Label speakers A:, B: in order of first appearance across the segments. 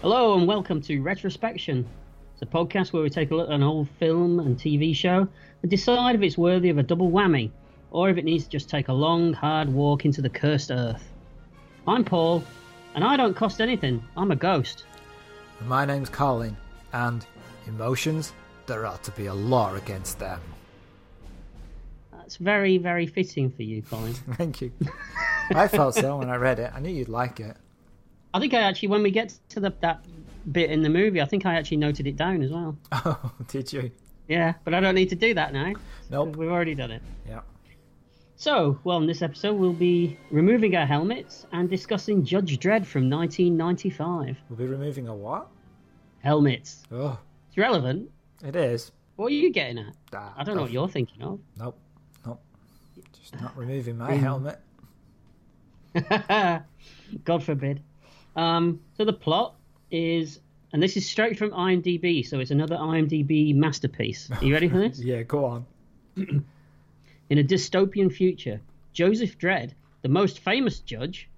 A: Hello and welcome to Retrospection. It's a podcast where we take a look at an old film and TV show and decide if it's worthy of a double whammy or if it needs to just take a long, hard walk into the cursed earth. I'm Paul, and I don't cost anything. I'm a ghost.
B: My name's Colin, and emotions, there ought to be a law against them.
A: That's very, very fitting for you, Colin.
B: Thank you. I felt so when I read it. I knew you'd like it.
A: I think I actually, when we get to the, that bit in the movie, I think I actually noted it down as well.
B: Oh, did you?
A: Yeah, but I don't need to do that now.
B: Nope.
A: We've already done it.
B: Yeah.
A: So, well, in this episode, we'll be removing our helmets and discussing Judge Dredd from 1995.
B: We'll be removing a what?
A: Helmets.
B: Oh,
A: It's relevant.
B: it is.
A: What are you getting at?
B: Ah,
A: I don't know what you're thinking of.
B: Nope. Nope. Just not removing my helmet.
A: God forbid. Um, so the plot is, and this is straight from IMDb, so it's another IMDb masterpiece. Are you ready for this?
B: Yeah, go on.
A: In a dystopian future, Joseph Dredd, the most famous judge,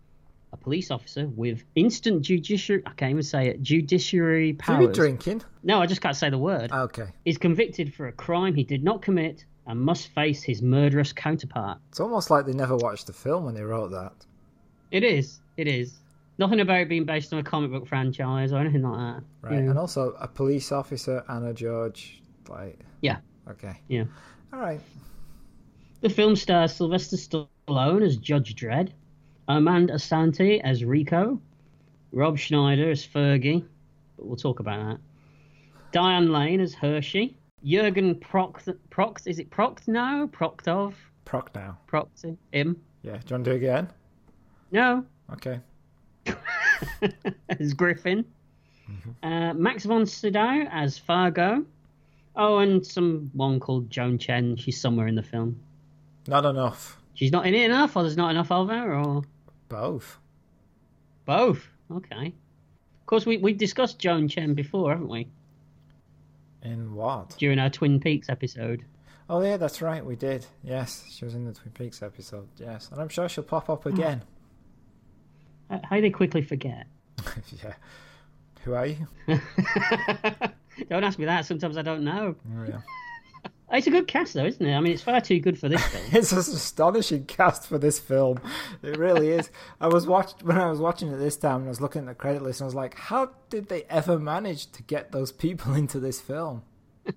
A: a police officer with instant judiciary, I can't even say it, judiciary
B: Are we
A: powers.
B: drinking?
A: No, I just can't say the word.
B: Okay.
A: is convicted for a crime he did not commit and must face his murderous counterpart.
B: It's almost like they never watched the film when they wrote that.
A: It is. It is. Nothing about it being based on a comic book franchise or anything like that.
B: Right.
A: Yeah.
B: And also, a police officer and a judge. Like,
A: Yeah.
B: okay.
A: Yeah.
B: All right.
A: The film stars Sylvester Stallone as Judge Dredd, Armand Asante as Rico, Rob Schneider as Fergie, but we'll talk about that. Diane Lane as Hershey, Jurgen Proct, Proct is it Proct now? Proctov?
B: Proc now.
A: Proct? Him?
B: Yeah. Do you want to do it again?
A: No,
B: Okay.
A: as Griffin, uh, Max von Sydow as Fargo. Oh, and someone called Joan Chen. She's somewhere in the film.
B: Not enough.
A: She's not in it enough, or there's not enough of her, or
B: Both.
A: both. Okay. Of course, we we discussed Joan Chen before, haven't we?
B: In what?
A: During our Twin Peaks episode.
B: Oh yeah, that's right, we did. Yes, she was in the Twin Peaks episode. Yes, and I'm sure she'll pop up again.
A: Uh, How they quickly forget.
B: yeah. Who are you?
A: don't ask me that. Sometimes I don't know.
B: Oh, yeah.
A: It's a good cast, though, isn't it? I mean, it's far too good for this film.
B: It's an astonishing cast for this film. It really is. I was watched when I was watching it this time, and I was looking at the credit list, and I was like, "How did they ever manage to get those people into this film?"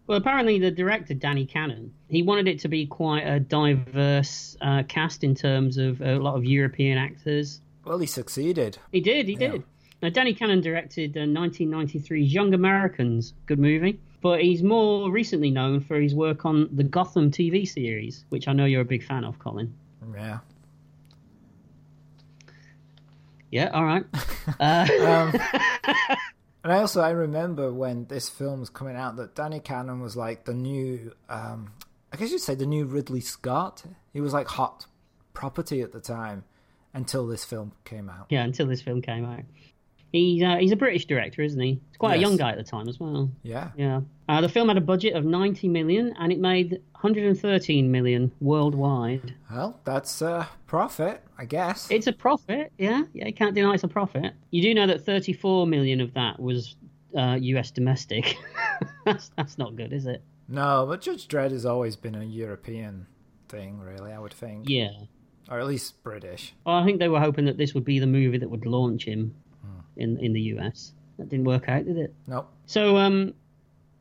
A: Well, apparently the director Danny Cannon, he wanted it to be quite a diverse uh, cast in terms of a lot of European actors.
B: Well, he succeeded.
A: He did, he
B: Yeah.
A: did. Now Danny Cannon directed uh, 1993's Young Americans, good movie, but he's more recently known for his work on the Gotham TV series, which I know you're a big fan of, Colin.
B: Yeah.
A: Yeah, all right.
B: And I also I remember when this film was coming out that Danny Cannon was like the new, um, I guess you'd say the new Ridley Scott. He was like hot property at the time until this film came out.
A: yeah, until this film came out. He's uh, he's a British director, isn't he? He's quite a
B: Yes.
A: young guy at the time as well.
B: Yeah,
A: Yeah. Uh, the film had a budget of 90 million and it made 113 million worldwide.
B: well, that's uh, profit, I guess.
A: It's a profit, yeah. Yeah, you can't deny it's a profit. You do know that 34 million of that was uh, US domestic. that's, that's not good, is it?
B: no, but Judge Dredd has always been a European thing, really. I would think,
A: Yeah.
B: or at least British.
A: Well, I think they were hoping that this would be the movie that would launch him
B: Hmm.
A: in, in the US. That didn't work out, did it?
B: Nope.
A: So, um,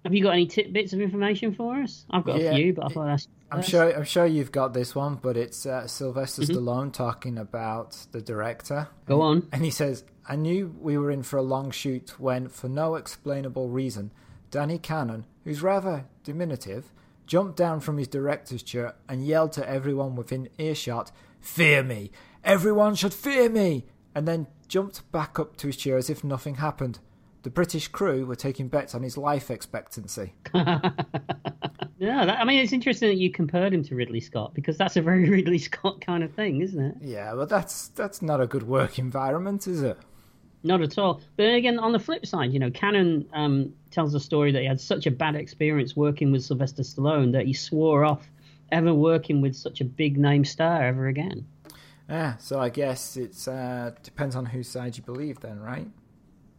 A: have you got any tidbits of information for us? I've got
B: Yeah,
A: a few, but I thought I'd ask.
B: I'm
A: first.
B: sure. I'm sure you've got this one, but it's uh, Sylvester Stallone talking about the director.
A: Go on.
B: And he says, I knew we were in for a long shoot when, for no explainable reason, Danny Cannon, who's rather diminutive, jumped down from his director's chair and yelled to everyone within earshot, Fear me! Everyone should fear me! And then jumped back up to his chair as if nothing happened. The British crew were taking bets on his life expectancy.
A: Yeah, that, I mean, it's interesting that you compared him to Ridley Scott because that's a very Ridley Scott kind of thing, isn't it?
B: Yeah, but that's that's not a good work environment, is it?
A: Not at all. But then again, on the flip side, you know, Cannon um, tells a story that he had such a bad experience working with Sylvester Stallone that he swore off ever working with such a big name star ever again.
B: Yeah, so I guess it's uh, depends on whose side you believe, then, right?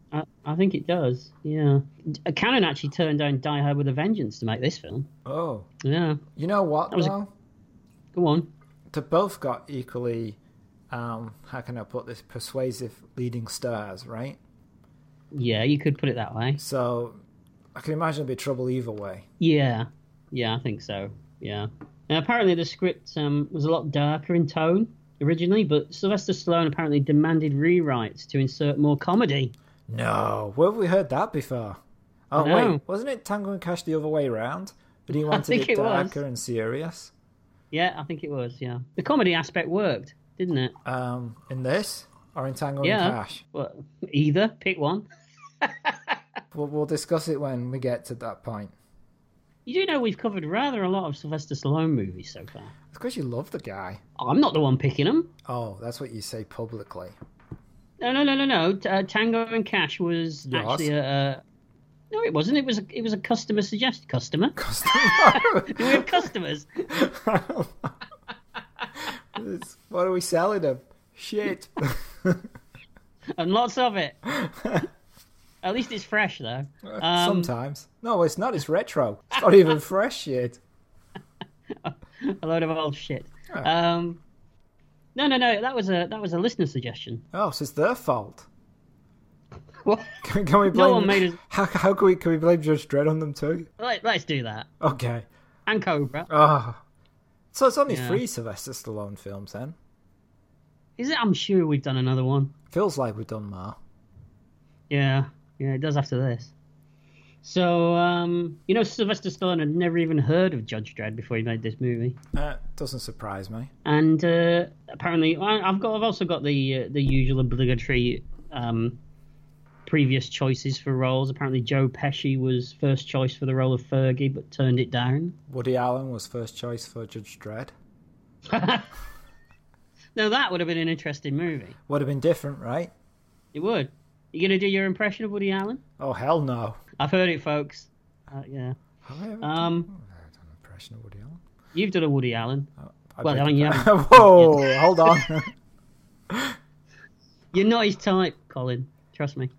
A: I, I think it does. Yeah, D- Cannon actually turned down Die Hard with a Vengeance to make this film.
B: Oh,
A: Yeah,
B: you know what
A: That was a-
B: though?
A: go on.
B: They both got equally, um, how can I put this, persuasive leading stars, right?
A: Yeah, you could put it that way.
B: So I can imagine it'd be trouble either way.
A: Yeah, yeah, I think so. Yeah. Now, apparently, the script um, was a lot darker in tone originally, but Sylvester Stallone apparently demanded rewrites to insert more comedy.
B: No, where have we heard that before? Oh
A: No.
B: wait, wasn't it Tango and Cash the other way round? But he
A: think
B: wanted it
A: it was.
B: darker and serious.
A: Yeah, I think it was. Yeah, the comedy aspect worked, didn't it?
B: Um, in this or in Tango
A: Yeah.
B: and Cash?
A: Well, either pick one.
B: We'll, we'll discuss it when we get to that point.
A: You do know we've covered rather a lot of Sylvester Stallone movies so far. Oh,
B: It's because you love the guy.
A: I'm not the one picking them.
B: Oh, that's what you say publicly.
A: No, no, no, no, no. T- Uh, Tango and Cash was
B: Yes.
A: actually a, a. No, it wasn't. It was a, it was a customer suggested customer. Do we
B: Customer.
A: have customers?
B: It's- what are we selling him? Shit.
A: and lots of it. At least it's fresh though. Um,
B: Sometimes. No, it's not. It's retro. It's not even fresh shit.
A: a load of old shit. Um, no, no, no. That was a that was a listener suggestion.
B: Oh, so it's their fault.
A: What?
B: Can, can we blame?
A: No one made us-
B: How, how can we can we blame Judge Dredd on them too?
A: Let, us do that.
B: Okay.
A: And Cobra.
B: Ah. So it's only
A: Yeah.
B: three Sylvester Stallone films then.
A: Is it? I'm sure we've done another one.
B: Feels like we've done more.
A: Yeah, yeah. It does after this. So um, you know, Sylvester Stallone had never even heard of Judge Dredd before he made this movie.
B: Uh, doesn't surprise me.
A: and uh, apparently I, I've got I've also got the uh, the usual obligatory um, previous choices for roles. Apparently Joe Pesci was first choice for the role of Fergie, but turned it down.
B: Woody Allen was first choice for Judge Dredd.
A: Now that would have been an interesting movie.
B: Would have been different, right?
A: It would. You gonna do your impression of Woody Allen?
B: Oh hell no.
A: I've heard it, folks. Uh, yeah.
B: Have I ever
A: Um,
B: done an impression of Woody Allen?
A: you've done a Woody Allen.
B: I
A: Well,
B: beg
A: I mean,
B: your
A: you
B: pardon. Whoa, hold on.
A: You're not his type, Colin. Trust me.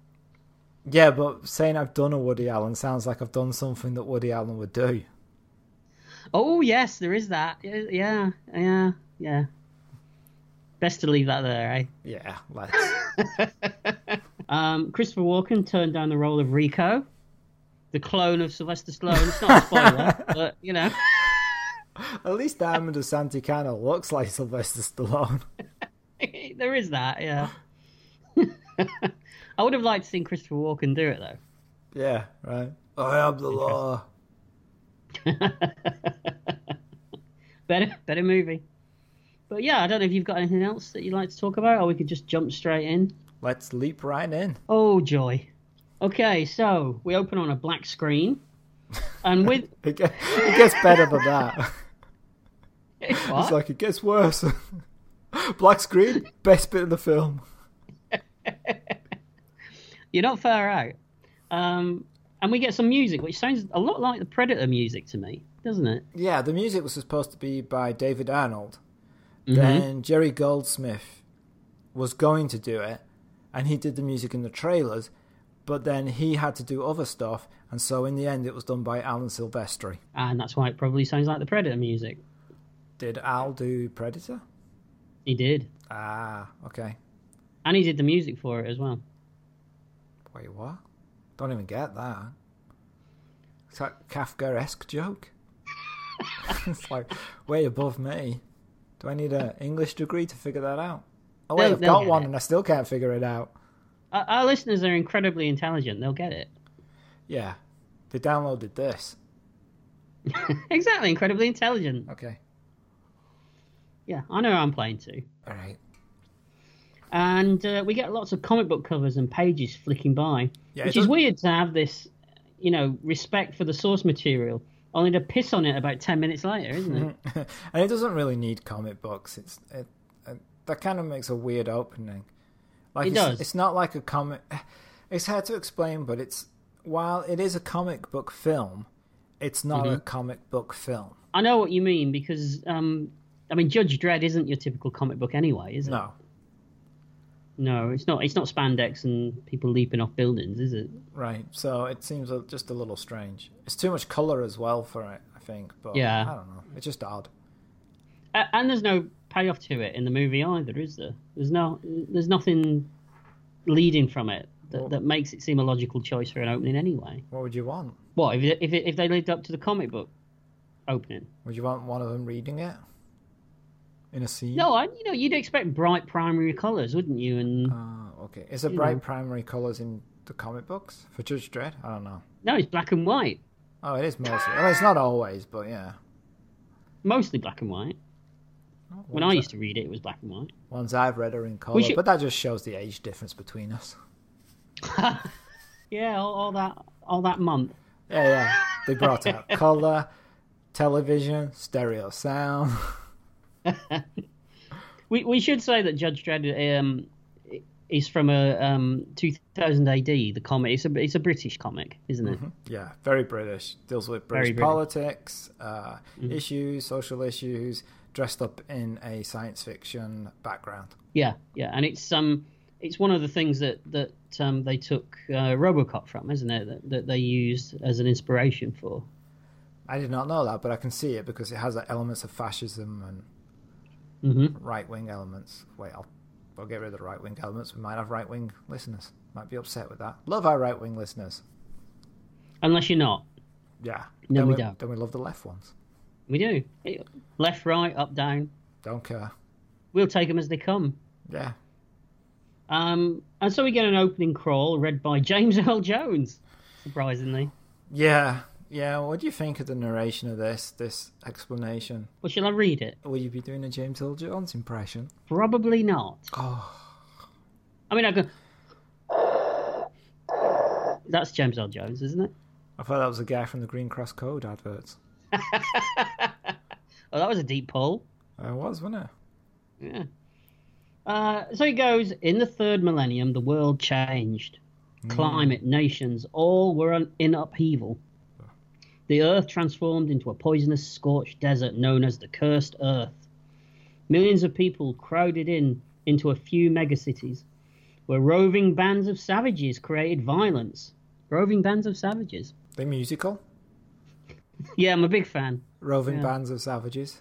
B: yeah, but saying I've done a Woody Allen sounds like I've done something that Woody Allen would do.
A: Oh yes, there is that. Yeah, yeah, yeah. Best to leave that there, eh?
B: Yeah, let's.
A: Um, Christopher Walken turned down the role of Rico, the clone of Sylvester Stallone. It's not a spoiler, but you know,
B: At least Diamond of Santicana looks like Sylvester Stallone.
A: there is that. Yeah. I would have liked to see Christopher Walken do it though.
B: Yeah, right. I am the law.
A: Better, better movie. But yeah, I don't know if you've got anything else that you'd like to talk about, or we could just jump straight in.
B: Let's leap right in.
A: Oh joy. Okay, so we open on a black screen, and with
B: It, get, it gets better than that. It's
A: What?
B: like it gets worse. Black screen, best bit of the film.
A: You're not far out. Um, and we get some music, which sounds a lot like the Predator music to me, doesn't it?
B: Yeah, the music was supposed to be by David Arnold. Mm-hmm. Then Jerry Goldsmith was going to do it, and he did the music in the trailers, but then he had to do other stuff, and so in the end it was done by Alan Silvestri.
A: And that's why it probably sounds like the Predator music.
B: Did Al do Predator?
A: He did.
B: Ah, okay.
A: And he did the music for it as well.
B: Wait, what? Don't even get that. It's that Kafka-esque joke. it's like way above me. Do I need an English degree to figure that out? Oh wait,
A: They'll-
B: I've
A: they'll
B: got
A: get
B: one
A: it.
B: and I still can't figure it out.
A: Our, our listeners are incredibly intelligent. They'll get it.
B: Yeah, they downloaded this.
A: exactly, incredibly intelligent.
B: Okay,
A: Yeah, I know who I'm playing to.
B: all right.
A: And uh, we get lots of comic book covers and pages flicking by,
B: Yeah,
A: which
B: it
A: is
B: does-
A: weird to have this, you know, respect for the source material, only to piss on it about 10 minutes later, isn't it?
B: and it doesn't really need comic books. It's it, it, that kind of makes a weird opening. Like
A: It
B: it's,
A: does.
B: It's not like a comic. It's hard to explain, but it's while it is a comic book film, it's not
A: Mm-hmm.
B: a comic book film.
A: I know what you mean because um, I mean Judge Dredd isn't your typical comic book anyway, is it?
B: No,
A: No, it's not. It's not spandex and people leaping off buildings, is it?
B: Right. So it seems a- just a little strange. It's too much color as well for it, I think. But
A: Yeah.
B: I don't know. It's just odd.
A: Uh, and there's no payoff to it in the movie either, is there? There's no. There's nothing leading from it that,
B: Well-
A: that makes it seem a logical choice for an opening anyway.
B: What would you want?
A: What if it, if it, if they lived up to the comic book opening?
B: Would you want one of them reading it in a scene?
A: No, I, you know you'd expect bright primary colours, wouldn't you? And
B: Ah, okay. Is it
A: You
B: bright
A: know.
B: primary colors in the comic books for Judge Dredd? I don't know.
A: no, it's black and white,
B: Oh, it is mostly. Well, it's not always, but yeah.
A: mostly black and white. When I
B: Ones
A: used to read it, it was black and white.
B: that- ones I've read are in color,
A: should-
B: but that just shows the age difference between us.
A: Yeah, all, all that all that month.
B: Yeah, yeah. They brought out color, television, stereo sound.
A: We we should say that Judge Dredd um is from a um 2000 AD. The comic it's a it's a British comic, isn't it?
B: Yeah, very British. Deals with British
A: British. Mm-hmm.
B: politics, uh, issues, social issues, dressed up in a science fiction background.
A: Yeah, yeah, and it's um it's one of the things that that um they took uh, RoboCop from, isn't it? That, that they used as an inspiration for.
B: I did not know that, but I can see it because it has like, elements of fascism and
A: hmm
B: right wing elements. Wait, I'll, I'll get rid of the right wing elements. We might have right wing listeners. Might be upset with that. Love our right wing listeners.
A: Unless you're not,
B: Yeah.
A: No,
B: then
A: we don't.
B: Then we love the left ones.
A: we do It- left, right, up, down.
B: Don't care.
A: We'll take them as they come.
B: Yeah.
A: Um, and so we get an opening crawl read by James Earl Jones, surprisingly.
B: Yeah. Yeah. What do you think of the narration of this? This explanation?
A: Well, shall I read it?
B: Will you be doing a James Earl Jones impression?
A: Probably not.
B: Oh.
A: I mean, I go. That's James Earl Jones, isn't it?
B: I thought that was the guy from the Green Cross Code adverts.
A: Oh, that was a deep pull.
B: Uh, It was, wasn't it?
A: Yeah. Uh, so he goes, in the third millennium, the world changed. Climate, nations, all were un- in upheaval. The earth transformed into a poisonous, scorched desert known as the Cursed Earth. Millions of people crowded in into a few megacities, where roving bands of savages created violence. Roving bands of savages.
B: The musical?
A: Yeah, I'm a big fan.
B: Roving
A: Yeah.
B: Bands of Savages.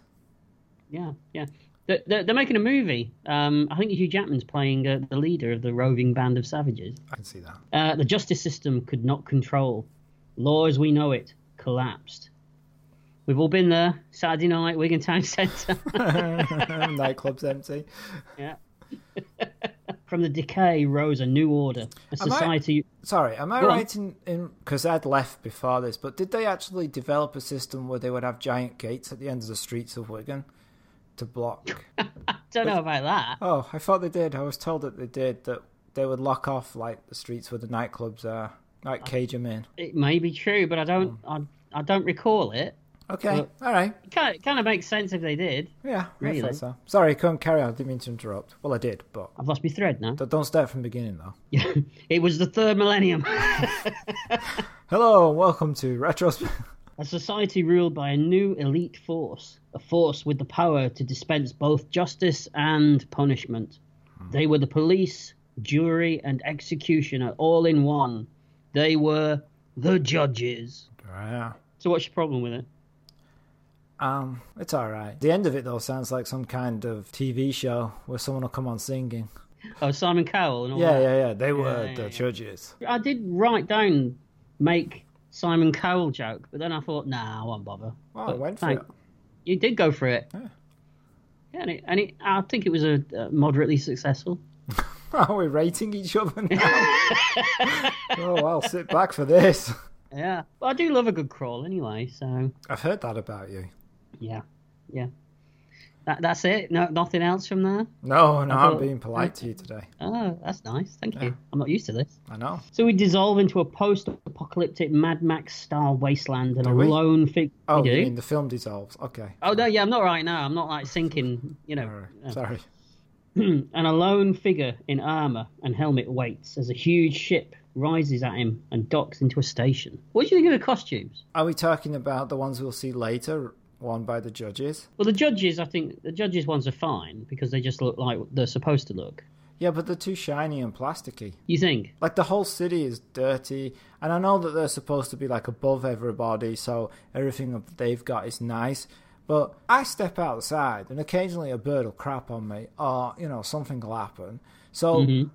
A: Yeah, yeah. They're, they're, they're making a movie. Um, I think Hugh Jackman's playing uh, the leader of the roving band of savages.
B: I can see that.
A: Uh, the justice system could not control. Law as we know it collapsed. We've all been there. Saturday night, Wigan Town Centre.
B: Nightclub's empty.
A: yeah. From the decay rose a new order, a
B: I-
A: society.
B: Sorry, am I
A: Go on.
B: right in in because I'd left before this, but did they actually develop a system where they would have giant gates at the end of the streets of Wigan to block?
A: Don't know about that.
B: oh, I thought they did. I was told that they did that they would lock off like the streets where the nightclubs are,
A: Ah.
B: like cage 'em in.
A: It may be true, but I don't. I, I don't recall it.
B: Okay, all right,
A: It kind of, kind of makes sense if they did.
B: yeah, I
A: Really?
B: thought so. Sorry, come carry on. I didn't mean to interrupt. Well, I did, but
A: I've lost my thread now.
B: but don't start from the beginning though.
A: Yeah, it was the third millennium.
B: Hello, and welcome to Retrospect.
A: A society ruled by a new elite force, a force with the power to dispense both justice and punishment. They were the police, jury, and executioner all in one. They were the judges.
B: yeah.
A: So, what's your problem with it?
B: Um, it's all right. The end of it though sounds like some kind of TV show where someone will come on singing.
A: Oh, Simon Cowell and all
B: Yeah,
A: that.
B: yeah, yeah. They were
A: yeah,
B: the
A: yeah.
B: judges.
A: I did write down make Simon Cowell joke, but then I thought, nah, I won't bother.
B: Well, I
A: But
B: went for
A: thank-
B: it.
A: You did go for it.
B: Yeah.
A: Yeah, and, it, and it, I think it was a, a moderately successful.
B: Are we rating each other now? oh, I'll sit back for this.
A: Yeah, but I do love a good crawl anyway. So
B: I've heard that about you.
A: yeah, yeah. That, that's it. No, nothing else from there.
B: No, no, I'm
A: thought-
B: being polite to you today.
A: Oh, that's nice. Thank you. I'm not used to this.
B: I know.
A: So we dissolve into a post-apocalyptic Mad Max-style wasteland and a
B: we?
A: lone fig.
B: Oh,
A: we
B: you
A: do.
B: mean the film dissolves? Okay.
A: Oh no, yeah, I'm not right now. I'm not like sinking, you know.
B: All right. Sorry.
A: and a lone figure in armor and helmet waits as a huge ship rises at him and docks into a station. What do you think of the costumes?
B: Are we talking about the ones we'll see later, worn by the judges?
A: Well, the judges, I think the judges ones are fine because they just look like they're supposed to look.
B: Yeah, but they're too shiny and plasticky.
A: You think?
B: Like the whole city is dirty, and I know that they're supposed to be like above everybody, so everything that they've got is nice. But I step outside, and occasionally a bird will crap on me, or you know something will happen. So
A: Mhm.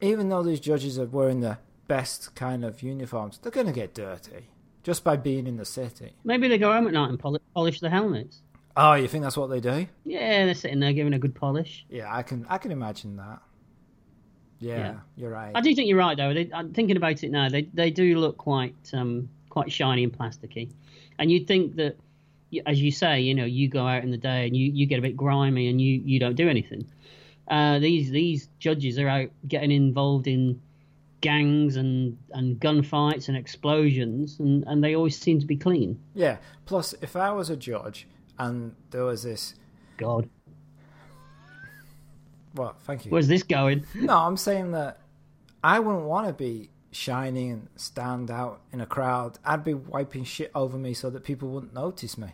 B: even though these judges are wearing the best kind of uniforms, they're going to get dirty just by being in the city.
A: Maybe they go home at night and poli- polish the helmets.
B: Oh, you think that's what they do?
A: Yeah, they're sitting there giving a good polish.
B: Yeah, I can I can imagine that. Yeah,
A: Yeah.
B: you're right.
A: I do think you're right though. They, I'm thinking about it now. They they do look quite um quite shiny and plasticky, and you'd think that, y- as you say, you know, you go out in the day and you, you get a bit grimy and you, you don't do anything. Uh, these these judges are out getting involved in gangs and and gunfights and explosions, and and they always seem to be clean.
B: Yeah. Plus, if I was a judge and there was this,
A: God,
B: well, thank you.
A: where's this going?
B: No, I'm saying that I wouldn't want to be shiny and stand out in a crowd. I'd be wiping shit over me so that people wouldn't notice me.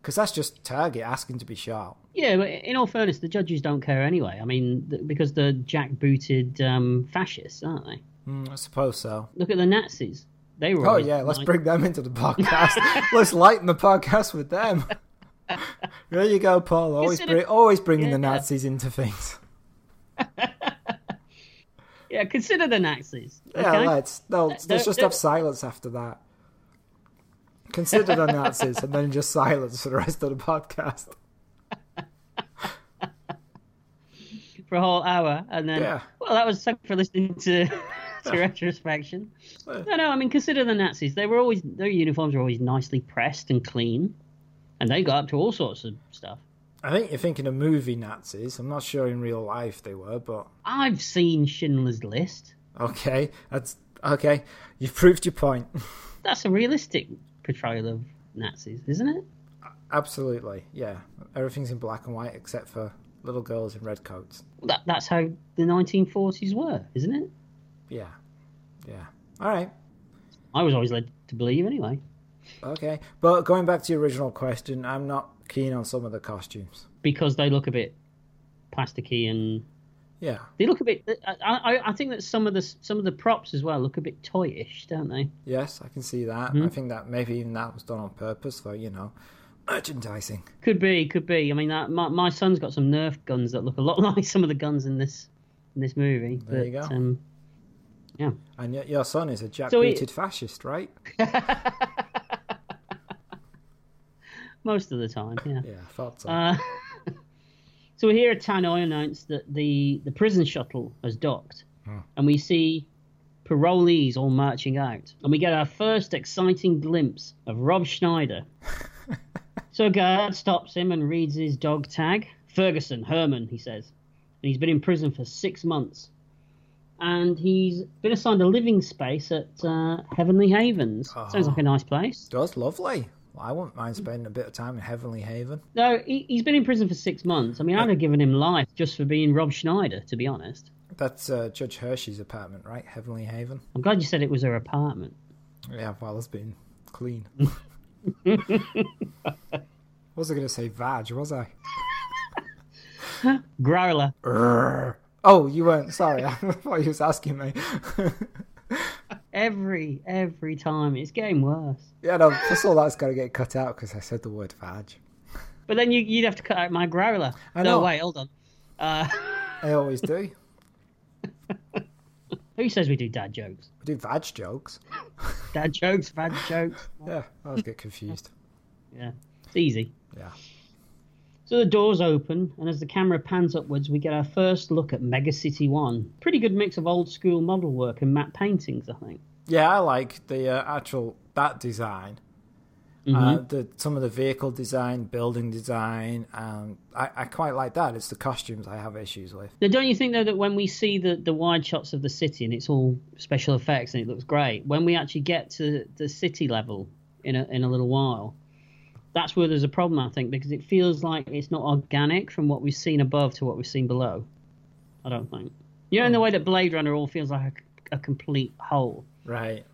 B: Because that's just target asking to be shot.
A: Yeah, but in all fairness, the judges don't care anyway. I mean, th- because they're jackbooted um, fascists, aren't they?
B: Mm, I suppose so.
A: Look at the Nazis. They were.
B: Oh
A: always
B: yeah, let's
A: like-
B: bring them into the podcast. let's lighten the podcast with them. there you go, Paul. Always,
A: Consider-
B: bring, always bringing the
A: Yeah.
B: Nazis into things.
A: Yeah, consider the Nazis.
B: Yeah,
A: okay?
B: let's no, let's
A: they're-
B: just
A: they're-
B: have silence after that. Consider the Nazis, and then just silence for the rest of the podcast.
A: for a whole hour, and then
B: Yeah.
A: well, that was thank you for listening to to retrospection. No, no, I mean consider the Nazis. They were always their uniforms were always nicely pressed and clean, and they got up to all sorts of stuff.
B: I think you're thinking of movie Nazis. I'm not sure in real life they were, but
A: I've seen Schindler's List.
B: okay, that's okay. You've proved your point.
A: That's a realistic portrayal of Nazis, isn't it?
B: Absolutely, yeah. Everything's in black and white except for little girls in red coats.
A: That, that's how the 1940s were, isn't it?
B: Yeah, yeah. All right.
A: I was always led to believe, anyway.
B: Okay, but going back to your original question, I'm not keen on some of the costumes.
A: because they look a bit plasticky and
B: Yeah,
A: they look a bit. uh, I, I, I think that some of the some of the props as well look a bit toyish, don't they?
B: yes, I can see that. I think that maybe even that was done on purpose for you know merchandising.
A: Could be, could be. I mean, that, my my son's got some Nerf guns that look a lot like some of the guns in this in this movie.
B: There you
A: but,
B: go.
A: Um, yeah,
B: And yet your son is a jackbooted
A: So he-
B: fascist, right?
A: most of the time, yeah.
B: Yeah, I thought so.
A: Uh, so we hear Tannoy announce that the, the prison shuttle has docked, and we see parolees all marching out, and we get our first exciting glimpse of Rob Schneider. so a guard stops him and reads his dog tag, Ferguson Herman, he says, and he's been in prison for six months. And he's been assigned a living space at uh, Heavenly Havens. Sounds like a nice place.
B: That's lovely. Well, I wouldn't mind spending a bit of time in Heavenly Haven.
A: No, he, he's been in prison for six months. I mean, I'd have given him life just for being Rob Schneider, to be honest.
B: That's uh, Judge Hershey's apartment, right? Heavenly Haven.
A: I'm glad you said it was her apartment.
B: Yeah, well, it's been clean. was I going to say Vag, was I?
A: Growler.
B: Urgh. Oh, you weren't. Sorry, I thought you was asking me.
A: Every, every time. It's getting worse.
B: yeah, no, first of all, that's got to get cut out because I said the word Vag.
A: But then you, you'd have to cut out my growler.
B: I
A: no,
B: know.
A: wait, hold on. Uh,
B: I always do.
A: who says we do dad jokes?
B: I do Vag jokes.
A: Dad jokes, bad jokes.
B: Yeah, I always get confused.
A: Yeah, it's easy.
B: Yeah.
A: So the doors open, and as the camera pans upwards, we get our first look at Mega City 1. Pretty good mix of old school model work and matte paintings, I think.
B: Yeah, I like the uh, actual that design. Uh,
A: Mm-hmm.
B: the some of the vehicle design, building design, um, I, I quite like that. It's the costumes I have issues with.
A: Now, don't you think though that when we see the, the wide shots of the city and it's all special effects and it looks great, when we actually get to the city level in a in a little while, that's where there's a problem I think because it feels like it's not organic from what we've seen above to what we've seen below. I don't think. You know, in the way that Blade Runner all feels like a, a complete whole,
B: Right.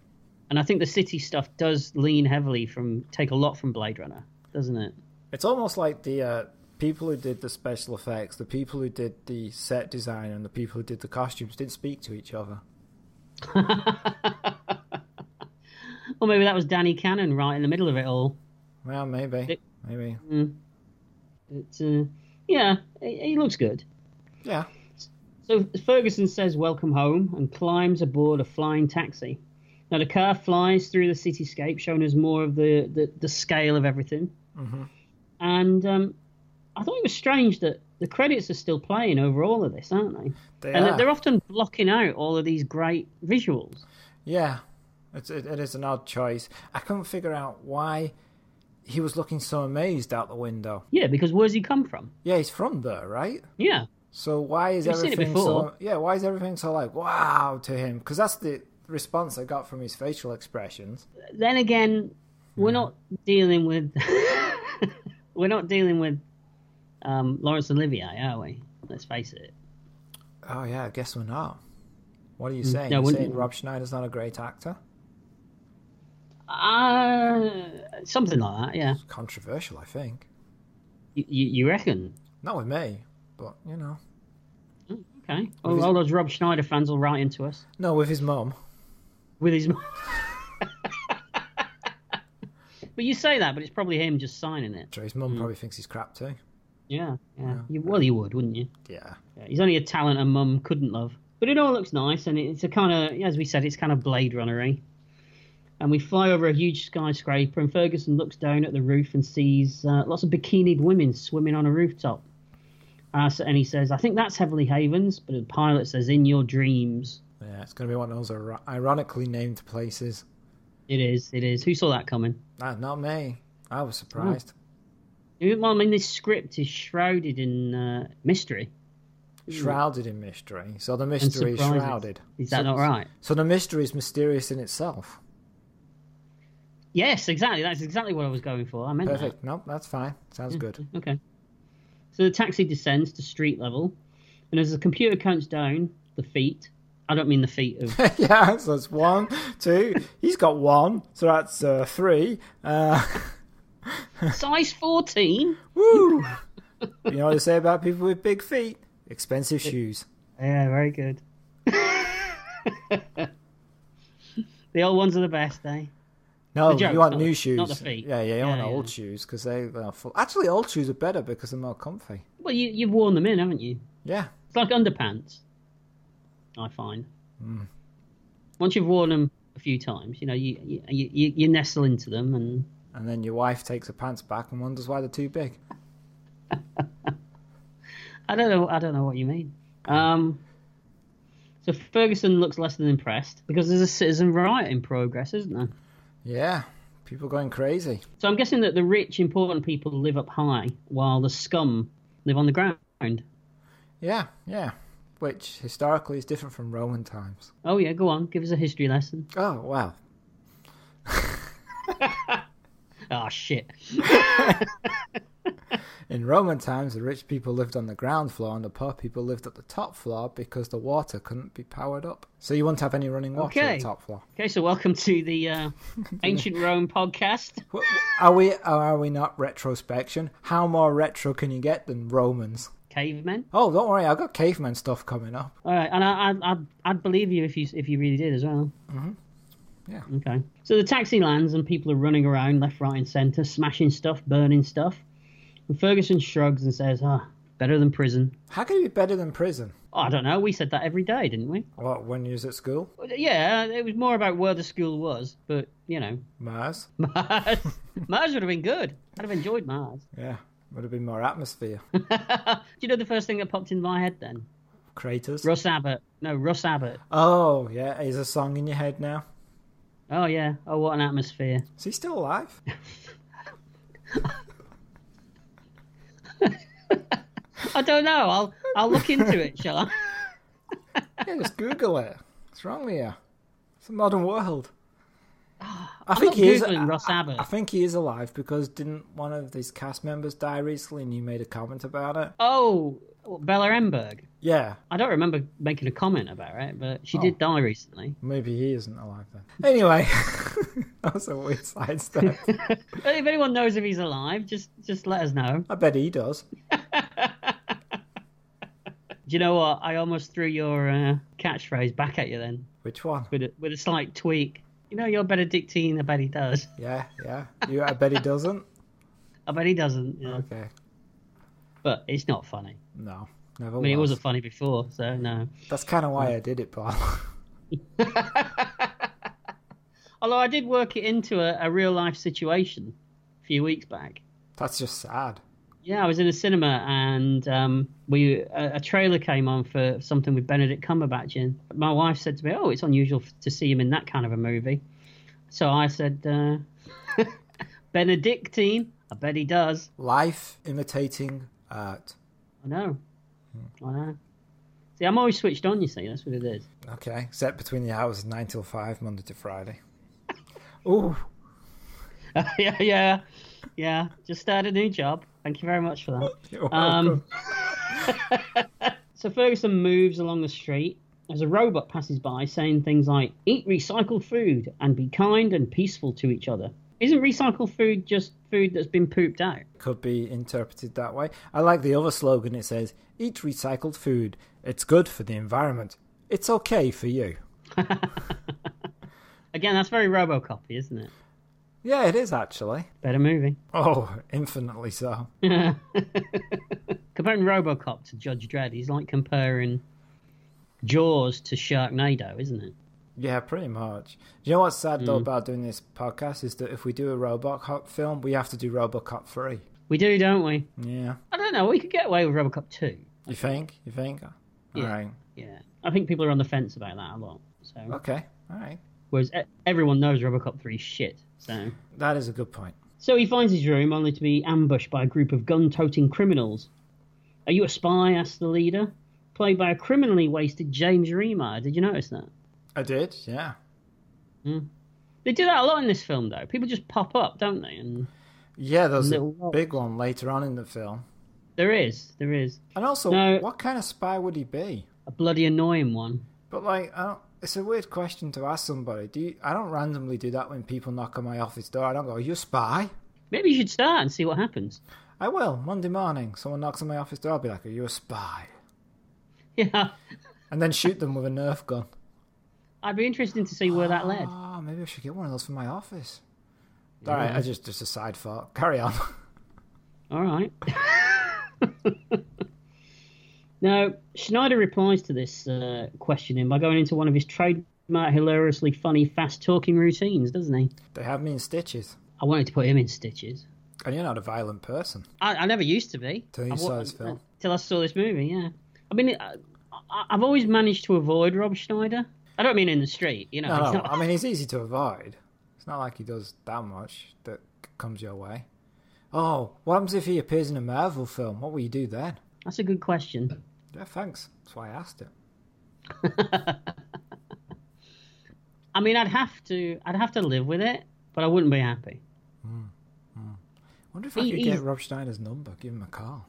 A: and I think the city stuff does lean heavily from take a lot from Blade Runner, doesn't it?
B: It's almost like the uh, people who did the special effects, the people who did the set design, and the people who did the costumes didn't speak to each other.
A: Or maybe that was Danny Cannon right in the middle of it all.
B: Well, maybe,
A: It- Mm.
B: maybe,
A: But, uh, yeah, he, he looks good.
B: yeah.
A: So Ferguson says welcome home and climbs aboard a flying taxi. Now the car flies through the cityscape, showing us more of the, the, the scale of everything. And um, I thought it was strange that the credits are still playing over all of this, aren't they?
B: They
A: and
B: are.
A: they're often blocking out all of these great visuals.
B: Yeah, it's, it, it is an odd choice. I couldn't figure out why he was looking so amazed out the window.
A: Yeah, because where's he come from?
B: Yeah, he's from there, right?
A: Yeah,
B: So why is
A: We've seen it
B: everything so?
A: before.
B: Yeah, why is everything so like wow to him? Because that's the response I got from his facial expressions.
A: then again, we're not dealing with we're not dealing with um, Laurence Olivier, are we? Let's face it.
B: Oh yeah, I guess we're not. What are you saying?
A: Mm, no,
B: You're
A: wouldn't-
B: saying Rob Schneider's not a great actor?
A: Uh, something like that. Yeah,
B: It's controversial, I think.
A: you, you, you reckon?
B: Not with me, but you know,
A: Okay. All, all those Rob Schneider fans will write into us
B: no, with his mum.
A: with his. but you say that, but it's probably him just signing it.
B: Sure, his mum probably thinks he's crap too.
A: Yeah, yeah. You, well, you would, wouldn't you?
B: Yeah.
A: Yeah, Uh, he's only a talent a mum couldn't love. But it all looks nice, and it's a kind of, as we said, it's kind of Blade Runnery. And we fly over a huge skyscraper, and Ferguson looks down at the roof and sees uh, lots of bikinied women swimming on a rooftop. Uh, so, and he says, "I think that's Heavenly Havens," but the pilot says, "In your dreams."
B: Yeah, it's going to be one of those ir- ironically named places.
A: It is, it is. Who saw that coming?
B: Ah, not me. I was surprised.
A: Well, I mean, this script is shrouded in uh, mystery.
B: Shrouded in mystery. So the mystery is
A: surprises.
B: shrouded.
A: Is that
B: So-
A: not right?
B: So the mystery is mysterious in itself.
A: Yes, exactly. That's exactly what I was going for. I meant that.
B: Perfect. Nope, that's fine. Sounds good.
A: Okay. So the taxi descends to street level, and as the computer counts down the feet, I don't mean the feet of.
B: yeah, so it's one, two. He's got one, so that's uh, three. Uh,
A: size 14?
B: woo! you know what they say about people with big feet? Expensive shoes.
A: Yeah, very good. the old ones are the best, eh?
B: No,
A: The joke,
B: you want
A: not
B: new
A: the-
B: shoes.
A: not the feet.
B: Yeah, yeah, you
A: Yeah,
B: want
A: yeah.
B: old shoes because they are full. Actually, old shoes are better because they're more comfy.
A: Well, you, you've worn them in, haven't you?
B: Yeah.
A: It's like underpants, I find. Once you've worn them a few times, you know, you, you, you, you nestle into them and.
B: And then your wife takes her pants back and wonders why they're too big.
A: I don't know. I don't know what you mean. Um, so Ferguson looks less than impressed because there's a citizen riot in progress, isn't there?
B: Yeah, people going crazy.
A: So I'm guessing that the rich, important people live up high, while the scum live on the ground.
B: Yeah, yeah. Which historically is different from Roman times.
A: Oh yeah, go on, give us a history lesson.
B: Oh, wow.
A: Ah shit.
B: In Roman times, the rich people lived on the ground floor and the poor people lived at the top floor because the water couldn't be powered up. So you wouldn't have any running water at
A: Okay.
B: the top floor.
A: Okay, so welcome to the uh, ancient Rome podcast.
B: W- Are we? Are we not retrospection? How more retro can you get than Romans?
A: Cavemen.
B: Oh, don't worry, I've got caveman stuff coming up.
A: All right, and I, I, I'd, I'd believe you if you if you really did as well.
B: Yeah.
A: Okay. So the taxi lands and people are running around left, right, and centre, smashing stuff, burning stuff. And Ferguson shrugs and says, "Ah, better than prison."
B: How can it be better than prison?
A: Oh, I don't know. We said that every day, didn't we?
B: What when you was at school,
A: Well, Yeah, it was more about where the school was, but you know,
B: Mars?
A: Mars. Mars would have been good. I'd have enjoyed Mars.
B: Yeah, would have been more atmosphere.
A: Do you know the first thing that popped in my head then?
B: Craters.
A: Russ Abbott. No, Russ Abbott.
B: Oh, yeah, is a song in your head now?
A: Oh yeah. Oh, what an atmosphere.
B: Is he still alive?
A: I don't know. I'll I'll look into it, shall I?
B: Yeah, just Google it. What's wrong with you? It's a modern world. I
A: Ah, I'm
B: think
A: not
B: he is.
A: Googling
B: I,
A: Russ Abbott.
B: I think he is alive because didn't one of these cast members die recently, and you made a comment about it?
A: Oh, Well, Bella Emberg.
B: Yeah,
A: I don't remember making a comment about it, but she did die recently.
B: maybe he isn't alive then. Anyway, that was a weird sidestep.
A: if anyone knows if he's alive, just just let us know.
B: I bet he does.
A: Do you know what? I almost threw your uh, catchphrase back at you then
B: Which one?
A: with a, with a slight tweak. You know, you're Benedictine. I bet he does.
B: Yeah, yeah. You, I bet he doesn't.
A: I bet he doesn't. you know.
B: Okay.
A: But it's not funny.
B: No, never.
A: I mean, it
B: was.
A: wasn't funny before, so no.
B: That's kind of why I did it, Paul.
A: Although I did work it into a, a real life situation a few weeks back.
B: That's just sad.
A: Yeah, I was in a cinema and um, we a, a trailer came on for something with Benedict Cumberbatch in. My wife said to me, "Oh, it's unusual f- to see him in that kind of a movie." So I said, uh, "Benedictine, I bet he does."
B: Life imitating art.
A: I know, I know. See, I'm always switched on. You see, that's what it is.
B: Okay, set between the hours of nine till five, Monday to Friday. Ooh,
A: yeah, yeah, yeah. Just started a new job. Thank you very much for that.
B: you're welcome.
A: Um, so Ferguson moves along the street as a robot passes by saying things like, Eat recycled food and be kind and peaceful to each other. Isn't recycled food just food that's been pooped out?
B: Could be interpreted that way. I like the other slogan. It says, "Eat recycled food. It's good for the environment. It's okay for you."
A: Again, that's very Robocop, isn't it?
B: Yeah, it is actually.
A: Better movie.
B: Oh, infinitely so.
A: Comparing Robocop to Judge Dredd, he's like comparing Jaws to Sharknado, isn't it?
B: Yeah, pretty much. You know what's sad though
A: Hmm.
B: about doing this podcast is that if we do a RoboCop film, we have to do RoboCop three.
A: We do, don't we?
B: Yeah,
A: I don't know. We could get away with Robocop 2.
B: you think? You think?
A: Yeah.
B: All right.
A: Yeah. I think people are on the fence about that a lot. So,
B: Okay. All right.
A: whereas e- everyone knows Robocop 3 is shit. So.
B: That is a good point.
A: So he finds his room only to be ambushed by a group of gun toting criminals. Are you a spy? asks the leader, played by a criminally wasted James Remar. Did you notice that?
B: I did. Yeah.
A: They do that a lot in this film, though. People just pop up, don't they? And
B: Yeah, there's a
A: Little Rob.
B: big one later on in the film.
A: there is, there is
B: And also,
A: No.
B: what kind of spy would he be?
A: a bloody annoying one.
B: But like, I don't, it's a weird question to ask somebody. Do you, I don't randomly do that when people knock on my office door. I don't go, "Are you a spy?"
A: Maybe you should start and see what happens.
B: I will Monday morning. Someone knocks on my office door. I'll be like, "Are you a spy?"
A: Yeah,
B: And then shoot them with a Nerf gun.
A: I'd be interested to see where that led.
B: Oh, maybe I should get one of those for my office. All right, I just just a side thought. Carry on.
A: All right. now, Schneider replies to this uh, questioning by going into one of his trademark hilariously funny fast talking routines, doesn't he?
B: they have me in stitches,
A: I wanted to put him in stitches.
B: and you're not a violent person.
A: I, I never used to be.
B: Till you
A: I, wa-
B: saw this film.
A: Till I saw this movie, yeah. I mean, I, I- I've always managed to avoid Rob Schneider. I don't mean in the street, you know.
B: No,
A: it's
B: no.
A: not-
B: I mean he's easy to avoid. It's not like he does that much that c- comes your way. Oh, what happens if he appears in a Marvel film? What will you do then?
A: That's a good question.
B: Yeah, thanks. That's why I asked it.
A: I mean, I'd have to, I'd have to live with it, but I wouldn't be happy.
B: Wonder if I
A: He-
B: could
A: he's-
B: get Rob Schneider's number, give him a call,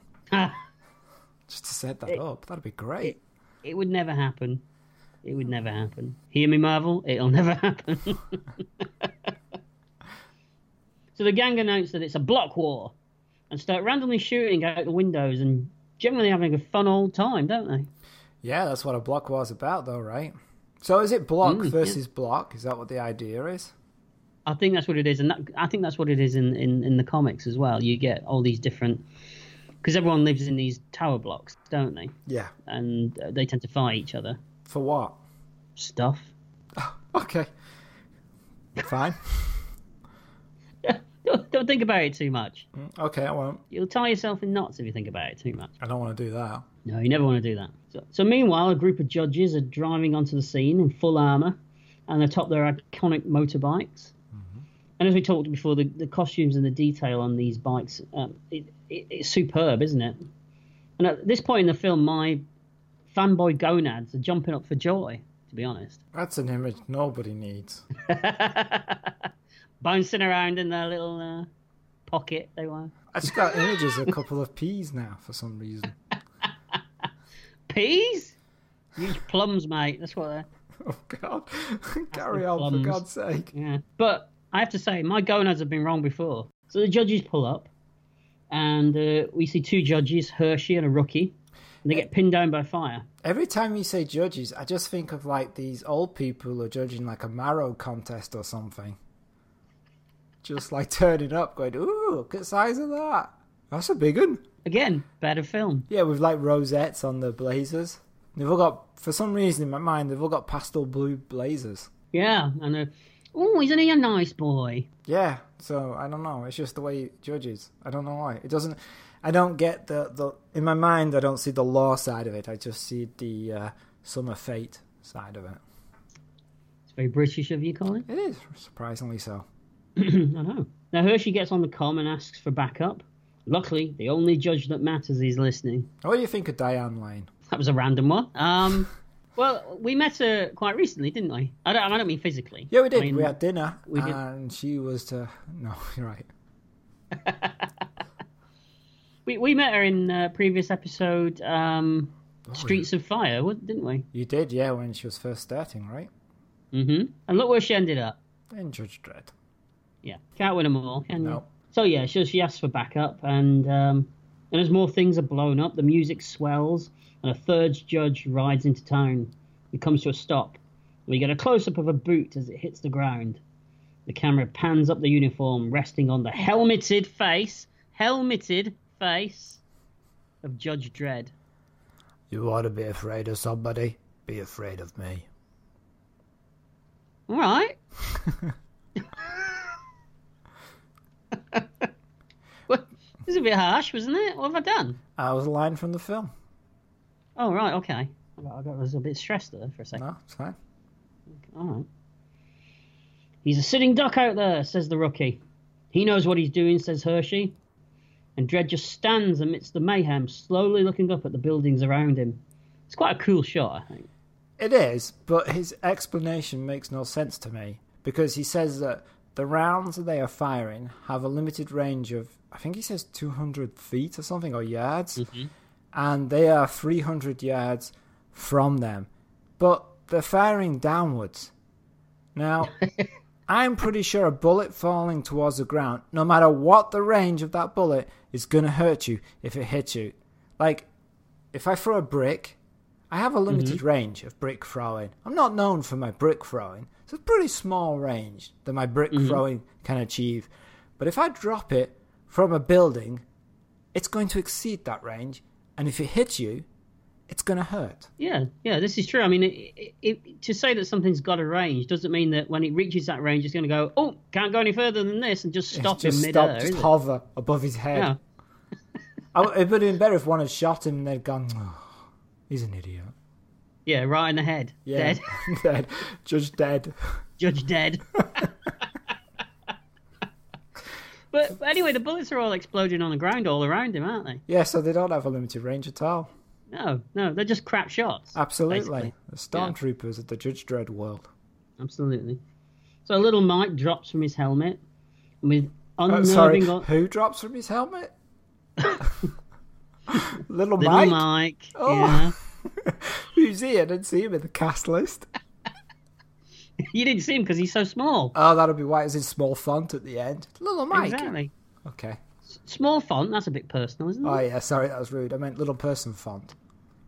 B: just to set that up. That'd be great.
A: It would never happen. It would never happen. Hear me, Marvel? It'll never happen. so the gang announce that it's a block war and start randomly shooting out the windows and generally having a fun old time, don't they?
B: Yeah, that's what a block war's about, though, right? So is it block
A: Mm,
B: versus block? Is that what the idea is?
A: I think that's what it is, and that, I think that's what it is in, in, in the comics as well. You get all these different because everyone lives in these tower blocks, don't they?
B: Yeah.
A: And uh, they tend to fight each other.
B: For what?
A: Stuff.
B: Okay. Fine.
A: Don't, don't think about it too much.
B: okay, I won't.
A: You'll tie yourself in knots if you think about it too much.
B: I don't want to do that.
A: No, you never want to do that. So, so meanwhile, a group of judges are driving onto the scene in full armour and atop their iconic motorbikes. And as we talked before, the, the costumes and the detail on these bikes, um, it, it, it's superb, isn't it? And at this point in the film, my fanboy gonads are jumping up for joy, to be honest.
B: That's an image nobody needs.
A: Bouncing around in their little uh, pocket, they were.
B: I just got images of a couple of peas now for some reason.
A: peas? Huge plums, mate. That's what they're.
B: Oh God, carry on for
A: plums.
B: God's sake.
A: Yeah. But I have to say, my gonads have been wrong before. So the judges pull up, and uh, we see two judges, Hershey and a rookie, and they get pinned down by fire.
B: Every time you say judges, I just think of like these old people who are judging like a marrow contest or something. Just like turning up, going, "Ooh, look at the size of that! That's a big one."
A: Again, better film.
B: Yeah, with like rosettes on the blazers. They've all got, for some reason in my mind, they've all got pastel blue blazers.
A: Yeah, and uh, oh, isn't he a nice boy?
B: Yeah, so I don't know. It's just the way it judges. I don't know why. It doesn't. I don't get the the in my mind. I don't see the law side of it. I just see the uh, summer fate side of it.
A: It's very British of you, Colin.
B: It is surprisingly so.
A: I know. Now Hershey gets on the com and asks for backup. Luckily, the only judge that matters is listening.
B: What do you think of Diane Lane?
A: That was a random one. Um, well, we met her quite recently, didn't we? I don't, I don't mean physically.
B: Yeah, we did.
A: I mean,
B: we had dinner,
A: we did.
B: and she was to. No, you're right.
A: We, we met her in uh, previous episode, um, Streets of Fire, wa- didn't we?
B: You did, yeah, when she was first starting, right?
A: hmm And look where she ended up.
B: In Judge Dredd.
A: Yeah, can't win them all, can you?
B: No.
A: So yeah, so she asks for backup, and um, and as more things are blown up, the music swells, and a third judge rides into town. He comes to a stop. We get a close up of a boot as it hits the ground. The camera pans up the uniform, resting on the helmeted face, helmeted face of Judge Dredd.
B: You ought to be afraid of somebody. Be afraid of me.
A: All right. well, this is a bit harsh, wasn't it? What have I done?
B: That was a line from the film.
A: Oh right, okay. I got, I got I was a bit stressed there for a second.
B: No, it's fine.
A: All right. He's a sitting duck out there, says the rookie. He knows what he's doing, says Hershey. And Dredd just stands amidst the mayhem, slowly looking up at the buildings around him. It's quite a cool shot, I think.
B: It is, but his explanation makes no sense to me because he says that the rounds they are firing have a limited range of, I think he says 200 feet or something, or yards, and they are 300 yards from them. But they're firing downwards. Now, I'm pretty sure a bullet falling towards the ground, no matter what the range of that bullet, is going to hurt you if it hits you. Like, if I throw a brick, I have a limited
A: Mm-hmm.
B: range of brick throwing. I'm not known for my brick throwing. It's a pretty small range that my brick
A: Mm-hmm.
B: throwing can achieve. But if I drop it from a building, it's going to exceed that range. And if it hits you, it's going to hurt.
A: Yeah, yeah, this is true. I mean, it, it, it, to say that something's got a range doesn't mean that when it reaches that range, it's going to go, oh, can't go any further than this, and just stop
B: just
A: in
B: stop,
A: midair.
B: just
A: is it?
B: hover above his head.
A: Yeah.
B: I, it would have been better if one had shot him and they'd gone, "Oh, he's an idiot.
A: yeah, right in the head.
B: Yeah.
A: Dead.
B: dead. Just dead.
A: Judge dead. but, but anyway, the bullets are all exploding on the ground all around him, aren't they?
B: Yeah, so they don't have a limited range at all.
A: No, no, they're just crap shots.
B: Ah. Absolutely.
A: basically.
B: The stormtroopers of the Judge Dredd world.
A: Absolutely. So little Mike drops from his helmet and with
B: Oh, sorry,
A: unnerving on-
B: who drops from his helmet?
A: little
B: Little, Mike?
A: Mike.
B: Oh.
A: Yeah.
B: Who's he? I didn't see him in the cast list.
A: you didn't see him because he's so small.
B: Oh, that'll be why it's in small font at the end. Little Mike.
A: Exactly.
B: Okay.
A: Small font, that's a bit personal, isn't it?
B: Oh, yeah, sorry, that was rude. I meant little person font.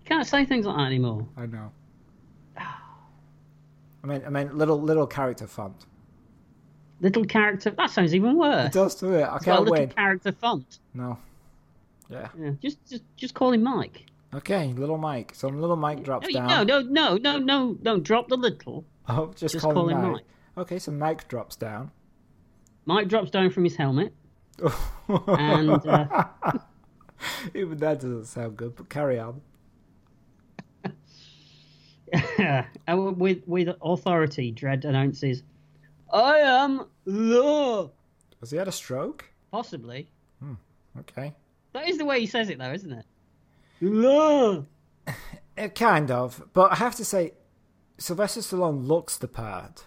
A: You can't say things like that anymore.
B: I know. I meant, I meant little little character font.
A: Little character, that sounds even worse.
B: Does do it. I
A: It's got a
B: can't
A: little
B: win.
A: character font.
B: No. Yeah.
A: Yeah. Just, just, just call him Mike.
B: Okay, little Mike. So little Mike drops
A: No, you-
B: down.
A: no, no, no, no, no, no. Drop the little.
B: Oh, just,
A: Just
B: call,
A: call
B: him
A: him
B: Mike.
A: Mike.
B: Okay, so Mike drops down.
A: Mike drops down from his helmet, and uh,
B: Even that doesn't sound good, but carry on.
A: uh, and with with authority, Dredd announces, "I am the
B: Has he had a stroke?
A: possibly."
B: Okay.
A: That is the way he says it, though, isn't it? The
B: Uh, kind of, but I have to say, Sylvester Stallone looks the part.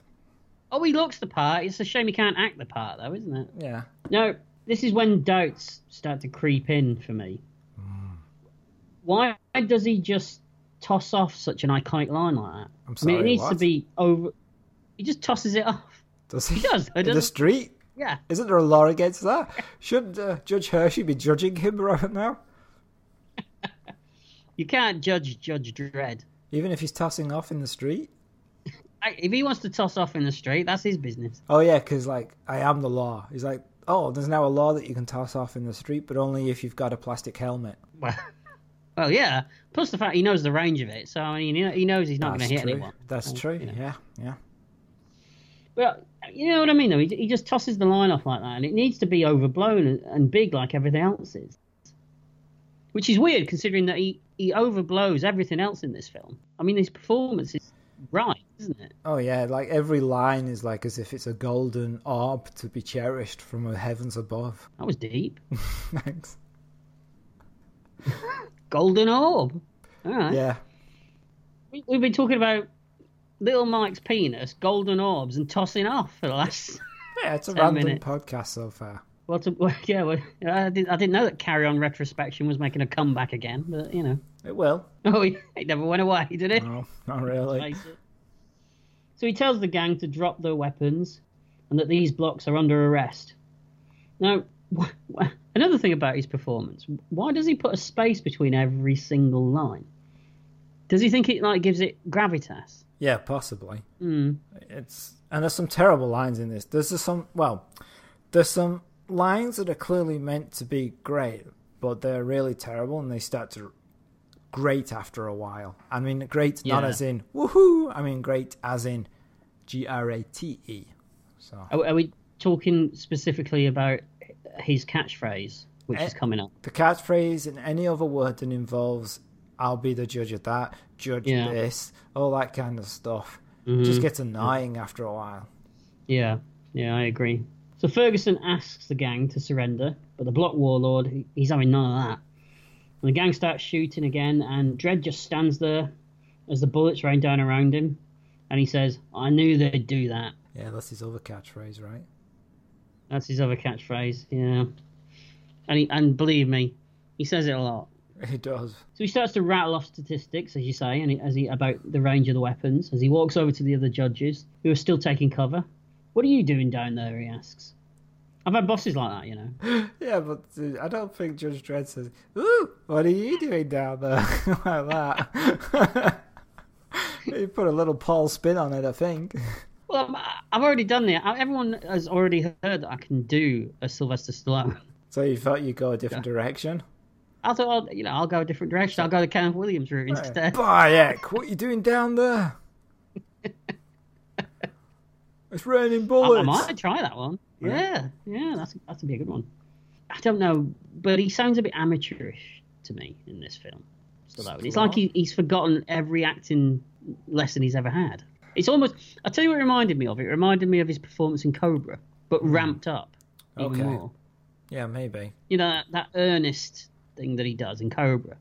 A: Oh, he looks the part. It's a shame he can't act the part, though, isn't it?
B: Yeah.
A: No, this is when doubts start to creep in for me. Why does he just toss off such an iconic line like that?
B: I'm
A: I mean,
B: sorry,
A: it needs to
B: what?
A: be over. He just tosses it off.
B: Does he?
A: does, though,
B: In the
A: doesn't-
B: street?
A: Yeah.
B: Isn't there a law against that? Should uh, Judge Hershey be judging him right now?
A: You can't judge Judge Dredd.
B: Even if he's tossing off in the street?
A: I, if he wants to toss off in the street, that's his business.
B: Oh, yeah, because, like, I am the law. He's like, oh, there's now a law that you can toss off in the street, but only if you've got a plastic helmet.
A: Well, well, yeah. Plus the fact he knows the range of it, so I mean, he- he knows he's not going to hit
B: That's true.
A: anyone.
B: That's
A: So,
B: true.
A: you know.
B: Yeah, yeah.
A: Well, you know what I mean, though. He, he just tosses the line off like that, and it needs to be overblown and, and big like everything else is. Which is weird, considering that he, he overblows everything else in this film. I mean, his performance is right, isn't it?
B: Oh yeah, like every line is like as if it's a golden orb to be cherished from the heavens above.
A: That was deep.
B: Thanks.
A: Golden orb. All right.
B: Yeah.
A: We, we've been talking about little Mike's penis, golden orbs, and tossing off for the last.
B: Yeah, it's a
A: Ten
B: random
A: minutes.
B: podcast so far.
A: well, to, well, yeah, well, I, did, I didn't know that Carry On Retrospection was making a comeback again, but you know.
B: It will.
A: Oh, yeah, it never went away, did it?
B: No, not really.
A: Face it. So he tells the gang to drop their weapons and that these blocks are under arrest. Now, wh- wh- another thing about his performance, why does he put a space between every single line? Does he think it like gives it gravitas?
B: Yeah, possibly.
A: Hmm.
B: It's and there's some terrible lines in this. There's just some well, there's some lines that are clearly meant to be great, but they're really terrible and they start to great after a while. I mean, great not
A: Yeah.
B: as in woohoo. I mean, great as in G R A T E. So
A: Are, are we talking specifically about his catchphrase, which is
B: Eh.
A: coming up?
B: the catchphrase and any other word that involves I'll be the judge of that, judge
A: Yeah.
B: this, all that kind of stuff. It Just gets annoying after a while.
A: Yeah, yeah, I agree. So Ferguson asks the gang to surrender, but the block warlord, he- he's having none of that. And the gang starts shooting again, and Dredd just stands there as the bullets rain down around him, and he says, I knew they'd do that.
B: Yeah, that's his other catchphrase, right?
A: That's his other catchphrase, yeah. And, he, and believe me, he says it a lot.
B: It does.
A: So he starts to rattle off statistics, as you say, and he, as he about the range of the weapons. As he walks over to the other judges, who are still taking cover, "What are you doing down there?" He asks. I've had bosses like that, you know.
B: Yeah, but uh, I don't think Judge Dredd says, Ooh, what are you doing down there? like that. he put a little Paul spin on it, I think.
A: Well, I'm, I've already done that. I- Everyone has already heard that I can do a Sylvester Stallone.
B: So you thought you'd go a different direction?
A: I thought, I'll, you know, I'll go a different direction. I'll go the Kenneth Williams route instead.
B: Bayek, what are you doing down there? it's raining
A: I,
B: bullets.
A: I might try that one. Yeah, yeah, that's that's be a good one. I don't know, but he sounds a bit amateurish to me in this film. Stallone. It's like he, he's forgotten every acting lesson he's ever had. It's almost. I tell you what, it reminded me of. It reminded me of his performance in Cobra, but ramped up even
B: Okay.
A: more.
B: Yeah, maybe.
A: you know that, that earnest thing that he does in Cobra,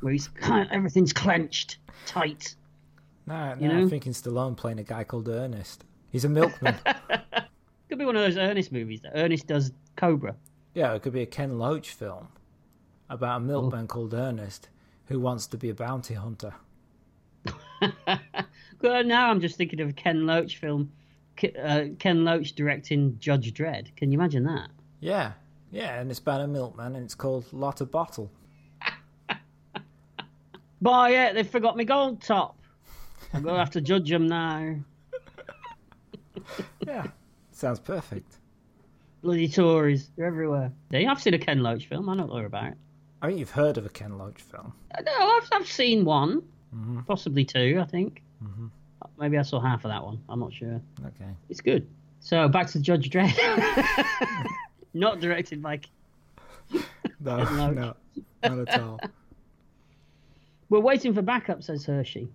A: where he's kind of, everything's clenched tight.
B: No, no,
A: You
B: I'm
A: know?
B: thinking Stallone playing a guy called Ernest. He's a milkman.
A: Could be one of those Ernest movies that Ernest does Cobra.
B: yeah, it could be a Ken Loach film about a
A: Oh.
B: milkman called Ernest who wants to be a bounty hunter.
A: Well, now I'm just thinking of a Ken Loach film, K- uh, Ken Loach directing Judge Dredd. Can you imagine that?
B: Yeah, yeah, and it's about a milkman and it's called Lotta Bottle.
A: But oh, yeah, they forgot my gold top. I'm gonna have to judge them now.
B: Yeah, sounds perfect.
A: Bloody Tories, they're everywhere. Yeah, I've seen a Ken Loach film. I know what they're about.
B: I think you've heard of a Ken Loach film.
A: Uh, No, I've, I've seen one, possibly two. I think. Maybe I saw half of that one. I'm not sure.
B: Okay.
A: It's good. So back to Judge Dredd. Not directed by.
B: No,
A: Loach.
B: no, not at all.
A: We're waiting for backup, says Hershey.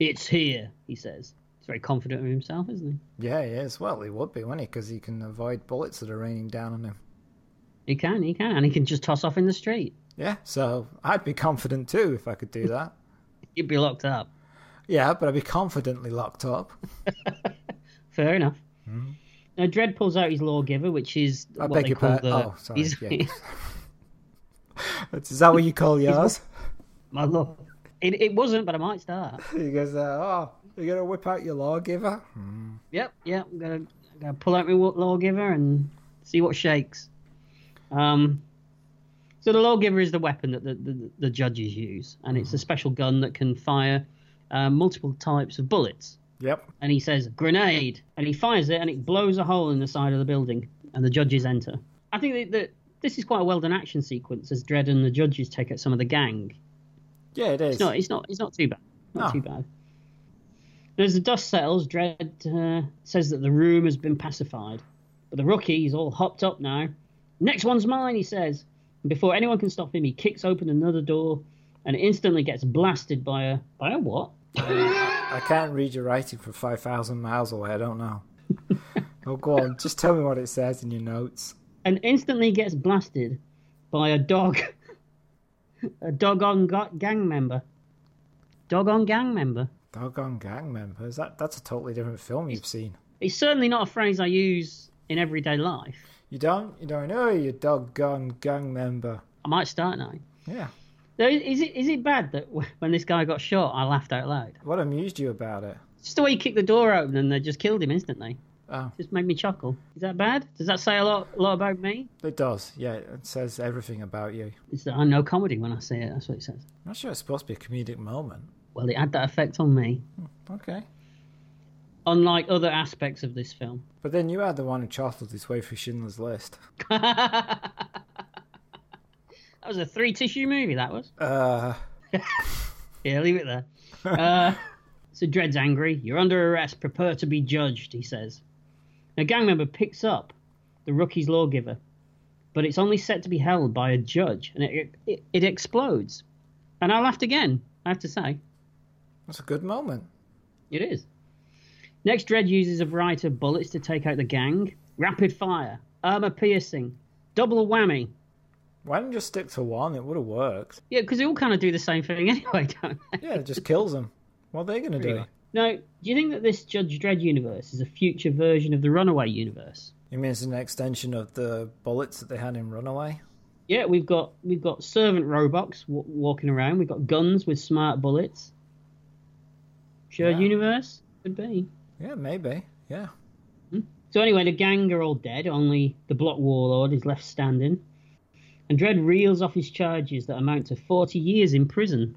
A: It's here, he says. He's very confident of himself, isn't
B: Yeah, he is. Well, he would be, wouldn't he? Because he can avoid bullets that are raining down on him.
A: he? He can, he can, and he can just toss off in the street.
B: Yeah, so I'd be confident too if I could do that.
A: He'd be locked up.
B: Yeah, but I'd be confidently locked up.
A: Fair enough. Now Dredd pulls out his lawgiver, which is
B: I
A: what
B: beg
A: they
B: your
A: call
B: par-
A: the.
B: oh, sorry,
A: he's-
B: yeah. Is that what you call yours?
A: my law, It, it wasn't, but I might start.
B: He goes, uh, "Oh, you're gonna whip out your lawgiver."
A: Yep, yep. I'm gonna, I'm gonna pull out my wa- lawgiver and see what shakes. Um, so the lawgiver is the weapon that the, the, the judges use, and it's a special gun that can fire uh, multiple types of bullets.
B: Yep.
A: And he says grenade, and he fires it, and it blows a hole in the side of the building, and the judges enter. I think that, that this is quite a well done action sequence as Dredd and the judges take out some of the gang.
B: Yeah, it is.
A: No, it's not. It's not too bad. Not
B: No.
A: too bad. As the dust settles, Dredd uh, says that the room has been pacified, but the rookie's all hopped up now. Next one's mine, he says. And before anyone can stop him, he kicks open another door, and instantly gets blasted by a by a what?
B: I can't read your writing from five thousand miles away. I don't know. oh, go on. Just tell me what it says in your notes.
A: And instantly gets blasted by a dog, a doggone go- gang member. Doggone gang member.
B: Doggone gang members. That that's a totally different film you've seen.
A: It's certainly not a phrase I use in everyday life.
B: You don't. You don't. Oh, you doggone gang member.
A: I might start now.
B: Yeah.
A: Now, Is it is it bad that w- when this guy got shot, I laughed out loud?
B: What amused you about it?
A: It's Just the way he kicked the door open and they just killed him instantly.
B: Oh,
A: Just made me chuckle. Is that bad? Does that say a lot lot about me?
B: it does. Yeah, it says everything about you.
A: It's that I know comedy when I see it. That's what it says.
B: I'm not sure it's supposed to be a comedic moment.
A: Well, it had that effect on me,
B: Okay.
A: unlike other aspects of this film.
B: But then you had the one who chortled his way through Schindler's List.
A: that was a three tissue movie. That was.
B: Uh,
A: Yeah, leave it there. Uh, so Dred's angry. You're under arrest. Prepare to be judged, he says. A gang member picks up the rookie's lawgiver, but it's only set to be held by a judge, and it, it, it explodes. And I laughed again, I have to say.
B: that's a good moment.
A: It is. Next, Dredd uses a variety of bullets to take out the gang. Rapid fire, armor piercing, double whammy.
B: Why didn't you just stick to one? It would have worked.
A: Yeah, because they all kind of do the same thing anyway, don't they?
B: Yeah, it just kills him. What are they going to do?
A: Now, do you think that this Judge Dredd universe is a future version of the Runaway universe?
B: You mean it's an extension of the bullets that they had in Runaway?
A: Yeah, we've got we've got servant robots w- walking around. We've got guns with smart bullets. Shared
B: Yeah.
A: universe could be.
B: Yeah, maybe. Yeah.
A: So anyway, the gang are all dead. Only the block warlord is left standing, and Dredd reels off his charges that amount to forty years in prison.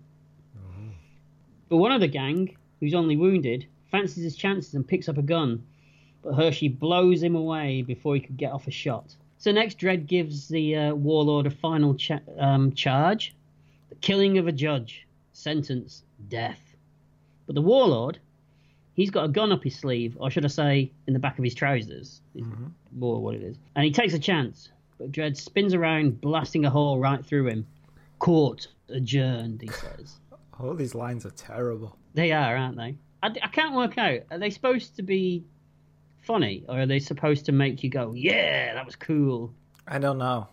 A: But one of the gang, who's only wounded, fancies his chances and picks up a gun, but Hershey blows him away before he could get off a shot. So next, Dredd gives the uh, warlord a final cha- um, charge: the killing of a judge, sentence death. But the warlord, he's got a gun up his sleeve, or should I say, in the back of his trousers, is more what it is. And he takes a chance, but Dredd spins around, blasting a hole right through him. Court adjourned, he says.
B: All these lines are terrible.
A: They are, aren't they? I, I can't work out. Are they supposed to be funny, or are they supposed to make you go, "Yeah, that was cool"?
B: I don't know.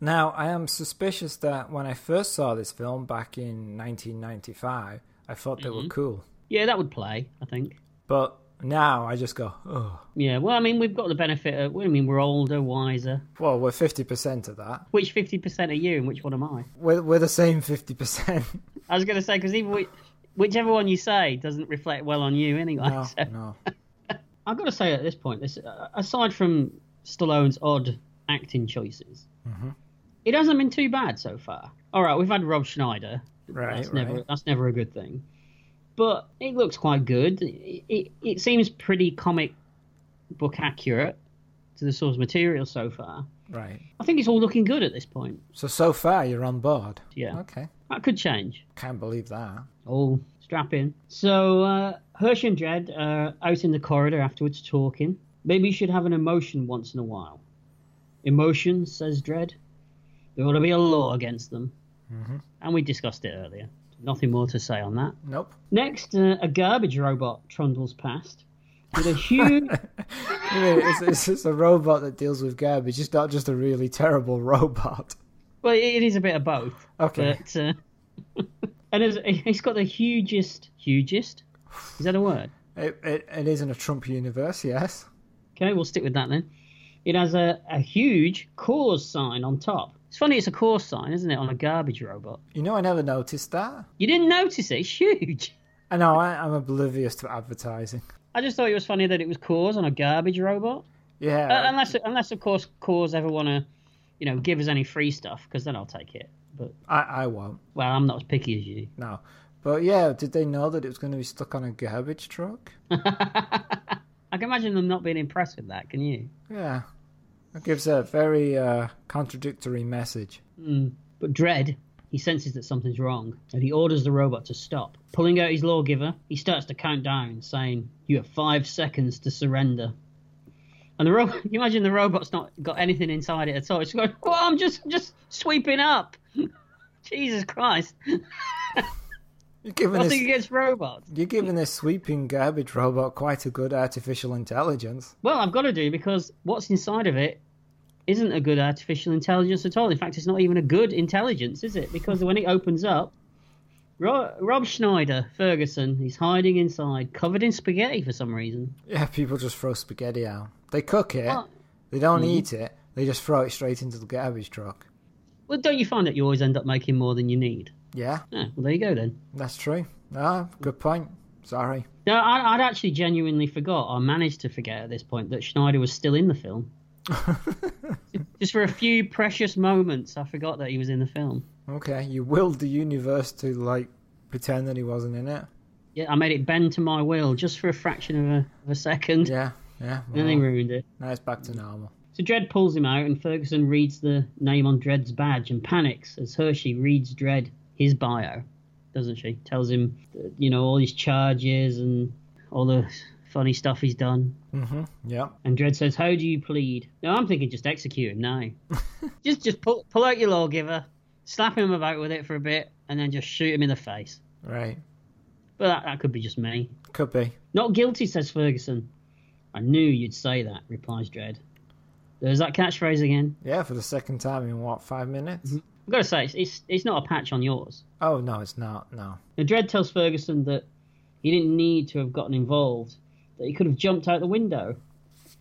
B: Now, I am suspicious that when I first saw this film back in 1995, I thought they
A: Mm-hmm.
B: were cool.
A: Yeah, that would play. I think.
B: But now I just go, oh.
A: Yeah. Well, I mean, we've got the benefit of. I mean, we're older, wiser.
B: Well, we're 50% of that.
A: Which fifty percent are you, and which one am I?
B: We're, we're the same 50%.
A: I was going to say because even whi- whichever one you say doesn't reflect well on you anyway.
B: no,
A: so-
B: no.
A: I've got to say at this point, this uh, aside from Stallone's odd acting choices,
B: Mm-hmm.
A: it hasn't been too bad so far. All right, we've had Rob Schneider.
B: Right,
A: that's never
B: right.
A: that's never a good thing. But it looks quite good. It, it, it seems pretty comic book accurate to the source material so far.
B: Right.
A: I think it's all looking good at this point.
B: So, so far, you're on board.
A: Yeah,
B: Okay.
A: that could change.
B: Can't believe that.
A: All strap in. So uh, Hirsch and Dredd are out in the corridor afterwards talking. Maybe you should have an emotion once in a while. Emotion, says Dredd. There ought to be a law against them. And we discussed it earlier. Nothing more to say on that.
B: Nope.
A: Next, uh, a garbage robot trundles past with a huge.
B: I mean, it's, it's, it's a robot that deals with garbage. It's not just a really terrible robot.
A: well, it is a bit of both.
B: Okay.
A: But, uh, and it's- it's got the hugest. Hugest? Is that a word?
B: It, it, it is in a Trump universe, yes.
A: Okay, we'll stick with that then. It has a, a huge cause sign on top, It's funny, it's a course sign, isn't it, on a garbage robot?
B: You know, I never noticed that.
A: You didn't notice it? It's huge.
B: I know, I, I'm oblivious to advertising.
A: I just thought it was funny that it was Cause on a garbage robot. Uh,
B: Yeah.
A: unless, unless of course, Cause ever want to, you know, give us any free stuff, because then I'll take it. But
B: I, I won't.
A: well, I'm not as picky as you.
B: No. But yeah, did they know that it was going to be stuck on a garbage truck?
A: I can imagine them not being impressed with that. Can you?
B: Yeah. That gives a very uh, contradictory message.
A: But Dread, he senses that something's wrong, and he orders the robot to stop. Pulling out his lawgiver, he starts to count down, saying, "You have five seconds to surrender." And the robot, you imagine the robot's not got anything inside it at all. It's going, "Well, I'm just just sweeping up." Jesus Christ!
B: You're giving,
A: Nothing
B: this,
A: against robots.
B: you're giving this sweeping garbage robot quite a good artificial intelligence.
A: Well, I've got to do because what's inside of it isn't a good artificial intelligence at all. In fact, it's not even a good intelligence, is it? Because when it opens up, Ro- Rob Schneider Ferguson he's hiding inside, covered in spaghetti for some reason.
B: Yeah, people just throw spaghetti out. They cook it,
A: Well-
B: they don't eat it, they just throw it straight into the garbage truck.
A: Well, don't you find that you always end up making more than you need?
B: Yeah,
A: Yeah, well, there you go then.
B: that's true. Ah, good point. Sorry.
A: No, I, I'd actually genuinely forgot, or managed to forget at this point, that Schneider was still in the film. Just for a few precious moments, I forgot that he was in the film.
B: Okay, you willed the universe to, like, pretend that he wasn't in it.
A: Yeah, I made it bend to my will just for a fraction of a, of a second.
B: Yeah, yeah.
A: And then
B: Well,
A: they ruined it.
B: now it's back to normal.
A: So Dredd pulls him out, and Ferguson reads the name on Dredd's badge and panics as Hershey reads Dredd his bio, doesn't she? Tells him, uh, you know, all his charges and all the funny stuff he's done.
B: Yeah.
A: And Dredd says, "How do you plead?" No, I'm thinking just execute him now. just, just pull, pull out your lawgiver, slap him about with it for a bit, and then just shoot him in the face.
B: Right.
A: But that, that could be just me.
B: Could be.
A: Not guilty, says Ferguson. I knew you'd say that, replies Dredd. There's that catchphrase again.
B: Yeah, for the second time in what, five minutes?
A: I've got to say, it's, it's, it's not a patch on yours.
B: Oh, no, it's not. No.
A: Now, Dredd tells Ferguson that he didn't need to have gotten involved, that he could have jumped out the window.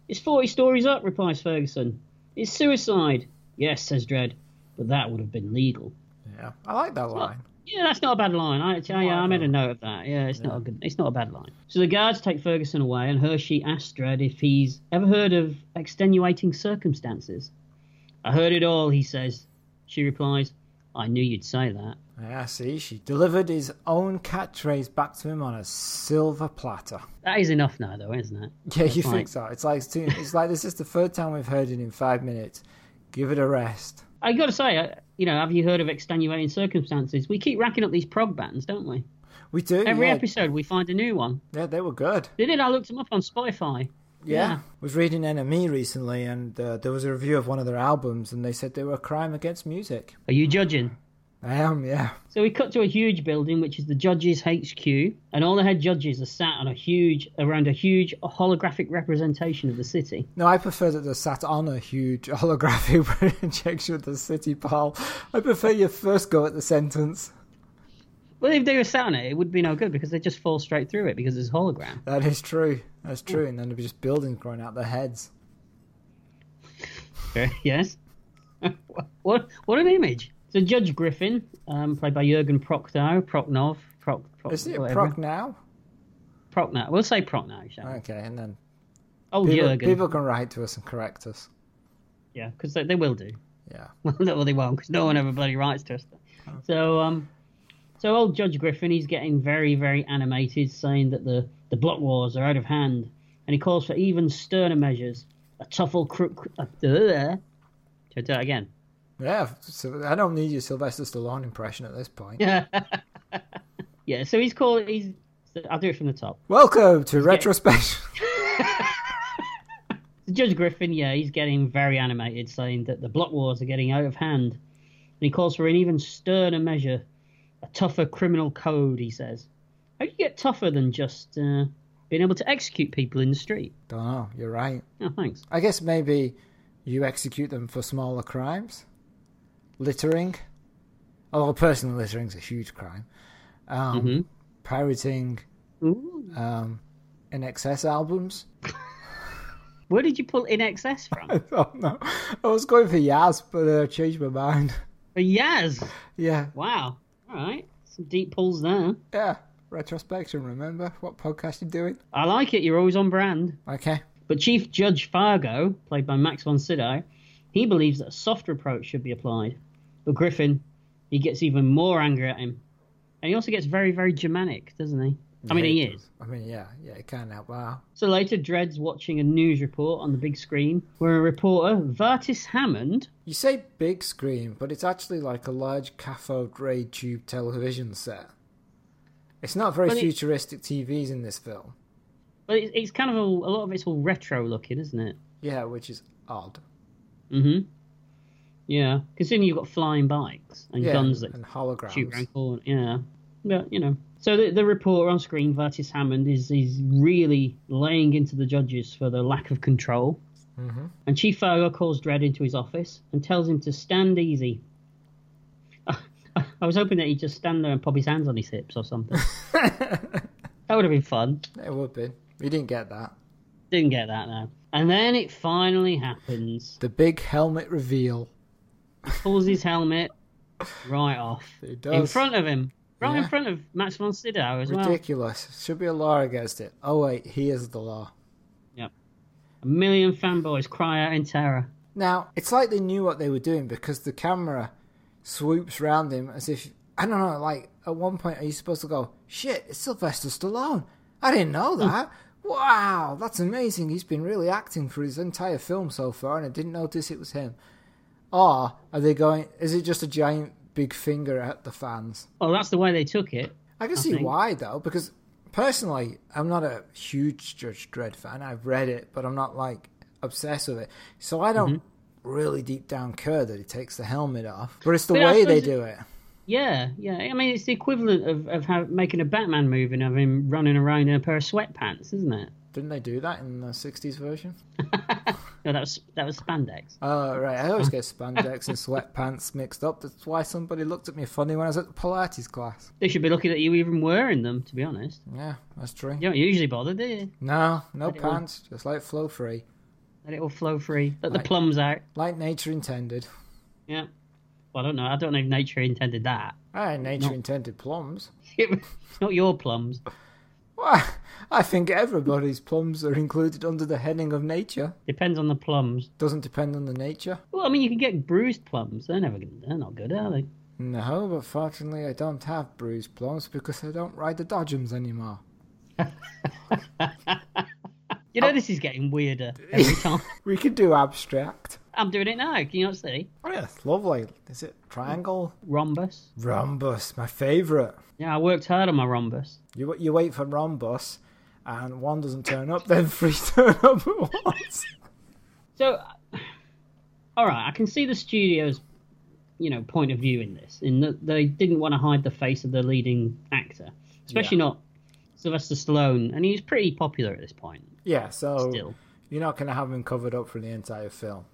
A: It's 40 stories up, replies Ferguson. It's suicide. Yes, says Dredd, but that would have been legal.
B: Yeah. I like that line.
A: Yeah, that's not a bad line. I, I,
B: I
A: I made a
B: know.
A: note of that. Yeah, it's not a good. It's not a bad line. So the guards take Ferguson away, and Hershey asks Dredd if he's ever heard of extenuating circumstances. I heard it all, he says. She replies, "I knew you'd say that."
B: Yeah, see, she delivered his own catchphrase back to him on a silver platter.
A: That is enough now, though, isn't it?
B: Yeah, you
A: Right.
B: think so? It's like it's, it's like this is the third time we've heard it in five minutes. Give it a rest.
A: I got to say, uh, you know, have you heard of extenuating circumstances? We keep racking up these prog bands, don't we?
B: We do.
A: Every
B: yeah,
A: episode, we find a new one.
B: yeah, they were good.
A: They did. I looked them up on Spotify.
B: Yeah.
A: Yeah.
B: was reading NME recently, and uh, there was a review of one of their albums, and they said they were a crime against music.
A: Are you judging?
B: I am, yeah.
A: So we cut to a huge building, which is the judges' HQ, and all the head judges are sat on a huge, around a huge holographic representation of the city.
B: No, I prefer that they're sat on a huge holographic projection of the city, Paul. I prefer your first go at the sentence.
A: Well, if they were sat on it, it would be no good because they just fall straight through it because it's a hologram.
B: That is true. That's true. And then there'd be just buildings growing out their heads.
A: yes. what what an image! So Judge Griffin, um, played by Jürgen Prochnow, Prochnov, Proch, Proch
B: Is it a
A: whatever.
B: proc now?
A: Prochnow? We'll say Prochnow. Shall we?
B: Okay, and then
A: Oh,
B: people,
A: Jürgen.
B: people can write to us and correct us.
A: Yeah, because they, they will do.
B: Yeah.
A: well, they won't, because no one ever bloody writes to us. So, um, so old Judge Griffin, he's getting very, very animated, saying that the, the block wars are out of hand, and he calls for even sterner measures. A tough old crook. Uh, uh, try that again.
B: Yeah, so I don't need your Sylvester Stallone impression at this point.
A: Yeah, so he's called. He's. I'll do it from the top.
B: Welcome to retrospect.
A: Judge Griffin, yeah, he's getting very animated, saying that the block wars are getting out of hand. And he calls for an even sterner measure, a tougher criminal code, he says. How do you get tougher than just uh, being able to execute people in the street?
B: don't know, you're right.
A: Oh, thanks.
B: I guess maybe you execute them for smaller crimes. Littering. Although personal littering's a huge crime. Um,
A: Mm-hmm.
B: Pirating
A: Ooh.
B: um, in excess albums.
A: Where did you pull in excess from?
B: I don't know. Oh, I was going for Yaz, but uh, changed my mind.
A: For Oh, Yaz.
B: Yeah,
A: Wow. All right. Some deep pulls there.
B: yeah. Retrospection. Remember what podcast you're doing?
A: I like it. You're always on brand.
B: Okay.
A: But Chief Judge Fargo, played by Max von Sydow, he believes that a softer approach should be applied. But Griffin, he gets even more angry at him. And he also gets very, very Germanic, doesn't he? I mean,
B: Yeah,
A: he
B: it
A: is.
B: does. I mean, yeah, yeah. It can now. Wow.
A: So later, Dred's watching a news report on the big screen where a reporter, Vertis Hammond,
B: You say big screen, but it's actually like a large cathode ray tube television set. It's not very
A: But it-
B: futuristic TVs in this film.
A: but it's, it's kind of a, a lot of it's all retro looking, isn't it?
B: Yeah, which is odd.
A: Mm hmm. Yeah. Considering you've got flying bikes and
B: Yeah,
A: guns that
B: and
A: shoot
B: holograms.
A: around corner. Yeah, but you know. So the, the reporter on screen, Vertis Hammond, is is really laying into the judges for their lack of control.
B: Mhm.
A: And Chief Fargo calls Dredd into his office and tells him to stand easy. I was hoping that he'd just stand there and pop his hands on his hips or something. that would have been fun.
B: It would be. We didn't get that.
A: Didn't get that though. And then it finally happens.
B: The big helmet reveal.
A: Pulls his helmet right off
B: He
A: in
B: does.
A: front of him, right
B: Yeah.
A: in front of Max von Sydow as well.
B: Ridiculous. Should be a law against it. Oh wait, he is the law.
A: A million fanboys cry out in terror.
B: Now, it's like they knew what they were doing because the camera swoops round him as if I don't know, like at one point are you supposed to go, Shit, it's Sylvester Stallone. I didn't know that. wow, that's amazing. He's been really acting for his entire film so far and I didn't notice it was him. Or are they going is it just a giant big finger at the fans?
A: Well, Oh, that's the way they took it.
B: I can see
A: think.
B: why though, because personally, I'm not a huge Judge Dredd fan. I've read it, but I'm not like obsessed with it. So I don't really deep down care that he takes the helmet off. Mm-hmm. But it's the
A: But I
B: way they
A: suppose
B: do it.
A: Yeah, yeah. I mean, it's the equivalent of of how, making a Batman movie and having him running around in a pair of sweatpants, isn't it?
B: Didn't they do that in the '60s version?
A: No, that was that was spandex.
B: Oh right, I always get spandex and sweatpants mixed up. That's why somebody looked at me funny when I was at the Pilates class.
A: They should be lucky that you even were in them, to be honest.
B: Yeah, that's true.
A: You don't usually bother, do you?
B: No, no
A: it all-
B: pants, just like flow free,
A: Let it all flow free. Let the
B: Right.
A: plums out.
B: like nature intended.
A: Yeah. Well, I don't know. I don't know if nature intended that.
B: Ah, nature intended plums.
A: it's not your plums.
B: Well, I think everybody's plums are included under the heading of nature.
A: Depends on the plums.
B: Doesn't depend on the nature.
A: Well, I mean, you can get bruised plums. They're never. gonna- They're not good, are they?
B: No, but fortunately I don't have bruised plums because I don't ride the Dodgems anymore.
A: You know, this is getting weirder every time.
B: We could do abstract.
A: I'm doing it now. Can you not see?
B: Oh yes, lovely. Is it triangle?
A: Rhombus.
B: Rhombus, my favourite.
A: Yeah, I worked hard on my rhombus.
B: You you wait for rhombus, and one doesn't turn up, then three turn up at once.
A: So, all right, I can see the studio's, you know, point of view in this, in that they didn't want to hide the face of the leading actor, especially
B: Yeah.
A: not Sylvester Stallone, and he's pretty popular at this point
B: Yeah, so
A: still.
B: you're not going to have him covered up for the entire film.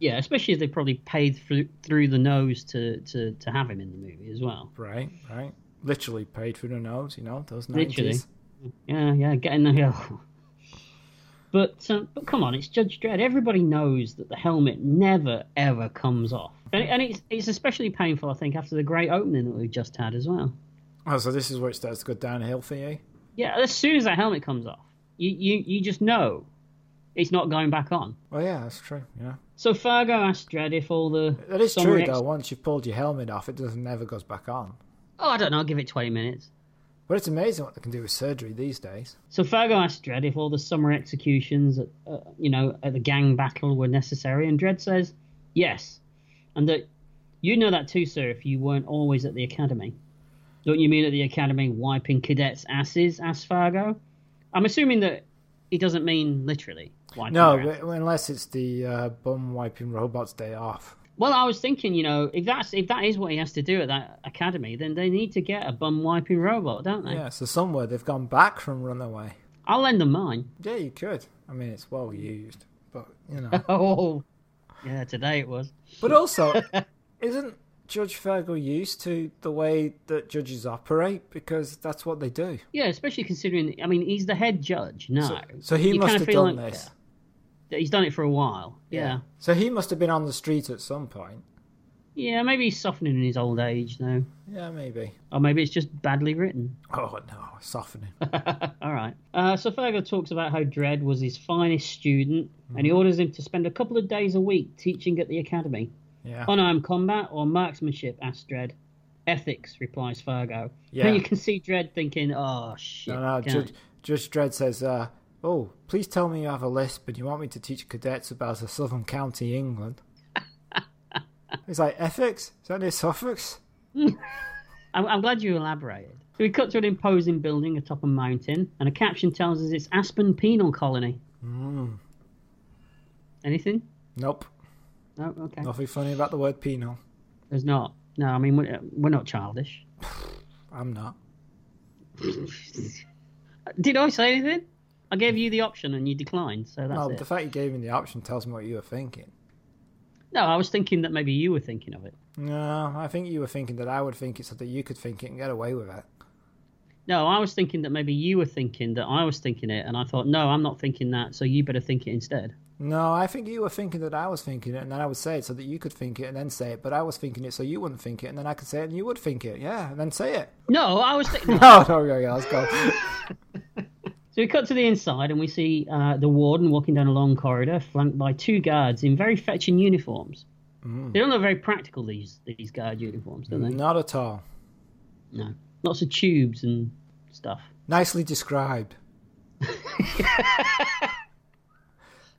A: Yeah, especially as they probably paid through through the nose to to to have him in the movie as well.
B: Right, right. Literally paid for the nose, you know, those 90s.
A: Literally. Yeah, yeah, get in the hill. But um, but come on, it's Judge Dredd. Everybody knows that the helmet never ever comes off, and, and it's it's especially painful, I think, after the great opening that we just had as well.
B: Oh, so this is where it starts to go downhill for you?
A: Yeah, as soon as that helmet comes off, you you, you just know it's not going back on.
B: Well, yeah, that's true. Yeah,
A: So Fargo asked Dredd if all the
B: that is
A: summary ex-
B: true though. Once you've pulled your helmet off, it doesn't never goes back on.
A: Oh, I don't know. Give it twenty minutes.
B: But it's amazing what they can do with surgery these days.
A: So Fargo asked Dredd if all the summer executions, at, uh, you know, at the gang battle were necessary, and Dredd says yes, and that you know that too, sir. If you weren't always at the academy, don't you mean at the academy wiping cadets' asses? Asked Fargo. I'm assuming that he doesn't mean literally. Wiping
B: No,
A: their
B: but unless it's the uh, bum wiping robots day off.
A: Well, I was thinking, you know, if that's if that is what he has to do at that academy, then they need to get a bum wiping robot, don't they?
B: Yeah, so somewhere they've gone back from Runaway.
A: I'll lend them mine.
B: Yeah, you could. I mean, it's well used, but you know.
A: Oh, yeah, today it was.
B: but also, isn't Judge Fargo used to the way that judges operate because that's what they do?
A: Yeah, especially considering, I mean, he's the head judge. No,
B: So he
A: Uh, You
B: must
A: kinda
B: have
A: feel
B: done
A: like-
B: this.
A: he's done it for a while. Yeah.
B: So he must have been on the street at some point.
A: yeah. maybe he's softening in his old age now.
B: Yeah, maybe.
A: Or maybe it's just badly written.
B: Oh no, softening.
A: All right. Uh, so Fergo talks about how Dredd was his finest student, and
B: Mm-hmm.
A: he orders him to spend a couple of days a week teaching at the academy.
B: Yeah.
A: Unarmed combat or marksmanship? asks Dredd. Ethics, replies Fargo.
B: Yeah.
A: And you can see Dredd thinking, oh, shit.
B: No, no,
A: can't
B: Judge, Judge Dredd says, uh, "Oh, please tell me you have a lisp, and you want me to teach cadets about a southern county, England." He's like, "Ethics? Is that near Suffolk?"
A: I'm, I'm glad you elaborated. So we cut to an imposing building atop a mountain, and a caption tells us it's Aspen Penal Colony. Anything?
B: Nope.
A: No, okay.
B: Nothing funny about the word penal.
A: There's not. No, I mean, we're, we're not childish.
B: I'm not.
A: Uh, Did I say anything? I gave you the option and you declined, so that's
B: Well,
A: it.
B: the fact you gave me the option tells me what you were thinking.
A: No, I was thinking that maybe you were thinking of it.
B: No, I think you were thinking that I would think it so that you could think it and get away with it.
A: No, I was thinking that maybe you were thinking that I was thinking it, and I thought, no, I'm not thinking that, so you better think it instead.
B: No, I think you were thinking that I was thinking it, and then I would say it so that you could think it and then say it. But I was thinking it so you wouldn't think it, and then I could say it and you would think it. Yeah, and then say it.
A: No, I was thinking.
B: No, no, no, yeah, let's go.
A: So we cut to the inside and we see uh, the warden walking down a long corridor flanked by two guards in very fetching uniforms. They don't look very practical, these these guard uniforms, do they?
B: Not at all.
A: No. Lots of tubes and stuff.
B: Nicely described.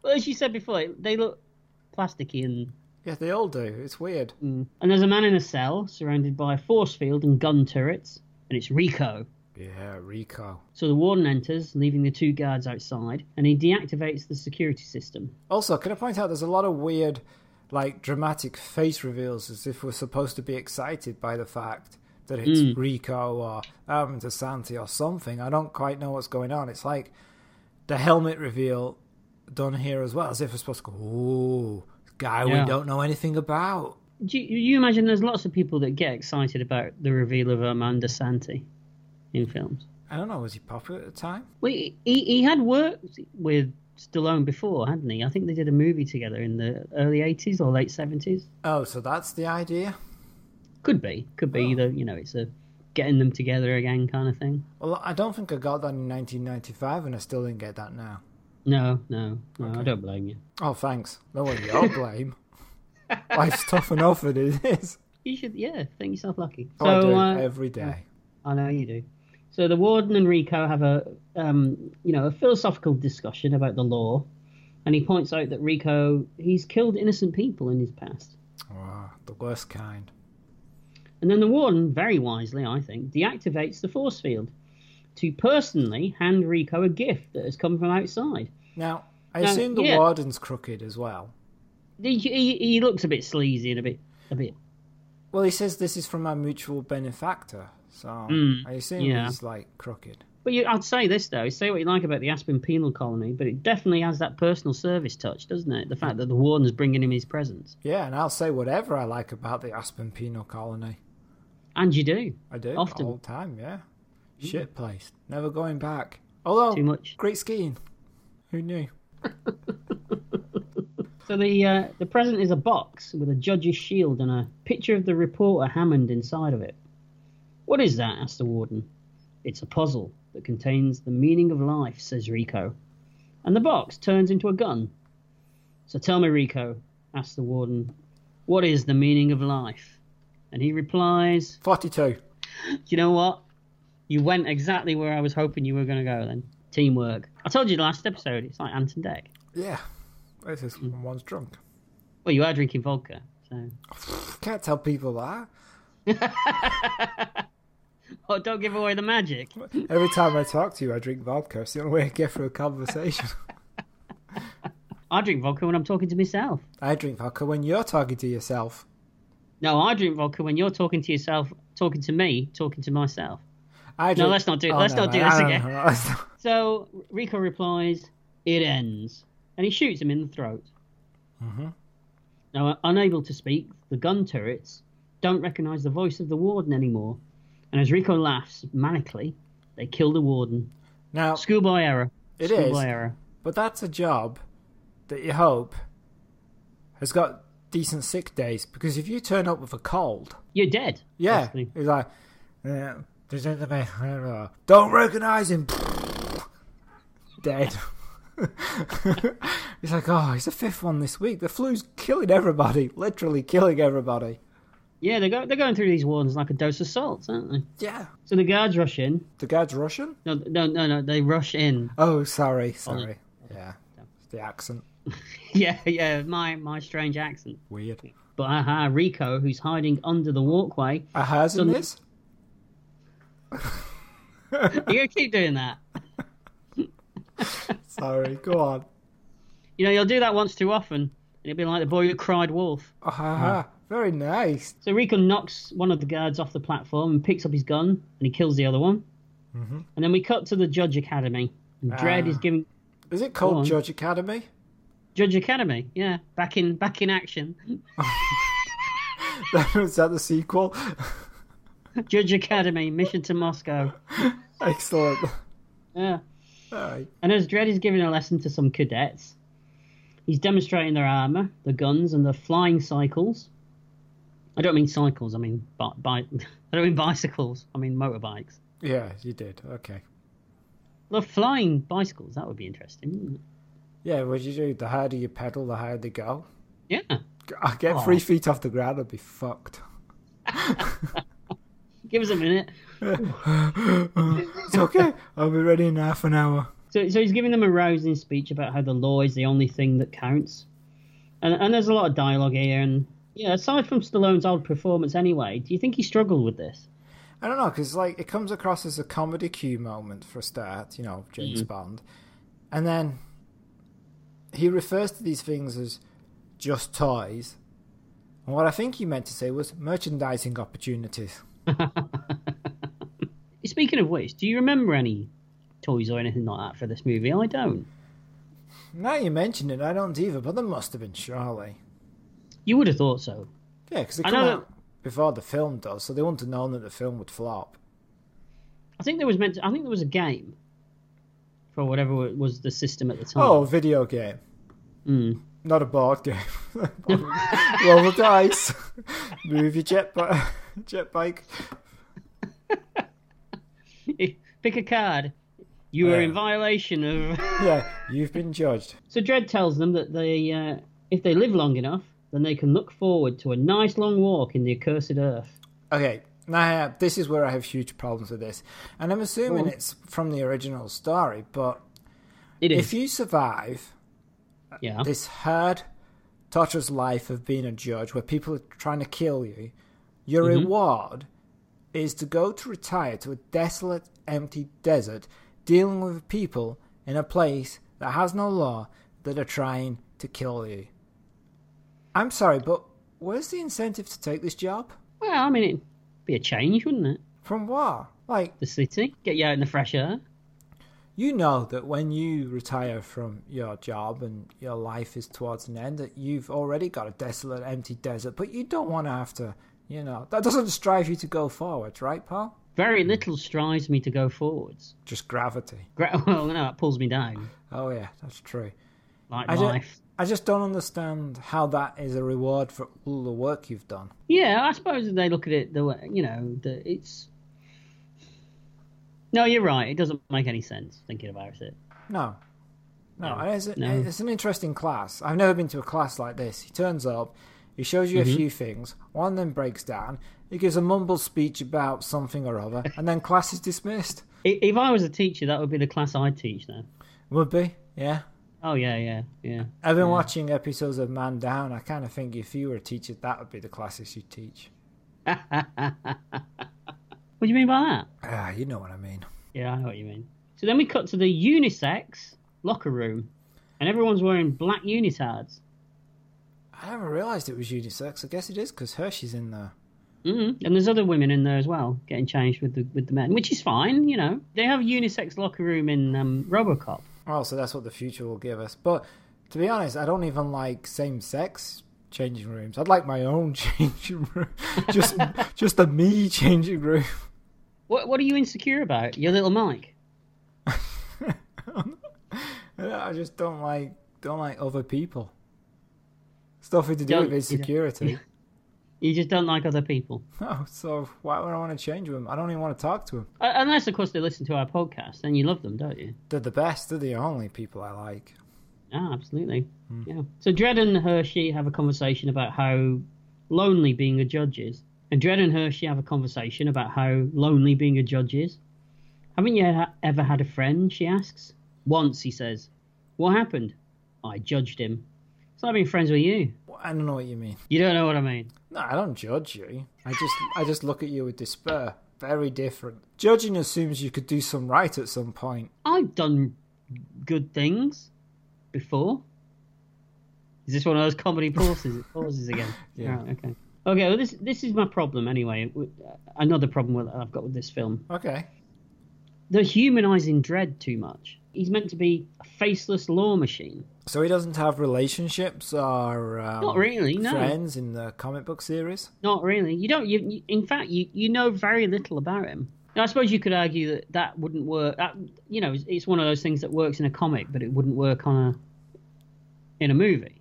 A: Well, as you said before, they look plasticky and.
B: Yeah, they all do. It's weird.
A: And there's a man in a cell surrounded by a force field and gun turrets, and it's Rico.
B: Yeah, Rico.
A: So the warden enters, leaving the two guards outside, and he deactivates the security system.
B: Also, can I point out there's a lot of weird, like dramatic face reveals as if we're supposed to be excited by the fact that it's Rico or um, DeSanti or something. I don't quite know what's going on. It's like the helmet reveal done here as well, as if we're supposed to go, "Ooh, guy
A: Yeah.
B: we don't know anything about."
A: Do you, you imagine there's lots of people that get excited about the reveal of Amanda Santi in films?
B: I don't know. Was he popular at the time?
A: Well, he, he had worked with Stallone before, hadn't he? I think they did a movie together in the early 80s or late 70s.
B: Oh, so that's the idea.
A: Could be. Could
B: Oh.
A: be either, you know, it's a getting them together again kind of thing.
B: Well, I don't think I got that in 1995, and I still didn't get that now.
A: No, no, no, I don't blame you.
B: Oh, thanks. No one your blame. Life's tough enough as it is.
A: You should, yeah, think yourself lucky.
B: Oh, I do
A: uh,
B: every day.
A: I know you do. So the warden and Rico have a, um, you know, a philosophical discussion about the law, and he points out that Rico he's killed innocent people in his past.
B: Wow, Ah, the worst kind.
A: And then the warden, very wisely, I think, deactivates the force field to personally hand Rico a gift that has come from outside.
B: Now, I
A: Now,
B: assume the
A: yeah.
B: warden's crooked as well.
A: He, he, he looks a bit sleazy and a bit, a bit.
B: Well, he says this is from my mutual benefactor, so I assume
A: Mm, yeah.
B: he's like crooked.
A: But you, I'd say this though: say what you like about the Aspen Penal Colony, but it definitely has that personal service touch, doesn't it? The fact that the warden's bringing him his presents,
B: Yeah, and I'll say whatever I like about the Aspen Penal Colony.
A: and you do
B: I do
A: Often.
B: all the time. Yeah, shit place, never going back. Although
A: too much.
B: great skiing. Who knew?
A: So the uh, the present is a box with a judge's shield and a picture of the reporter Hammond inside of it. What is that? asked the warden. It's a puzzle that contains the meaning of life, says Rico. And the box turns into a gun. So tell me, Rico, asks the warden, what is the meaning of life? And he replies,
B: Forty-two.
A: Do you know what? You went exactly where I was hoping you were going to go then. Teamwork. I told you the last episode, it's like Anton Deck.
B: Yeah, this is
A: Mm.
B: when one's drunk.
A: Well, you are drinking vodka, so.
B: Can't tell people that.
A: Oh, don't give away the magic.
B: Every time I talk to you, I drink vodka. It's the only way I get through a conversation.
A: I drink vodka when I'm talking to myself.
B: I drink vodka when you're talking to yourself.
A: No, I drink vodka when you're talking to yourself, talking to me, talking to myself.
B: I drink... Oh,
A: let's not do- let's not do
B: man,
A: this
B: I don't
A: again.
B: know, let's not-
A: So Rico replies, "It ends," and he shoots him in the throat.
B: Mm-hmm.
A: Now, uh, unable to speak, the gun turrets don't recognise the voice of the warden anymore, and as Rico laughs manically, they kill the warden.
B: Now,
A: Schoolboy error.
B: It
A: Schoolboy
B: is.
A: error.
B: but that's a job that you hope has got decent sick days because if you turn up with a cold,
A: You're dead.
B: yeah,
A: That's the-
B: he's like, "Yeah, there's nothing about- don't recognize him. Dead. he's like, oh, he's the fifth one this week. The flu's killing everybody, literally killing everybody.
A: Yeah, they're, go- they're going through these wardens like a dose of salt, aren't they?
B: Yeah.
A: So the guards rush in.
B: The guard's Russian?
A: No, no, no, no. They rush in.
B: Oh, sorry, sorry. Yeah. It's the accent.
A: Yeah, yeah. My my strange accent.
B: Weird.
A: But aha, Rico, who's hiding under the walkway.
B: A has in
A: Done-
B: this?
A: Are you gonna keep doing that?
B: Sorry, go on.
A: You know, you'll do that once too often, and it'll be like the boy who cried wolf.
B: Ah, ha, ha. very nice.
A: So Rico knocks one of the guards off the platform and picks up his gun, and he kills the other one. And then we cut to the Judge Academy. And Dredd
B: Ah.
A: is giving
B: Is it
A: Go
B: called
A: on.
B: Judge Academy?
A: Judge Academy, yeah, back in back in action.
B: Is that the sequel?
A: Judge Academy, mission to Moscow.
B: Excellent.
A: Yeah.
B: All right.
A: And as Dredd is giving a lesson to some cadets, he's demonstrating their armor, the guns, and the flying cycles. I don't mean cycles. I mean bi- bi- I don't mean bicycles. I mean motorbikes.
B: Yeah, you did. Okay.
A: The flying bicycles. That would be interesting. wouldn't
B: Yeah, what you do? The harder you pedal, the higher they go.
A: it? Yeah.
B: I get
A: Aw.
B: three feet off the ground, I'd be fucked.
A: Give us a minute.
B: It's okay. I'll be ready in half an hour.
A: So, so he's giving them a rousing speech about how the law is the only thing that counts. And, and there's a lot of dialogue here. And yeah, aside from Stallone's old performance anyway, do you think he struggled with this?
B: I don't know, because like it comes across as a comedy cue moment for a start, you know, James Bond, and then he refers to these things as just toys. And what I think he meant to say was merchandising opportunities.
A: Speaking of which, do you remember any toys or anything like that for this movie? I don't.
B: Now you mention it, I don't either, but there must have been surely.
A: You would have thought so.
B: Yeah, because it
A: I
B: came
A: know
B: out before the film does, so they wouldn't have known that the film would flop.
A: I think there was meant. To, I think there was a game for whatever wa- was the system at the time.
B: Oh, video game.
A: Mm.
B: Not a board game. Roll the dice. Move your jet, bi- jet bike.
A: pick a card. You are
B: Oh, Yeah.
A: in violation of.
B: Yeah, you've been judged.
A: So Dredd tells them that they, uh, if they live long enough, then they can look forward to a nice long walk in the accursed earth.
B: Okay, now this is where I have huge problems with this. And I'm assuming
A: Go on.
B: it's from the original story, but
A: It is,
B: if you survive
A: yeah,
B: this hard, torturous life of being a judge where people are trying to kill you, your reward is to go to retire to a desolate, empty desert, dealing with people in a place that has no law that are trying to kill you. I'm sorry, but where's the incentive to take this job?
A: Well, I mean, it'd be a change, wouldn't it?
B: From what? Like,
A: The city, get you out in the fresh air.
B: you know that when you retire from your job and your life is towards an end, that you've already got a desolate, empty desert, but you don't want to have to, you know, that doesn't strive you to go forward, right, Paul?
A: Very little strives me to go forwards.
B: Just gravity.
A: Gra- Well, no, that pulls me down.
B: Oh, yeah, that's true.
A: Like
B: I don't,
A: life.
B: I just don't understand how that is a reward for all the work you've done.
A: Yeah, I suppose if they look at it the way, you know, the, it's. No, you're right. It doesn't make any sense thinking about it.
B: No. No,
A: No,
B: and it's, a,
A: no.
B: it's an interesting class. I've never been to a class like this. He turns up, he shows
A: Mm-hmm.
B: you a few things, one then breaks down, he gives a mumbled speech about something or other, and then class is dismissed.
A: I- If I was a teacher, that would be the class I'd teach now.
B: Would be, yeah.
A: Oh, yeah, yeah, yeah.
B: I've been watching episodes of Man Down. I kind of think if you were a teacher, that would be the classes you teach.
A: What do you mean by that?
B: Ah, you know what I mean.
A: Yeah, I know what you mean. So then we cut to the unisex locker room, and everyone's wearing black unitards.
B: I never realised it was unisex. I guess it is because Hershey's in there.
A: mm And there's other women in there as well, getting changed with the with the men, which is fine, you know. They have a unisex locker room in um, RoboCop.
B: Oh, so that's what the future will give us. But to be honest, I don't even like same sex changing rooms. I'd like my own changing room. Just just a me changing room.
A: What What are you insecure about? Your little Mike?
B: I just don't like don't like other people. It's nothing to do
A: Don't-
B: with his
A: you don't-
B: security.
A: You just don't like other people.
B: No, so why would I want to change with him? I don't even want to talk to him.
A: Uh, Unless, of course, they listen to our podcast, then you love them, don't you?
B: They're the best. They're the only people I like.
A: Ah, absolutely. Yeah. So Dredd and Hershey have a conversation about how lonely being a judge is. And Dredd and Hershey have a conversation about how lonely being a judge is. Haven't you ha- ever had a friend? She asks. Once, he says. What happened? I judged him. So I've been friends with you.
B: I don't know what you mean.
A: You don't know what I mean.
B: No, I don't judge you. I just I just look at you with despair. Very different. Judging assumes you could do some right at some point.
A: I've done good things before. Is this one of those comedy pauses? It pauses again.
B: Yeah.
A: Right, okay. Okay. Well, this this is my problem anyway. with- Another problem with, I've got with this film:
B: Okay.
A: they're humanizing Dread too much. He's meant to be a faceless law machine.
B: So he doesn't have relationships or um,
A: Not really, no.
B: friends in the comic book series.
A: Not really. You don't. You, you in fact, you you know very little about him. Now, I suppose you could argue that that wouldn't work. That, you know, it's, it's one of those things that works in a comic, but it wouldn't work on a in a movie.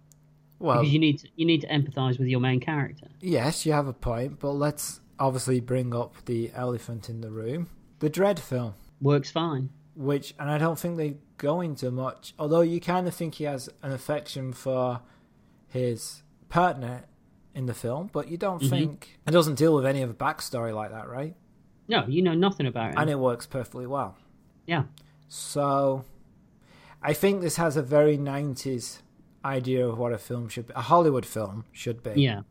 B: Well,
A: because you need to, you need to empathize with your main character.
B: yes, you have a point, but let's obviously bring up the elephant in the room, the Dread film,
A: Works fine.
B: which, and I don't think they go into much. Although you kind of think he has an affection for his partner in the film, but you don't
A: Mm-hmm.
B: think it doesn't deal with any of the backstory like that, right?
A: No, you know nothing about it.
B: And it works perfectly well.
A: Yeah,
B: So, I think this has a very 90s idea of what a film should be, a Hollywood film should be.
A: yeah,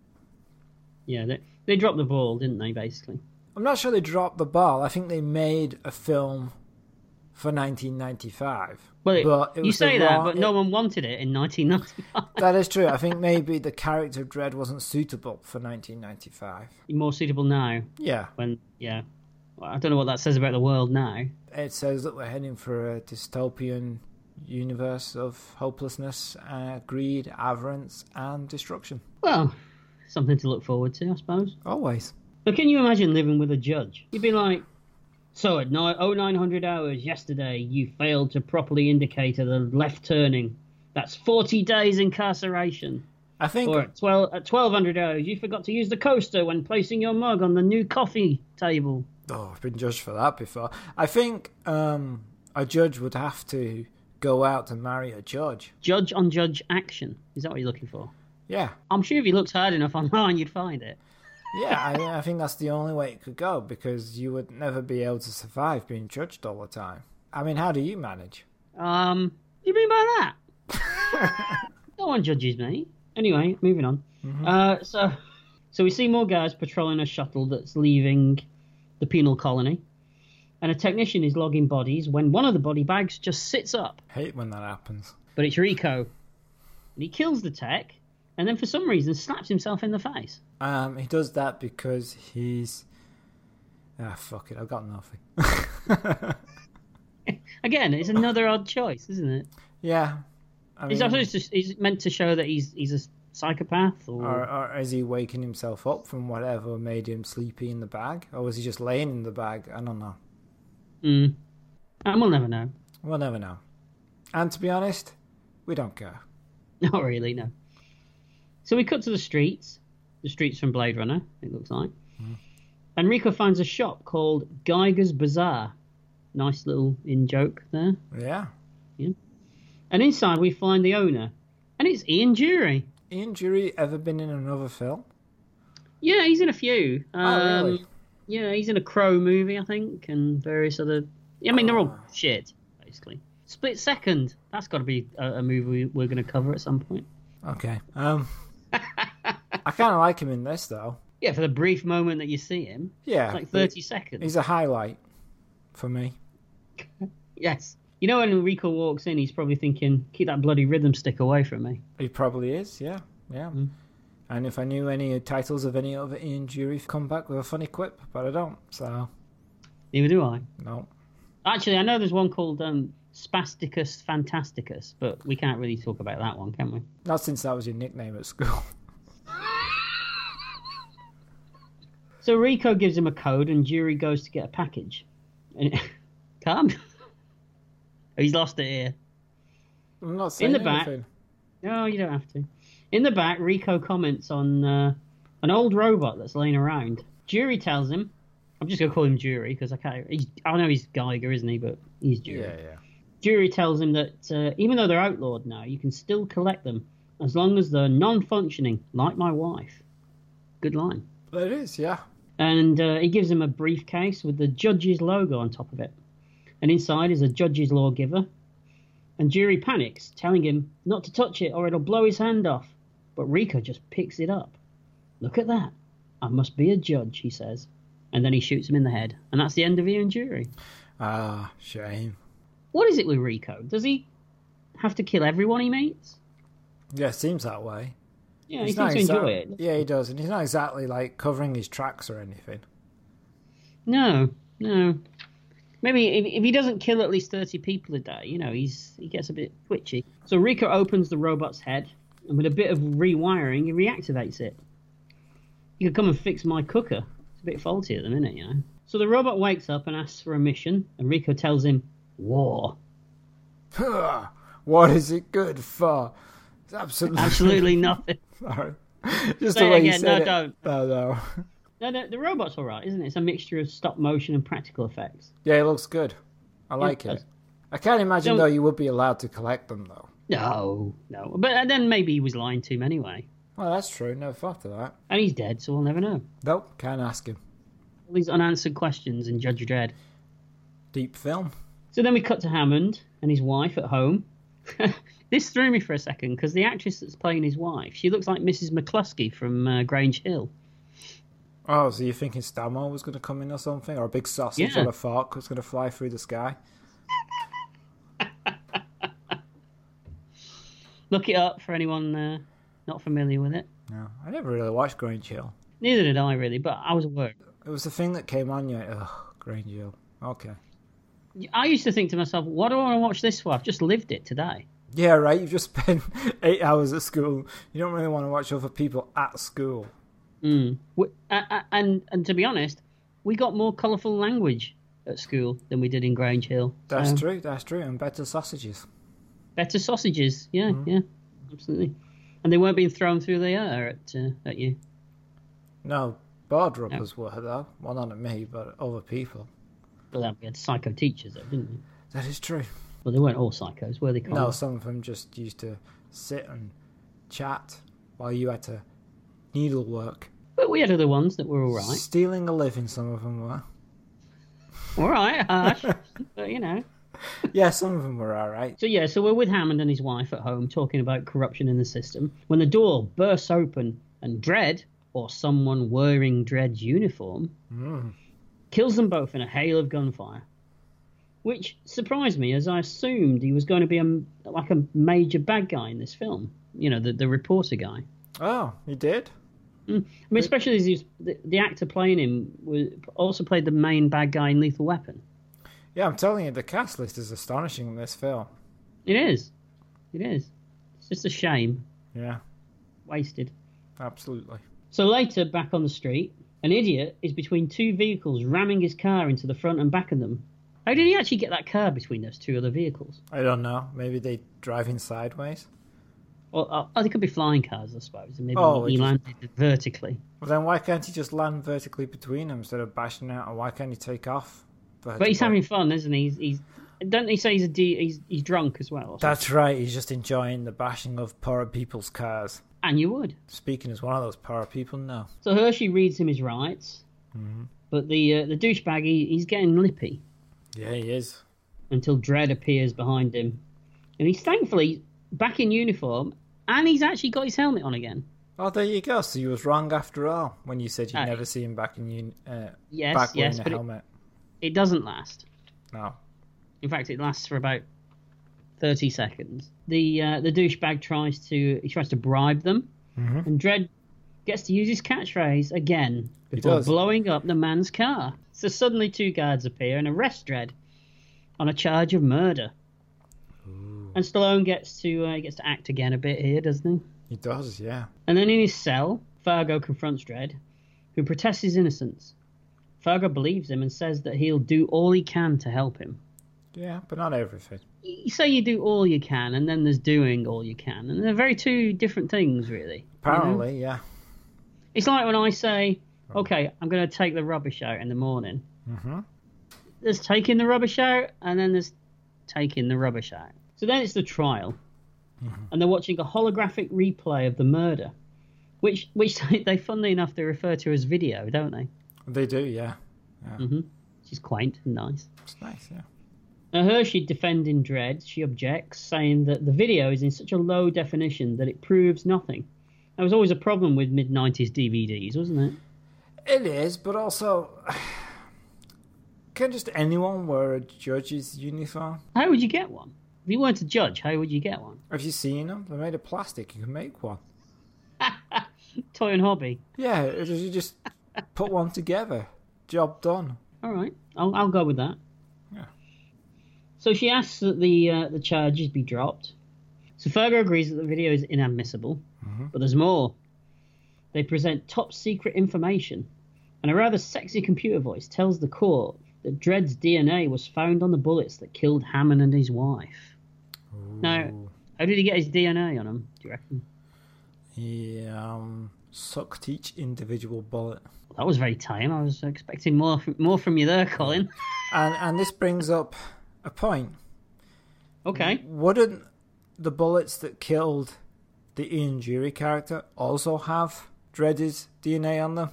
A: yeah. They they dropped the ball, didn't they? Basically,
B: I'm not sure they dropped the ball. I think they made a film for 1995.
A: well, it,
B: But it
A: you
B: was the
A: say that,
B: wrong-
A: but no one wanted it in 1995.
B: That is true. I think maybe the character of Dredd wasn't suitable for 1995.
A: More suitable now
B: Yeah,
A: when yeah. Well, I don't know what that says about the world now.
B: it says that we're heading for a dystopian universe of hopelessness, uh, greed, avarice, and destruction.
A: Well, something to look forward to, I suppose.
B: Always.
A: But can you imagine living with a judge? You'd be like, so at ni- 0900 hours yesterday, you failed to properly indicate a left turning. That's 40 days incarceration.
B: I think
A: Or at, 12, at 1200 hours, you forgot to use the coaster when placing your mug on the new coffee table.
B: Oh, I've been judged for that before. I think um, a judge would have to go out and marry a judge.
A: Judge on judge action. Is that what you're looking for?
B: Yeah,
A: I'm sure if you looked hard enough online, you'd find it.
B: yeah. I, I think that's the only way it could go because you would never be able to survive being judged all the time. I mean, how do you manage?
A: Um, what do you mean by that? no one judges me. Anyway, moving on. Uh, so, so we see more guys patrolling a shuttle that's leaving the penal colony, and a technician is logging bodies when one of the body bags just sits up.
B: hate when that happens.
A: But it's Rico, and he kills the tech, and then for some reason slaps himself in the face.
B: Um, he does that because he's ah fuck it. I've got nothing.
A: Again, it's another odd choice, isn't it?
B: Oh, yeah, I
A: It's
B: mean,
A: actually just, he's meant to show that he's he's a psychopath, or
B: or, or is he waking himself up from whatever made him sleepy in the bag, or was he just laying in the bag? I don't know.
A: Mm. and we'll never know.
B: We'll never know. And to be honest, we don't care.
A: Not really, no. So we cut to the streets, the streets from Blade Runner, it looks like.
B: Hmm.
A: And Rico finds a shop called Geiger's Bazaar. Nice little in joke there.
B: Yeah.
A: And inside we find the owner, and it's Ian Jury.
B: Ian Jury ever been in another film?
A: Yeah, he's in a few.
B: oh, really?
A: Um, Yeah, he's in a Crow movie, I think, and various other. I mean, they're all
B: Ah.
A: shit, basically. Split Second. That's got to be a, a movie we're going to cover at some point.
B: Okay. Um, I kind of like him in this though.
A: Yeah, for the brief moment that you see him,
B: Yeah.
A: it's like
B: but
A: 30 seconds.
B: He's a highlight for me.
A: Yes. You know when Enrico walks in, he's probably thinking, "Keep that bloody rhythm stick away from me."
B: He probably is. Yeah. Yeah.
A: Mm.
B: And if I knew any titles of any other Ian Jury, come back with a funny quip, but I don't. So
A: Neither do I.
B: no.
A: Actually, I know there's one called um, Spasticus Fantasticus, but we can't really talk about that one, can we?
B: Not since that was your nickname at school.
A: So Rico gives him a code, and Jury goes to get a package. And Calm. He's lost it here.
B: I'm not saying
A: the back.
B: anything.
A: No, you don't have to. In the back, Rico comments on uh, an old robot that's laying around. Jury tells him, "I'm just gonna call him Jury because I can't." He's, I know he's Geiger, isn't he? But he's Jury.
B: Yeah, yeah.
A: Jury tells him that uh, even though they're outlawed now, you can still collect them as long as they're non-functioning, like my wife. Good line.
B: But it is, yeah.
A: and uh, he gives him a briefcase with the judge's logo on top of it. And inside is a judge's lawgiver. And Jury panics, telling him not to touch it or it'll blow his hand off. But Rico just picks it up. Look at that. I must be a judge, he says. And then he shoots him in the head. And that's the end of Ian Jury.
B: Ah, shame.
A: What is it with Rico? Does he have to kill everyone he meets?
B: Yeah, it seems that way.
A: Yeah, he seems to enjoy
B: exactly,
A: it.
B: Yeah, he does, and he's not exactly like covering his tracks or anything.
A: No, no. Maybe if, if he doesn't kill at least thirty people a day, you know, he's he gets a bit twitchy. So Rika opens the robot's head, and with a bit of rewiring, he reactivates it. You could come and fix my cooker. It's a bit faulty at the minute, you know. So the robot wakes up and asks for a mission, and Rico tells him war.
B: Huh, what is it good for? It's absolutely
A: Absolutely nothing.
B: Sorry. Just
A: Say
B: the
A: it
B: way you
A: again,
B: said
A: no,
B: it. No, no.
A: No, no, the robot's all right, isn't it? It's a mixture of stop motion and practical effects.
B: Yeah, it looks good. I like it.
A: does.
B: I can't imagine
A: Don't-
B: though you would be allowed to collect them though.
A: No, no. But uh, then maybe he was lying to him anyway,
B: Well, that's true. Never thought of that.
A: and he's dead, so we'll never know.
B: Nope, can't ask him.
A: all these unanswered questions in Judge Dredd.
B: Deep film.
A: So then we cut to Hammond and his wife at home. this threw me for a second because the actress that's playing his wife, she looks like Mrs. McCluskey from uh, Grange Hill.
B: Oh, so you're thinking Stammer was going to come in or something, or a big sausage
A: Yeah.
B: or a fork was going to fly through the sky?
A: Look it up for anyone uh, not familiar with it.
B: No, I never really watched Grange Hill.
A: Neither did I really, but I was at work.
B: It was the thing that came on you. Ugh, Grange Hill. Okay.
A: I used to think to myself, why do I want to watch this for? I've just lived it today.
B: Yeah, right. You've just spent eight hours at school. You don't really want to watch other people at school.
A: Mm. We, uh, uh, and, and to be honest, we got more colourful language at school than we did in Grange Hill.
B: That's
A: So-
B: true. That's true. And better sausages.
A: better sausages. Yeah,
B: Mm-hmm.
A: yeah, absolutely. And they weren't being thrown through the air at uh, at you.
B: No, board rubbers were though. Well, not at me, but at other people.
A: But then we had psycho teachers, though, didn't we?
B: That is true.
A: Well, they weren't all psychos, were they? Colin?
B: No, some of them just used to sit and chat while you had to needlework,
A: But we had other ones that were all right.
B: stealing a living. Some of them were.
A: All right, harsh, but you know.
B: Yeah, some of them were all right.
A: So yeah, so we're with Hammond and his wife at home talking about corruption in the system when the door bursts open and Dread, or someone wearing Dread's uniform, kills them both in a hail of gunfire. Which surprised me, as I assumed he was going to be a, like a major bad guy in this film. You know, the, the reporter guy.
B: Oh, you did?
A: I mean, especially as he was, the, the actor playing him was, also played the main bad guy in Lethal Weapon.
B: Yeah, I'm telling you, the cast list is astonishing in this film.
A: It is. It is. It's just a shame.
B: Yeah,
A: Wasted.
B: absolutely.
A: So later, back on the street, an idiot is between two vehicles ramming his car into the front and back of them. How did he actually get that car between those two other vehicles?
B: I don't know. Maybe they driving sideways.
A: Or, or, or uh, oh, they could be flying cars, I suppose. And maybe
B: Oh,
A: he
B: it just-
A: landed vertically.
B: Well, then why can't he just land vertically between them instead of bashing out? Or why can't he take off?
A: But he's
B: vertically?
A: having fun, isn't he? He's, he's don't they say he's a d- he's, he's drunk as well?
B: That's right. He's just enjoying the bashing of poor people's cars.
A: and you would.
B: Speaking as one of those poor people, no.
A: So Hershey reads him his rights, but the uh, the douchebag he, he's getting lippy
B: Yeah, he is.
A: until Dread appears behind him, and he's thankfully back in uniform, and he's actually got his helmet on again.
B: Oh, there you go. So you was wrong after all when you said you'd
A: Aye.
B: never see him back in uni- uh,
A: Yes,
B: back
A: yes,
B: wearing
A: but
B: a
A: it-
B: helmet.
A: It doesn't last.
B: No.
A: In fact, it lasts for about thirty seconds. The uh, the douchebag tries to he tries to bribe them,
B: Mm-hmm.
A: and Dredd gets to use his catchphrase again before
B: does.
A: blowing up the man's car. So suddenly, two guards appear and arrest Dredd on a charge of murder. And Stallone gets to uh, gets to act again a bit here, doesn't he?
B: He does, yeah.
A: And then in his cell, Fargo confronts Dredd, who protests his innocence. Fargo believes him and says that he'll do all he can to help him.
B: Yeah, but not everything.
A: You say you do all you can, and then there's doing all you can, and they're very two different things, really. you know?
B: Apparently, yeah.
A: It's like when I say, okay, I'm going to take the rubbish out in the morning.
B: Mhm.
A: There's taking the rubbish out, and then there's taking the rubbish out. So then it's the trial, and they're watching a holographic replay of the murder, which which they, they funnily enough they refer to as video, don't they?
B: They do, yeah.
A: Which is quaint and nice.
B: It's nice, yeah.
A: Now Hershey defending Dredd, she objects, saying that the video is in such a low definition that it proves nothing. That was always a problem with mid '90s DVDs, wasn't it?
B: It is, but also, can just anyone wear a judge's uniform?
A: How would you get one? If you weren't a judge, how would you get one?
B: Have you seen them? They're made of plastic. You can make one.
A: Toy and hobby.
B: Yeah, it- you just put one together. Job done.
A: All right, I'll, I'll go with that.
B: Yeah.
A: So she asks that the uh, the charges be dropped. So Fergo agrees that the video is inadmissible, but there's more. They present top secret information, and a rather sexy computer voice tells the court that Dredd's DNA was found on the bullets that killed Hammond and his wife. Now, how did he get his DNA on him? Do you reckon?
B: He um, sucked each individual bullet.
A: That was very tame. I was expecting more from, more from you there, Colin.
B: And, and this brings up a point.
A: Okay.
B: Wouldn't the bullets that killed the Ian Jury character also have Dreddy's DNA on them?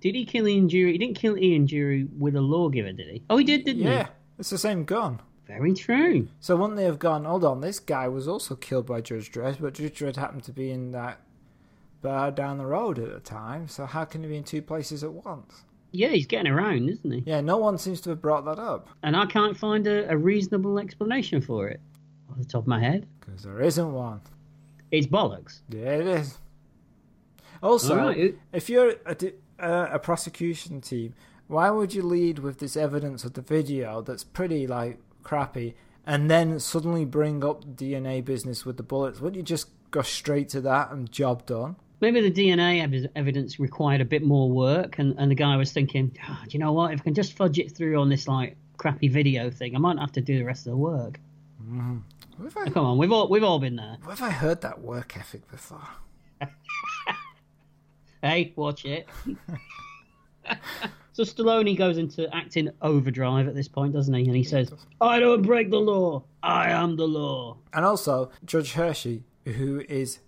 A: Did he kill Ian Jury? He didn't kill Ian Jury with a lawgiver, did he? Oh, he did, didn't
B: Yeah, it's the same gun.
A: he? Very true.
B: So wouldn't they have gone, hold on, this guy was also killed by Judge Dredd, but Judge Dredd happened to be in that bar down the road at the time, so how can he be in two places at once?
A: Yeah, he's getting around, isn't he?
B: Yeah, no one seems to have brought that up.
A: And I can't find a, a reasonable explanation for it off the top of my head.
B: Because there isn't one.
A: It's bollocks.
B: Yeah, it is. Also,
A: All right, it-
B: if you're a, di- uh, a prosecution team, why would you lead with this evidence of the video that's pretty like crappy, and then suddenly bring up the DNA business with the bullets? Wouldn't you just go straight to that and job done?
A: Maybe the DNA ev- evidence required a bit more work, and, and the guy was thinking, "Ah, do you know what? If I can just fudge it through on this like crappy video thing, I might not have to do the rest of the work.
B: Where have I,
A: Now, come on, we've all we've all been there.
B: where have I heard that work ethic before?
A: Hey, watch it. so Stallone goes into acting overdrive at this point, doesn't he? And he says, "I don't break the law. I am the law."
B: And also, Judge Hershey, who is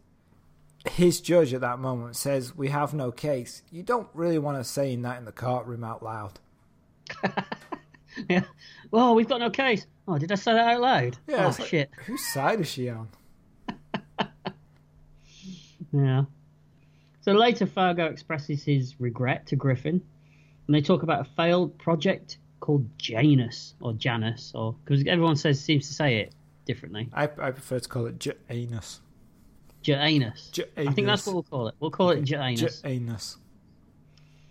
B: his judge at that moment, says, We have no case. You don't really want to saying that in the courtroom out loud.
A: Yeah. Well, we've got no case. Oh, did I say that out loud?
B: Yeah, it's
A: oh,
B: like-
A: shit.
B: Whose side is she on?
A: Yeah. So later, Fargo expresses his regret to Griffin, and they talk about a failed project called Janus or Janus, or because everyone says seems to say it differently.
B: I, I prefer to call it Janus.
A: Janus. I think that's
B: Janus.
A: what we'll call it. We'll call it Janus.
B: Janus.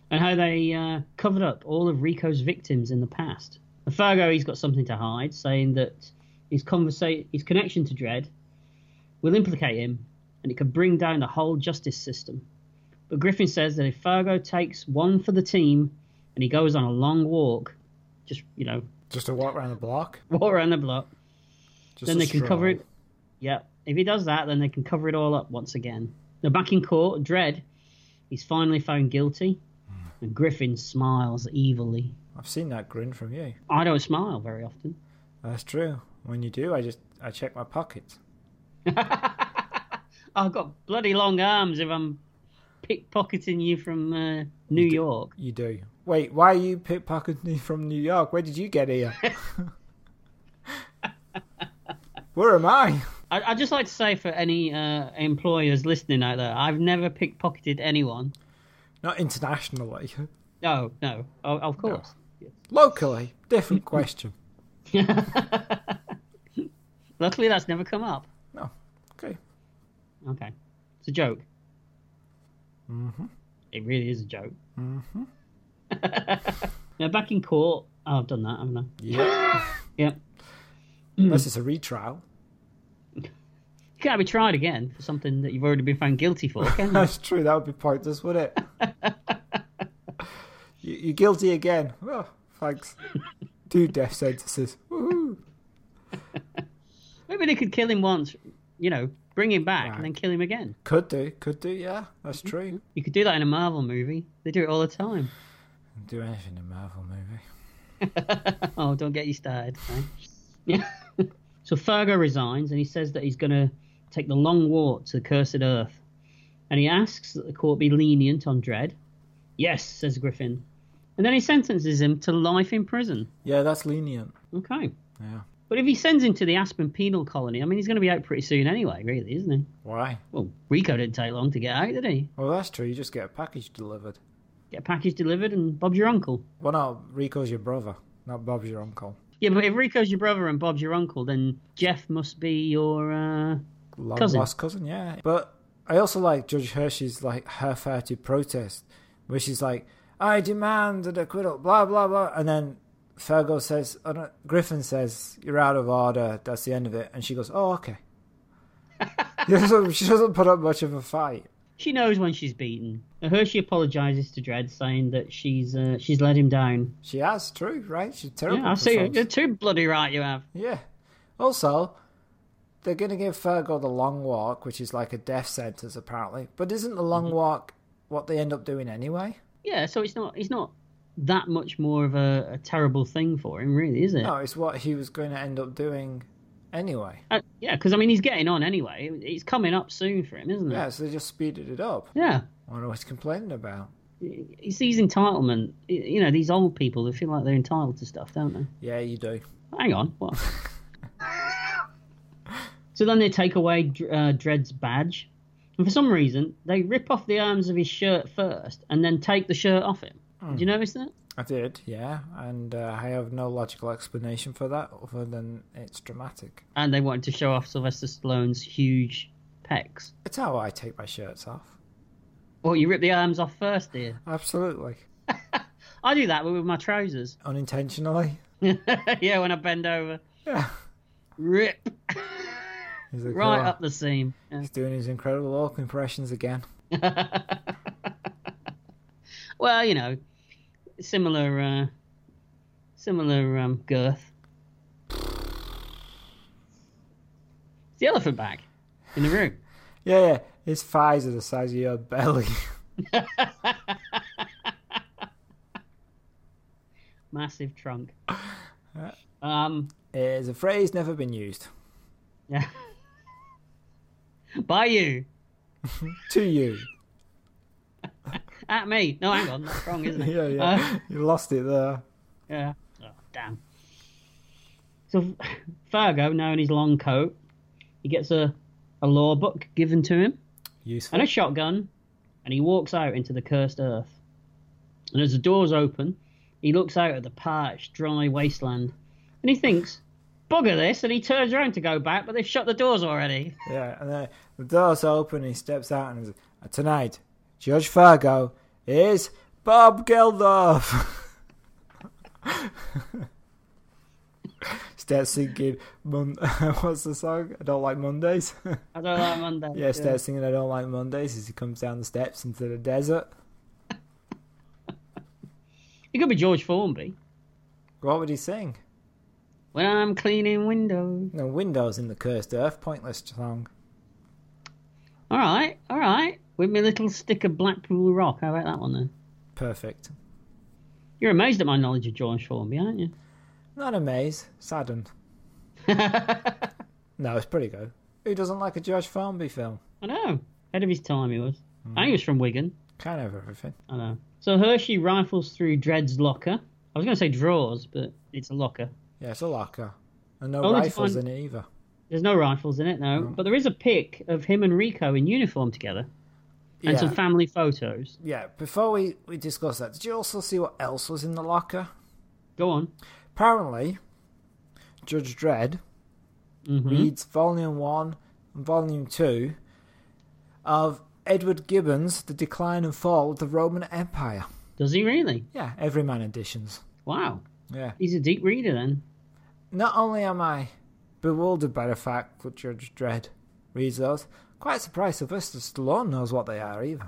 A: and how they uh, covered up all of Rico's victims in the past. And Fargo, he's got something to hide, saying that his conversa- his connection to Dredd will implicate him, and it could bring down the whole justice system. But Griffin says that if Fargo takes one for the team, and he goes on a long walk, just you know,
B: Just a walk around the block.
A: walk around the block,
B: Just
A: then
B: a
A: they can cover
B: stroll.
A: it. Yeah, if he does that, then they can cover it all up once again. They're back in court. Dredd, he's finally found guilty, and Griffin smiles evilly.
B: I've seen that grin from you.
A: I don't smile very often.
B: That's true. When you do, I just I check my pockets.
A: I've got bloody long arms if I'm pickpocketing you from uh, New York.
B: You do. Wait, why are you pickpocketing me from New York? Where did you get here? Where am I?
A: I, I'd just like to say for any uh, employers listening out there, I've never pickpocketed anyone.
B: Not internationally.
A: No, no, o of course.
B: Locally. Different question.
A: Luckily, that's never come up.
B: No. Okay.
A: Okay, it's a joke. Mm-hmm. It really is a joke. Mm-hmm. now back in court. Oh, I've done that, haven't I?
B: Yeah.
A: Yeah.
B: Unless it's a retrial.
A: You can't be tried again for something that you've already been found guilty for, can you?
B: That's true. That would be pointless, wouldn't it? you, you're guilty again. Oh, thanks. Two death sentences. Woohoo.
A: Maybe they could kill him once, you know, bring him back
B: Right.
A: and then kill him again.
B: Could do, could do, yeah, that's true.
A: You could do that in a Marvel movie. They do it all the time.
B: Do anything in Marvel movie.
A: oh, don't get you started. man. Yeah. so Fargo resigns and he says that he's going to take the long walk to the cursed earth. And he asks that the court be lenient on Dredd. Yes, says Griffin. And then he sentences him to life in prison.
B: Yeah, that's lenient.
A: Okay.
B: Yeah.
A: But if he sends him to the Aspen penal colony, I mean, he's going to be out pretty soon anyway, really, isn't he?
B: Why?
A: Well, Rico didn't take long to get out, did he?
B: Well, that's true. You just get a package delivered.
A: Get a package delivered and Bob's your uncle.
B: Well, no, Rico's your brother, not Bob's your uncle.
A: Yeah, but if Rico's your brother and Bob's your uncle, then Jeff must be your. Uh...
B: long
A: Cousin.
B: lost cousin, yeah. But I also like Judge Hershey's like her fair to protest, where she's like, "I demand an acquittal," blah blah blah, and then Fergal says, oh, no, Griffin says, "You're out of order." That's the end of it, and she goes, "Oh, okay." she, doesn't, she doesn't put up much of a fight.
A: She knows when she's beaten. Now, Hershey apologizes to Dredd, saying that she's uh, she's let him down.
B: She has, true, right? She's terrible.
A: Yeah, I see.
B: performance.
A: You're too bloody right, you have.
B: Yeah. Also, they're going to give Fergal the long walk, which is like a death sentence, apparently. But isn't the long walk what they end up doing anyway?
A: Yeah, so it's not it's not that much more of a, a terrible thing for him, really, is it?
B: No, it's what he was going to end up doing anyway.
A: Uh, yeah, because I mean he's getting on anyway. It- It's coming up soon for him, isn't it?
B: Yeah, so they just speeded it up.
A: Yeah.
B: I don't know what he's complaining about.
A: He sees entitlement. Y- You know, these old people they feel like they're entitled to stuff, don't they?
B: Yeah, you do.
A: Hang on, what? so then they take away Dr- uh, Dred's badge, and for some reason they rip off the arms of his shirt first, and then take the shirt off him. Did you notice that?
B: I did, yeah, and uh, I have no logical explanation for that other than it's dramatic.
A: And they wanted to show off Sylvester Stallone's huge pecs.
B: It's how I take my shirts off.
A: Well, you rip the arms off first, dear.
B: Absolutely.
A: I do that with my trousers.
B: Unintentionally.
A: yeah, when I bend over,
B: Yeah.
A: rip
B: He's like,
A: right uh
B: "Oh,
A: up the seam. Yeah.
B: He's doing his incredible Hulk impressions again.
A: Well, you know, similar, uh, similar um, girth. It's the elephant back in the room.
B: Yeah, yeah. His thighs are the size of your belly.
A: Massive trunk. Um,
B: it is a phrase never been used.
A: yeah. By you,
B: To you.
A: at me. No, hang on, that's wrong, isn't it?
B: Yeah, yeah.
A: Uh,
B: you lost it there.
A: yeah. Oh, damn. So Fargo, now in his long coat, he gets a, a law book given to him.
B: Useful.
A: and a shotgun, and he walks out into the cursed earth. And as the doors open, he looks out at the parched, dry wasteland, and he thinks, "Bugger this!" And he turns around to go back, but they've shut the doors already.
B: Yeah, and then the door's open and he steps out and he's like, "Uh, Tonight, Judge Fargo is Bob Geldof. Starts singing, Mon- what's the song? I don't like Mondays.
A: I don't like Monday.
B: yeah, starts singing, I don't like Mondays as he comes down the steps into the desert.
A: It could be George Formby.
B: What would he sing?
A: When I'm cleaning windows.
B: No, Windows in the Cursed Earth, pointless song.
A: All right, all right. With my little stick of Blackpool Rock. How about that one then?
B: Perfect.
A: You're amazed at my knowledge of George Formby, aren't you?
B: Not amazed, saddened. No, it's pretty good. Who doesn't like a Judge Farnby film?
A: I know. Ahead of his time, he was. I think he was from Wigan.
B: Kind of everything.
A: I know. So Hershey rifles through Dred's locker. I was going to say drawers, but it's a locker.
B: Yeah, it's a locker. And no
A: Only to
B: rifles
A: find-
B: in it either.
A: There's no rifles in it, no. But there is a pic of him and Rico in uniform together and
B: yeah.
A: some family photos.
B: yeah, before we, we discuss that, did you also see what else was in the locker?
A: Go on.
B: Apparently, Judge Dredd
A: Mm-hmm.
B: reads Volume 1 and Volume 2 of Edward Gibbon's The Decline and Fall of the Roman Empire.
A: Does he really?
B: Yeah, Everyman editions.
A: Wow.
B: Yeah.
A: He's a deep reader then.
B: Not only am I bewildered by the fact that Judge Dredd reads those, quite surprised Sylvester Stallone knows what they are either.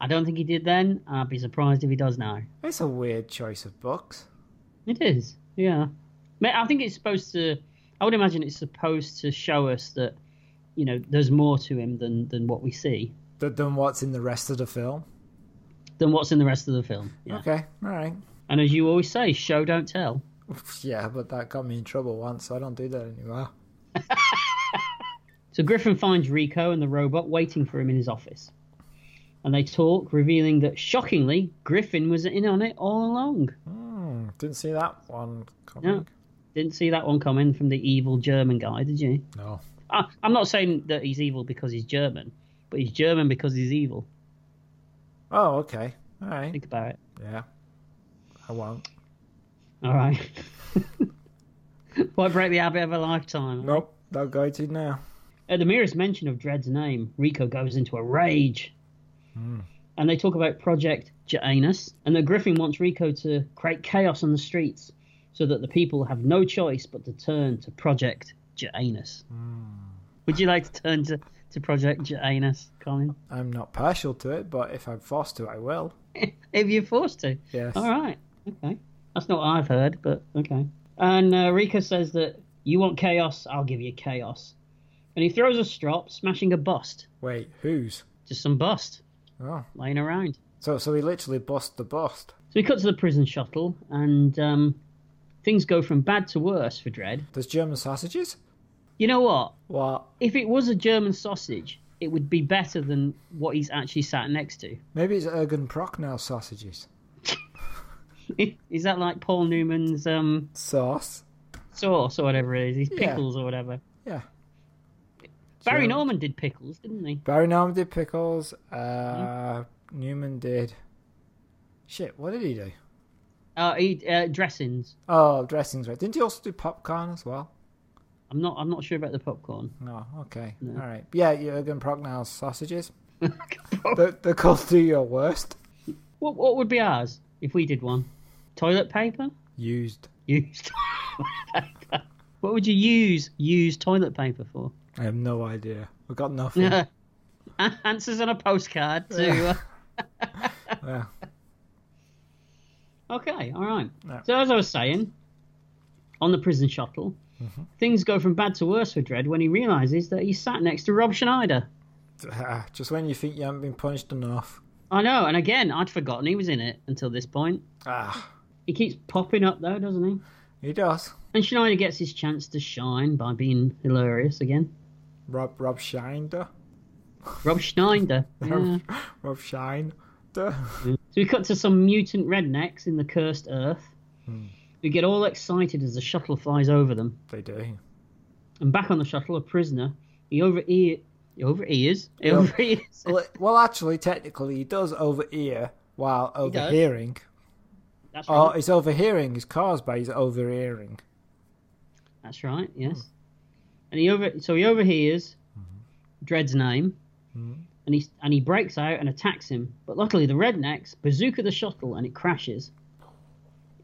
A: I don't think he did then. I'd be surprised if he does now.
B: It's a weird choice of books.
A: It is. Yeah, Ma- I think it's supposed to. I would imagine it's supposed to show us that you know there's more to him than than what we see,
B: Th- than what's in the rest of the film.
A: than what's in the rest of the film. Yeah.
B: Okay, all right.
A: And as you always say, show don't tell.
B: Yeah, but that got me in trouble once, so I don't do that anymore.
A: So Griffin finds Rico and the robot waiting for him in his office. And they talk, revealing that shockingly, Griffin was in on it all along.
B: Hmm, didn't see that one
A: Yeah.
B: coming.
A: Didn't see that one coming from the evil German guy, did you?
B: No.
A: I, I'm not saying that he's evil because he's German, but he's German because he's evil.
B: Oh, okay. All right.
A: Think about it.
B: Yeah. I won't.
A: All right. Why break the habit of a lifetime?
B: Nope. Not going to now.
A: At the merest mention of Dred's name, Rico goes into a rage. And they talk about Project Janus, and that Griffin wants Rico to create chaos on the streets so that the people have no choice but to turn to Project Janus. Would you like to turn to, to Project Janus, Colin?
B: I'm not partial to it, but if I'm forced to, I will.
A: if you're forced to.
B: Yes.
A: All right. Okay. That's not what I've heard, but okay. And uh, Rika says that you want chaos, I'll give you chaos. And he throws a strop, smashing a bust.
B: Wait, whose?
A: Just some bust
B: Oh.
A: laying around.
B: So, so he literally bust the bust.
A: So we cut to the prison shuttle, and um, things go from bad to worse for Dredd.
B: There's German sausages?
A: You know what?
B: What?
A: If it was a German sausage, it would be better than what he's actually sat next to.
B: Maybe it's Ergen Prochnow sausages.
A: is that like Paul Newman's um,
B: Sauce?
A: sauce or whatever it is? His
B: Yeah.
A: pickles or whatever.
B: Yeah.
A: Barry
B: German.
A: Norman did pickles, didn't he?
B: Barry Norman did pickles. Uh, Newman did. Shit, what did he do?
A: Uh, he uh, dressings.
B: Oh, dressings, right. Didn't he also do popcorn as well?
A: I'm not. I'm not sure about the popcorn.
B: No, okay. All right. Yeah, Jurgen Prochnow's sausages.
A: what,
B: They're, they're called Do Your Worst.
A: what would be ours if we did one? Toilet paper
B: Used.
A: used. what would you use use toilet paper for?
B: I have no idea. We've got nothing.
A: Yeah. Answers on a postcard to. Uh...
B: yeah.
A: uh, Okay, all right.
B: Yeah.
A: So as I was saying, on the prison shuttle, things go from bad to worse for Dredd when he realizes that he's sat next to Rob Schneider.
B: Ah, Just when you think you haven't been punched enough.
A: I know, and again, I'd forgotten he was in it until this point.
B: Ah,
A: He keeps popping up though, doesn't he?
B: he does.
A: And Schneider gets his chance to shine by being hilarious again.
B: Rob Rob Shinder.
A: Rob Schneider. yeah.
B: Rob Shine. That's
A: So we cut to some mutant rednecks in the cursed earth
B: Hmm.
A: who get all excited as the shuttle flies over them.
B: they do.
A: And back on the shuttle, a prisoner, he over ear, he over ears, he
B: Yeah.
A: over ears.
B: Well, it- well, actually, technically, he does overhear while
A: does.
B: overhearing.
A: That's
B: Or
A: right.
B: his overhearing is caused by his overhearing.
A: That's right.
B: hmm.
A: Yes. And he over so he overhears
B: Mm-hmm.
A: Dred's name, and he and he breaks out and attacks him. But luckily, the rednecks bazooka the shuttle and it crashes.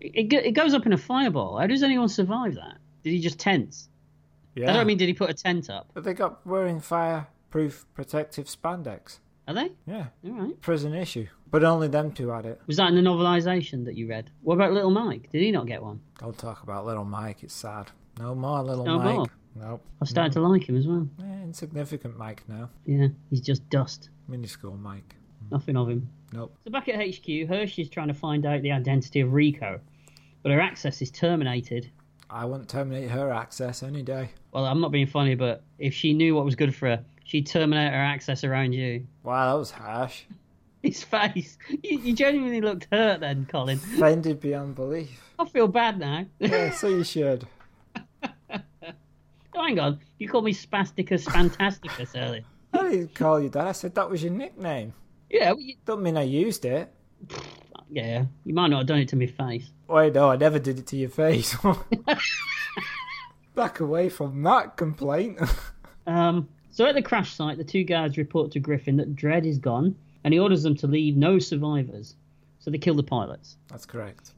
A: It it, go- it goes up in a fireball. How does anyone survive that? Did he just tense?
B: Yeah.
A: I don't mean did he put a tent up?
B: But they got wearing fireproof protective spandex.
A: Are they?
B: Yeah.
A: All right.
B: Prison issue. But only them two had it.
A: Was that in the novelization that you read? What about Little Mike? Did he not get one?
B: Don't talk about little Mike. It's sad. No more little
A: No
B: Mike.
A: more.
B: Nope.
A: I started to like him as well.
B: Eh, insignificant Mike now.
A: Yeah, he's just dust.
B: Minuscule Mike.
A: Nothing of him.
B: Nope.
A: So back at HQ, Hershey's trying to find out the identity of Rico, but her access is terminated.
B: I wouldn't terminate her access any day.
A: Well, I'm not being funny, but if she knew what was good for her, she'd terminate her access around you.
B: Wow, that was harsh.
A: His face. You, you genuinely looked hurt then, Colin.
B: Offended beyond belief.
A: I feel bad now.
B: Yeah, so you should.
A: Oh, Hang on, you called me Spasticus Fantasticus earlier.
B: I didn't call you that. I said that was your nickname.
A: Yeah, well, you,
B: Don't mean I used it.
A: yeah, you might not have done it to my face.
B: Wait, no, I never did it to your face. Back away from that complaint.
A: Um, so at the crash site, the two guards report to Griffin that Dredd is gone, and he orders them to leave no survivors. So they kill the pilots.
B: That's correct.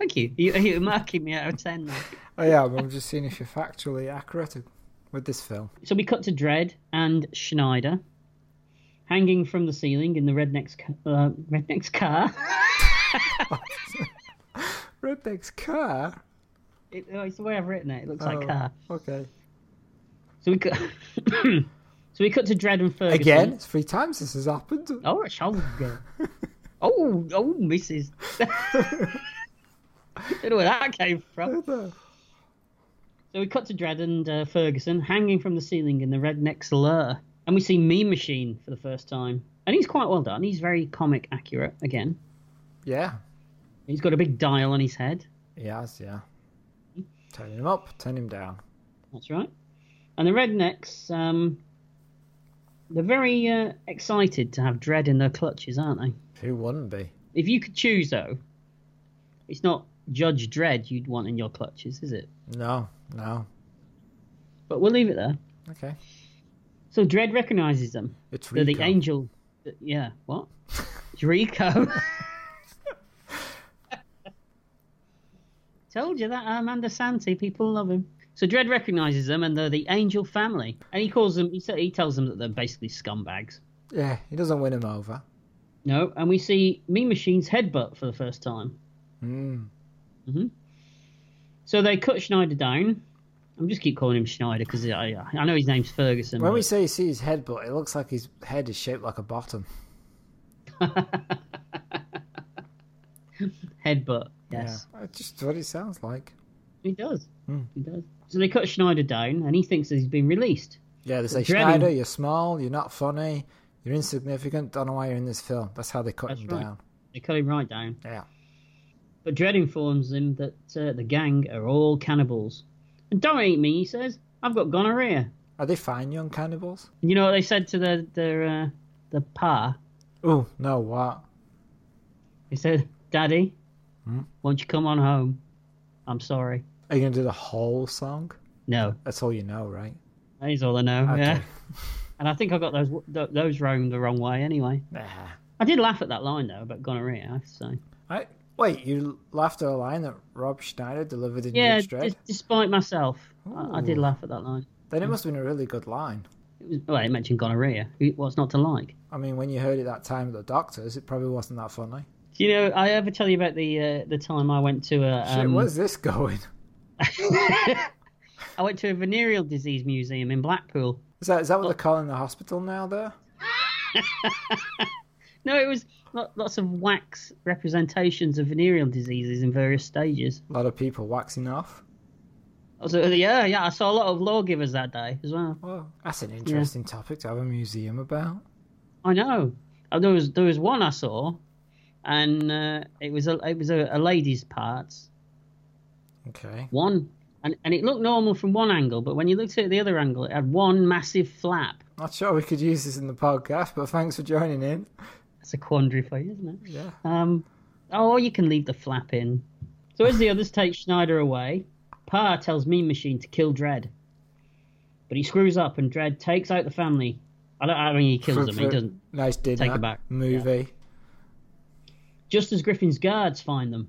A: Thank you. You, you're marking me out of 10 now.
B: I am. I'm just seeing if you're factually accurate with this film.
A: So we cut to Dredd and Schneider hanging from the ceiling in the redneck's, ca- uh, redneck's car.
B: Redneck's car.
A: It, oh, it's the way I've written it. It looks
B: Oh,
A: like car.
B: okay.
A: So we cut. so we cut to Dread and Ferguson.
B: Again, it's three times this has happened.
A: Oh, a shoulder. oh, oh, misses. Don't know where that came from. So we cut to Dredd and uh, Ferguson hanging from the ceiling in the redneck's lair, and we see Meme Machine for the first time. And he's quite well done. He's very comic accurate again.
B: Yeah,
A: He's got a big dial on his head.
B: he has. Yeah, turn him up, turn him down.
A: That's right. And the rednecks, um, they're very uh, excited to have Dredd in their clutches, aren't they?
B: Who wouldn't be?
A: If you could choose, though, it's not Judge Dredd you'd want in your clutches, is it?
B: No, no.
A: But we'll leave it there.
B: Okay,
A: So Dredd recognizes them.
B: it's
A: They're
B: Rico.
A: the angel. Yeah, what? It's Rico. Told you that Amanda Santi, people love him. So Dredd recognizes them, and they're the Angel family. And he calls them. He, sa- he tells them that they're basically scumbags.
B: Yeah, he doesn't win him over.
A: No, and we see Mean Machine's headbutt for the first time.
B: Mm.
A: So they cut Schneider down. I'm just keep calling him Schneider because I, I know his name's Ferguson.
B: When we
A: but-
B: say you see his headbutt, it looks like his head is shaped like a bottom.
A: headbutt, yes.
B: Yeah, that's just what it sounds like.
A: He does.
B: Hmm.
A: He does. So they cut Schneider down, and he thinks that he's been released.
B: Yeah, they say
A: Dreading-
B: Schneider, you're small, you're not funny, you're insignificant. Don't know why you're in this film. That's how they cut
A: That's
B: him
A: right.
B: down.
A: They cut him right down.
B: Yeah.
A: But Dredd informs him that uh, the gang are all cannibals. And don't eat me, he says. I've got gonorrhea.
B: Are they fine young cannibals?
A: And you know what they said to their their uh, the pa?
B: Oh no, what?
A: They said, "Daddy,
B: Hmm.
A: won't you come on home? I'm sorry."
B: Are you gonna do the whole song?
A: No,
B: That's all you know, right?
A: that is all I know.
B: Okay.
A: Yeah. And I think I got those th- those roamed the wrong way anyway.
B: Nah.
A: I did laugh at that line though about gonorrhea. I have to say.
B: I, wait, you laughed at a line that Rob Schneider delivered in
A: Yeah,
B: Judge Dredd?
A: d- despite myself, I-, I did
B: Ooh.
A: laugh at that line.
B: Then it must have been a really good line.
A: It was, well, it mentioned gonorrhea. It- What's not to like?
B: I mean, when you heard it that time at the doctor's, it probably wasn't that funny.
A: Do you know? I ever tell you about the uh, the time I went to a
B: Shit,
A: um,
B: where's this going?
A: I went to a venereal disease museum in Blackpool.
B: Is that is
A: oh.
B: that what they're calling the hospital now? There.
A: No, it was lo- lots of wax representations of venereal diseases in various stages.
B: A lot of people waxing off.
A: Also, yeah, yeah, I saw a lot of lawgivers that day as well.
B: Well, that's an interesting topic to have a museum about.
A: I know. Uh, There was there was one I saw, and uh, it was a it was a, a lady's parts
B: Okay.
A: one, and and it looked normal from one angle, but when you looked at it the other angle, it had one massive flap.
B: Not sure we could use this in the podcast, but thanks for joining in.
A: That's a quandary for you, isn't it?
B: Yeah.
A: Um, oh, or you can leave the flap in. So as the others take Schneider away, Pa tells Mean Machine to kill Dread, but he screws up and Dread takes out the family. I don't. I mean, he kills them. He doesn't.
B: Nice dinner.
A: Take it back.
B: Movie.
A: just as Griffin's guards find them.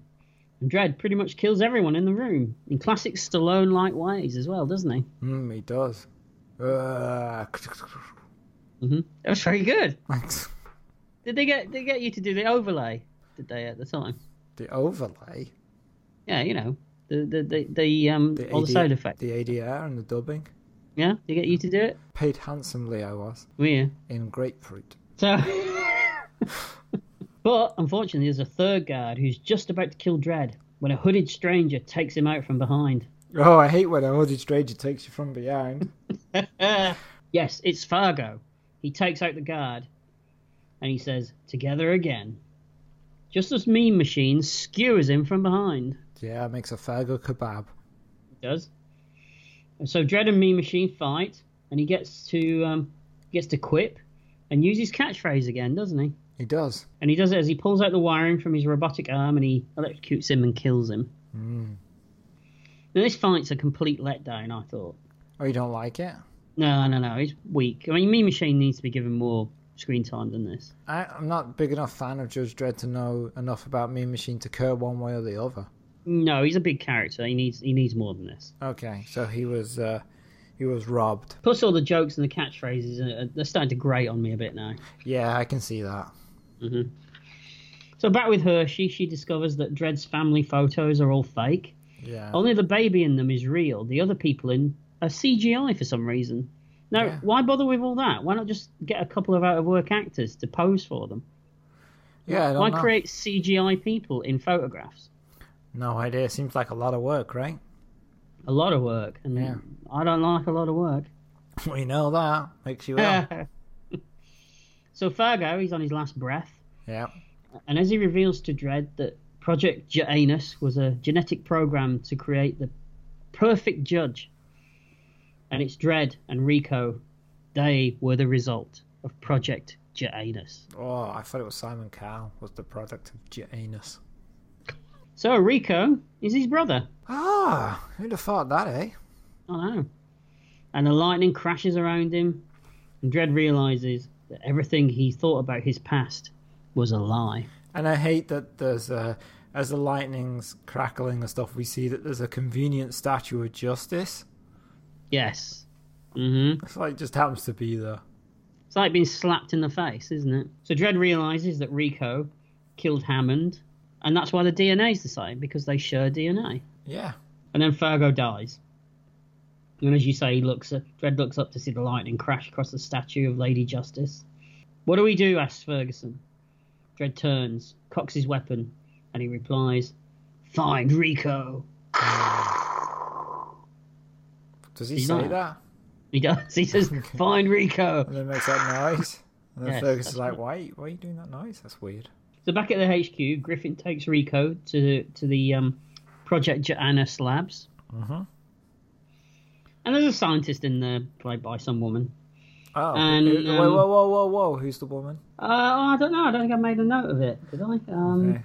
A: And Dredd pretty much kills everyone in the room, in classic Stallone like ways as well, doesn't he?
B: Mm, he does. Uh,
A: hmm That was very good.
B: thanks.
A: Did they get did they get you to do the overlay? Did they at the time?
B: The overlay.
A: Yeah, you know the the the, the um
B: The
A: all the
B: AD
A: sound effect.
B: The ADR and the dubbing.
A: Yeah, did they get you to do it?
B: Paid handsomely, I was.
A: Yeah.
B: In grapefruit.
A: So, but unfortunately, there's a third guard who's just about to kill Dredd when a hooded stranger takes him out from behind.
B: Oh, I hate when a hooded stranger takes you from behind.
A: Yes, it's Fargo. He takes out the guard and he says, Together again. Just as Mean Machine skewers him from behind.
B: yeah, makes a Fargo kebab.
A: He does. And so Dread and Mean Machine fight and he gets to um, gets to quip and use his catchphrase again, doesn't he?
B: He does.
A: And he does it as he pulls out the wiring from his robotic arm and he electrocutes him and kills him. Now this fight's a complete letdown, I thought.
B: Oh, you don't like it?
A: No, no, no, he's weak. I mean, Mean Machine needs to be given more screen time than this.
B: I, I'm not a big enough fan of Judge Dredd to know enough about Mean Machine to care one way or the other.
A: No, he's a big character. He needs he needs more than this.
B: Okay, so he was uh, he was robbed.
A: Plus, all the jokes and the catchphrases are, they're starting to grate on me a bit now.
B: Yeah, I can see that.
A: So back with Hershey, she discovers that Dred's family photos are all fake,
B: Yeah.
A: Only the baby in them is real. The other people in are CGI for some reason. Now,
B: Yeah.
A: why bother with all that? Why not just get a couple of out of work actors to pose for them?
B: yeah. I don't
A: Why
B: know.
A: create CGI people in photographs?
B: No idea. Seems like a lot of work, right?
A: A lot of work, and
B: Yeah.
A: I don't like a lot of work.
B: We know that makes you ill.
A: so Fargo, he's on his last breath,
B: yeah.
A: and as he reveals to Dredd that Project Janus was a genetic program to create the perfect judge, and it's Dredd and Rico, they were the result of Project Janus.
B: Oh, I thought it was Simon Cowell was the product of Janus.
A: So Rico is his brother.
B: Ah, who'd have thought that, eh?
A: I know. And the lightning crashes around him, and Dredd realizes that everything he thought about his past was a lie.
B: And I hate that there's a, as the lightning's crackling and stuff, we see that there's a convenient statue of justice.
A: Yes. hmm
B: It's like just happens to be there.
A: It's like being slapped in the face, isn't it? So Dredd realizes that Rico killed Hammond, and that's why the DNA's the same, because they share DNA.
B: Yeah.
A: And then Fargo dies. And as you say, he looks at, Dredd looks up to see the lightning crash across the statue of Lady Justice. What do we do? asks Ferguson. Dredd turns, cocks his weapon, and he replies, Find Rico.
B: Does he
A: He's
B: say
A: not.
B: that?
A: He does. He says, Find Rico.
B: And then makes that noise. And then
A: Yes,
B: Fergus is
A: that's
B: like,
A: right.
B: why, why are you doing that noise? That's weird.
A: So back at the HQ, Griffin takes Rico to to the um, Project Janus labs.
B: Mhm.
A: And there's a scientist in there, played by some woman.
B: Oh.
A: And,
B: who- whoa,
A: um,
B: whoa, whoa, whoa, whoa. Who's the woman?
A: Uh, oh, I don't know. I don't think I made a note of it. Did I? Um,
B: Okay.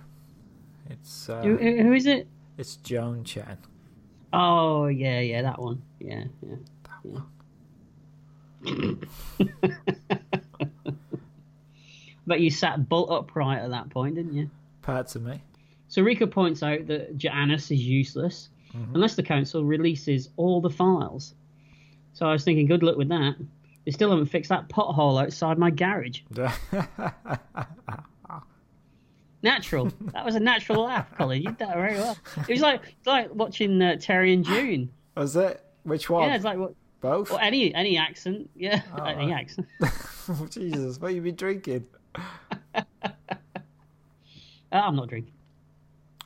B: It's uh,
A: who, who- who is it?
B: it's Joan Chen.
A: Oh, yeah, yeah, that one. Yeah, yeah. yeah. but you sat bolt upright at that point, didn't you?
B: Parts of me.
A: So Rico points out that Janus is useless unless the council releases all the files. So I was thinking, good luck with that. They still haven't fixed that pothole outside my garage. Natural. that was a natural laugh, Colin. You did that very well. It was like it's like watching uh, Terry and June.
B: Was it? Which one?
A: Yeah, it's like what,
B: Both?
A: what any any accent. Yeah, any accent.
B: Jesus, what you been drinking?
A: Uh, I'm not drinking.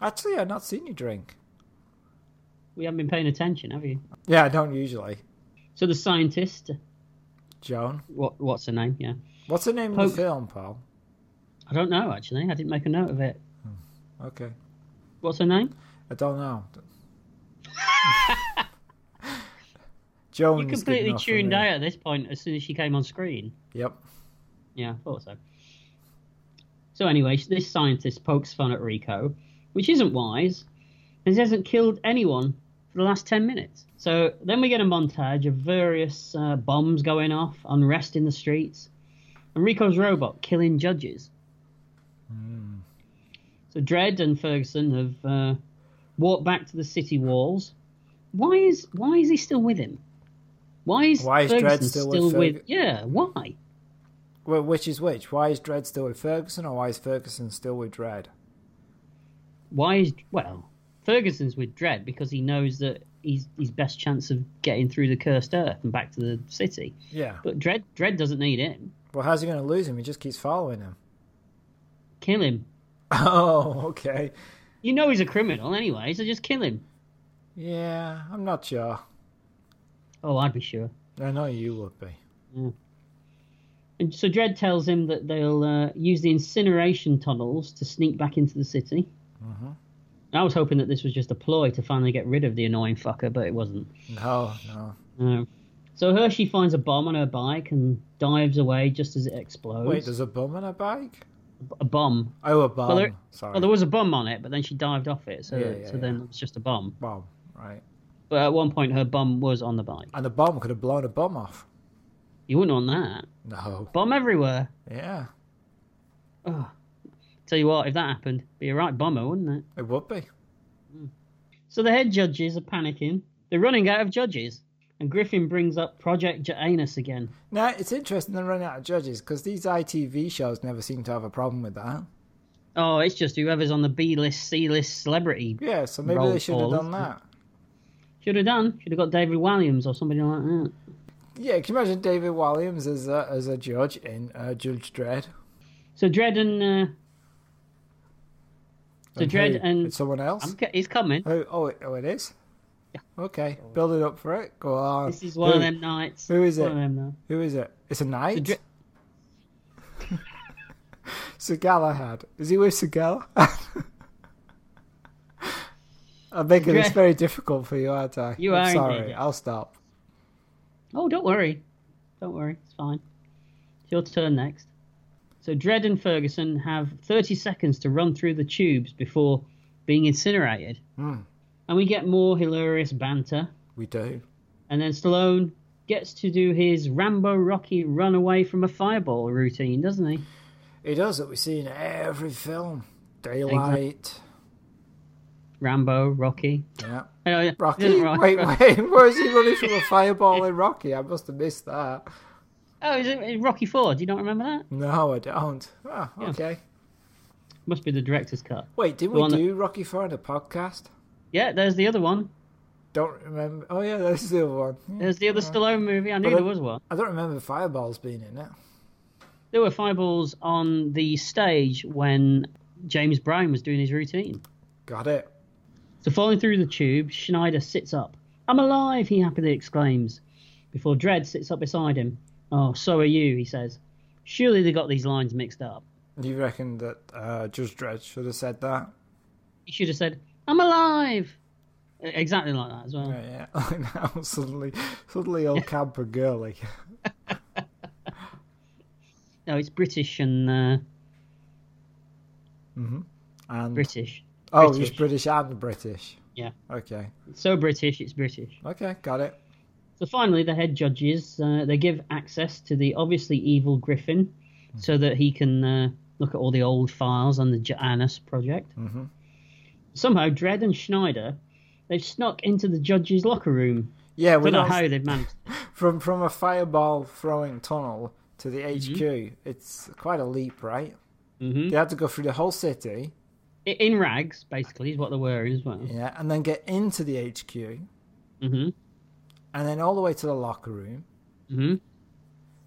B: Actually, I've not seen you drink.
A: We haven't been paying attention, have you?
B: Yeah, I don't usually.
A: So the scientist,
B: Joan.
A: what what's her name? Yeah,
B: What's the name of
A: Pope.
B: the film, Paul?
A: I don't know actually. I didn't make a note of it.
B: Okay.
A: What's her name?
B: I don't know. Joan.
A: You
B: is good
A: completely
B: enough for
A: tuned
B: me.
A: out at this point as soon as she came on screen.
B: Yep.
A: Yeah, I thought so. So anyway, this scientist pokes fun at Rico, which isn't wise, as he hasn't killed anyone for the last ten minutes. So then we get a montage of various uh, bombs going off, unrest in the streets, and Rico's robot killing judges.
B: Hmm.
A: So Dredd and Ferguson have uh, walked back to the city walls. Why is why is he still with him? Why is,
B: Why is Dredd
A: Ferguson
B: still
A: still,
B: with
A: with?
B: Ferg-
A: Yeah, why?
B: Well, which is which? Why is Dredd still with Ferguson, or why is Ferguson still with Dredd?
A: why is well Ferguson's with Dredd because he knows that he's his best chance of getting through the cursed earth and back to the city.
B: Yeah.
A: But Dredd Dredd doesn't need it.
B: Well, how's he going to lose him? He just keeps following him.
A: Kill him.
B: Oh, okay.
A: You know he's a criminal anyway, so just kill him.
B: Yeah, I'm not sure.
A: Oh, I'd be sure.
B: I know you would be.
A: And so Dredd tells him that they'll uh, use the incineration tunnels to sneak back into the city. I was hoping that this was just a ploy to finally get rid of the annoying fucker, but it wasn't.
B: No, no.
A: No. So Hershey finds a bomb on her bike and dives away just as it explodes.
B: Wait, there's a bum on a bike?
A: a bomb.
B: Oh, a bomb.
A: Well, there-
B: Sorry.
A: Well, there was a bomb on it, but then she dived off it, so
B: Yeah, yeah,
A: so then
B: yeah.
A: it was just a bomb.
B: bomb, right.
A: But at one point, her bomb was on the bike.
B: And the bomb could have blown a bum off.
A: You wouldn't want that.
B: No.
A: Bomb everywhere.
B: Yeah,
A: Tell you what, if that happened, be a right bomber, wouldn't it?
B: it would be.
A: So the head judges are panicking. They're running out of judges, and Griffin brings up Project Janus again.
B: Now, it's interesting they're running out of judges because these ITV shows never seem to have a problem with that.
A: Oh, it's just whoever's on the B list, C list celebrity.
B: Yeah, so maybe
A: Roll
B: they should have
A: call,
B: done
A: isn't it?
B: that.
A: Should have done. Should have got David Williams or somebody like that.
B: Yeah, can you imagine David Williams as a, as a judge in uh, Judge Dredd?
A: So Dredd and uh, so
B: And
A: Dredd
B: who?
A: and
B: It's someone else.
A: I'm, ca- he's coming.
B: Who? Oh, it, oh, it is. Okay, build it up for it. Go on.
A: This is one
B: Oh, who,
A: of them nights.
B: who is
A: One
B: it?
A: of them nights.
B: Who is it? It's a knight.
A: Dre-
B: Sir Galahad. Is he with Sir Galahad? I'm making this
A: Dre-
B: very difficult for you, aren't I?
A: You
B: I'm
A: are
B: sorry.
A: indeed.
B: I'll stop.
A: Oh, don't worry, don't worry. It's fine. It's your turn next. So Dredd and Ferguson have 30 seconds to run through the tubes before being incinerated,
B: Hmm.
A: and we get more hilarious banter.
B: We do.
A: And then Stallone gets to do his Rambo Rocky run away from a fireball routine, doesn't he?
B: It does that we see in every film. Daylight.
A: Rambo Rocky.
B: Yeah.
A: I know, yeah,
B: Rocky.
A: isn't Ro-
B: wait,
A: Ro-
B: wait. Where is he running from a fireball in Rocky? I must have missed that.
A: Oh, is it is Rocky Four? Do you not remember that?
B: No, I don't. Ah,
A: Yeah.
B: okay.
A: Must be the director's cut.
B: Wait, didn't
A: The
B: we
A: one that-
B: do Rocky Four in a podcast?
A: Yeah, there's the other one.
B: Don't remember. Oh yeah, that's the other one. Hmm.
A: There's the other Stallone movie. I knew
B: But I-
A: there was one.
B: I don't remember fireballs being in it.
A: There were fireballs on the stage when James Brown was doing his routine.
B: Got it.
A: So falling through the tube, Schneider sits up. I'm alive, he happily exclaims, before Dredd sits up beside him. Oh, so are you, he says. Surely they got these lines mixed up.
B: Do you reckon that uh, Judge Dredd should have said that?
A: He should have said, I'm alive! E-, Exactly like that as well.
B: Yeah, Oh, yeah. I know. Suddenly, suddenly, old camper girly.
A: No, it's British and uh,
B: And
A: British.
B: oh,
A: British.
B: he's British and British.
A: Yeah.
B: Okay.
A: It's so British, it's British.
B: Okay. Got it.
A: So finally, the head judges uh, they give access to the obviously evil Griffin,
B: Hmm.
A: so that he can uh, look at all the old files on the Janus project.
B: Mhm.
A: Somehow, Dredd and Schneider they've snuck into the judges' locker room.
B: Yeah,
A: I
B: we're
A: don't know
B: not
A: how they've managed.
B: from from a fireball throwing tunnel to
A: Mm-hmm.
B: the HQ. It's quite a leap, right?
A: hmm
B: They had to go through the whole city,
A: In rags, basically, is what they're wearing as well.
B: yeah, and then get into the HQ, and
A: hmm
B: then all the way to the locker room.
A: hmm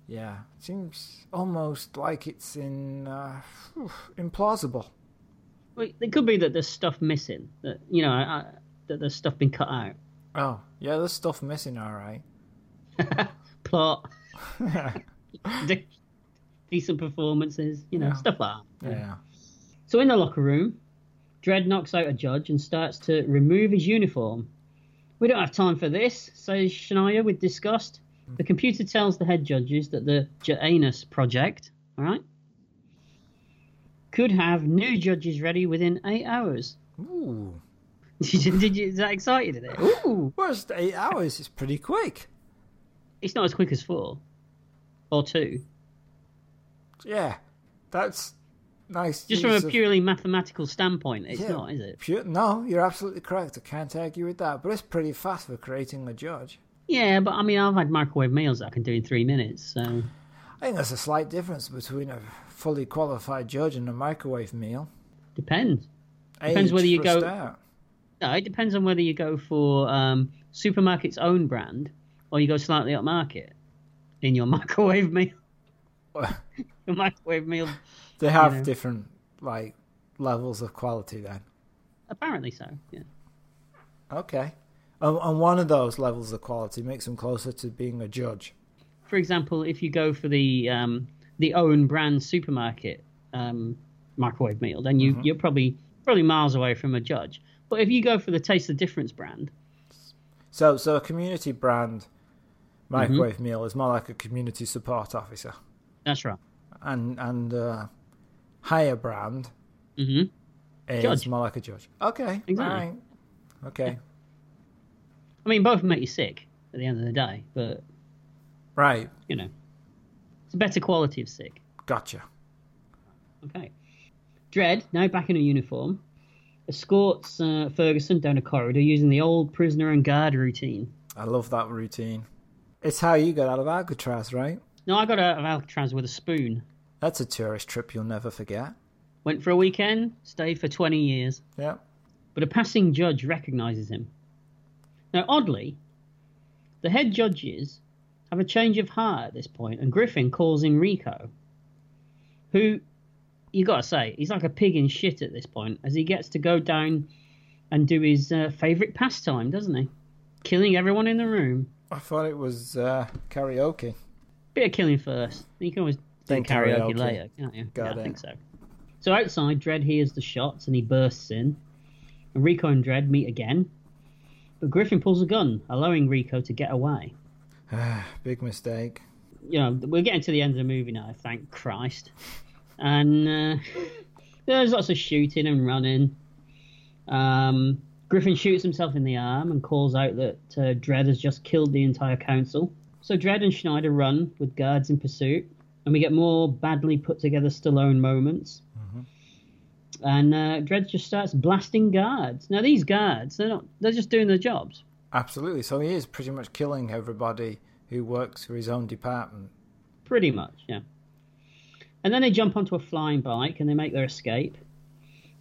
B: Yeah, seems almost like it's in uh, phew, implausible.
A: Well, it could be that there's stuff missing. That you know, I, I- that there's stuff been cut out.
B: Oh, yeah, there's stuff missing, all right.
A: Plot,
B: yeah.
A: de- decent performances, you know,
B: Yeah.
A: stuff like that.
B: yeah,
A: So in the locker room, Dredd knocks out a judge and starts to remove his uniform. We don't have time for this, says Shania with disgust. The computer tells the head judges that the Janus project, all right, could have new judges ready within eight hours.
B: Ooh,
A: Did you, did you, is that excited? Isn't it? Ooh,
B: worst eight hours is pretty quick.
A: it's not as quick as four or two.
B: Yeah, that's nice.
A: Just
B: use
A: from a
B: of-
A: purely mathematical standpoint, it's
B: Yeah.
A: not, is it?
B: pure. No, you're absolutely correct. I can't argue with that. But it's pretty fast for creating a judge.
A: Yeah, but I mean, I've had microwave meals that I can do in three minutes, so.
B: I think there's a slight difference between a fully qualified judge and a microwave meal.
A: Depends. Depends
B: Age
A: whether you
B: for a
A: go-
B: start.
A: No, it depends on whether you go for um, supermarket's own brand or you go slightly upmarket in your microwave meal. your microwave meal,
B: They have
A: know.
B: different like levels of quality then.
A: apparently so. Yeah.
B: Okay. And, and one of those levels of quality makes them closer to being a judge.
A: For example, if you go for the um, the own brand supermarket um, microwave meal, then you you're probably probably miles away from a judge. But if you go for the Taste the Difference brand,
B: So, so a community brand
A: Mm-hmm.
B: microwave meal is more like a community support officer,
A: that's right.
B: and and uh, higher brand
A: hmm
B: is
A: Judge.
B: more like a judge. Okay,
A: Exactly.
B: right. Okay,
A: I mean, both make you sick at the end of the day, but
B: right.
A: you know, it's a better quality of sick.
B: Gotcha.
A: Okay. Dredd, now back in a uniform, escorts uh, Ferguson down a corridor using the old prisoner and guard routine.
B: I love that routine. It's how you got out of Alcatraz, right?
A: Now, I got out of Alcatraz with a spoon.
B: That's a tourist trip you'll never forget.
A: Went for a weekend, stayed for 20 years,
B: Yeah.
A: but a passing judge recognizes him. Now, oddly, the head judges have a change of heart at this point, and Griffin calls in Rico, who you gotta say he's like a pig in shit at this point, as he gets to go down and do his uh, favorite pastime, doesn't he? Killing everyone in the room.
B: I thought it was uh, karaoke.
A: Bit of killing first. You can always do
B: Then
A: karaoke,
B: karaoke.
A: later, can't you?
B: Got
A: yeah, I
B: it.
A: think so. So outside, Dredd hears the shots and he bursts in. And Rico and Dredd meet again. But Griffin pulls a gun, allowing Rico to get away.
B: Big mistake.
A: you know, we're getting to the end of the movie now, thank Christ. And uh, there's lots of shooting and running. Um, Griffin shoots himself in the arm and calls out that uh, Dredd has just killed the entire council. So Dredd and Schneider run with guards in pursuit, and we get more badly put together Stallone moments. And uh, Dredd just starts blasting guards. Now these guards, they're not—they're just doing their jobs.
B: Absolutely. So he is pretty much killing everybody who works for his own department.
A: Pretty much, yeah. And then they jump onto a flying bike and they make their escape.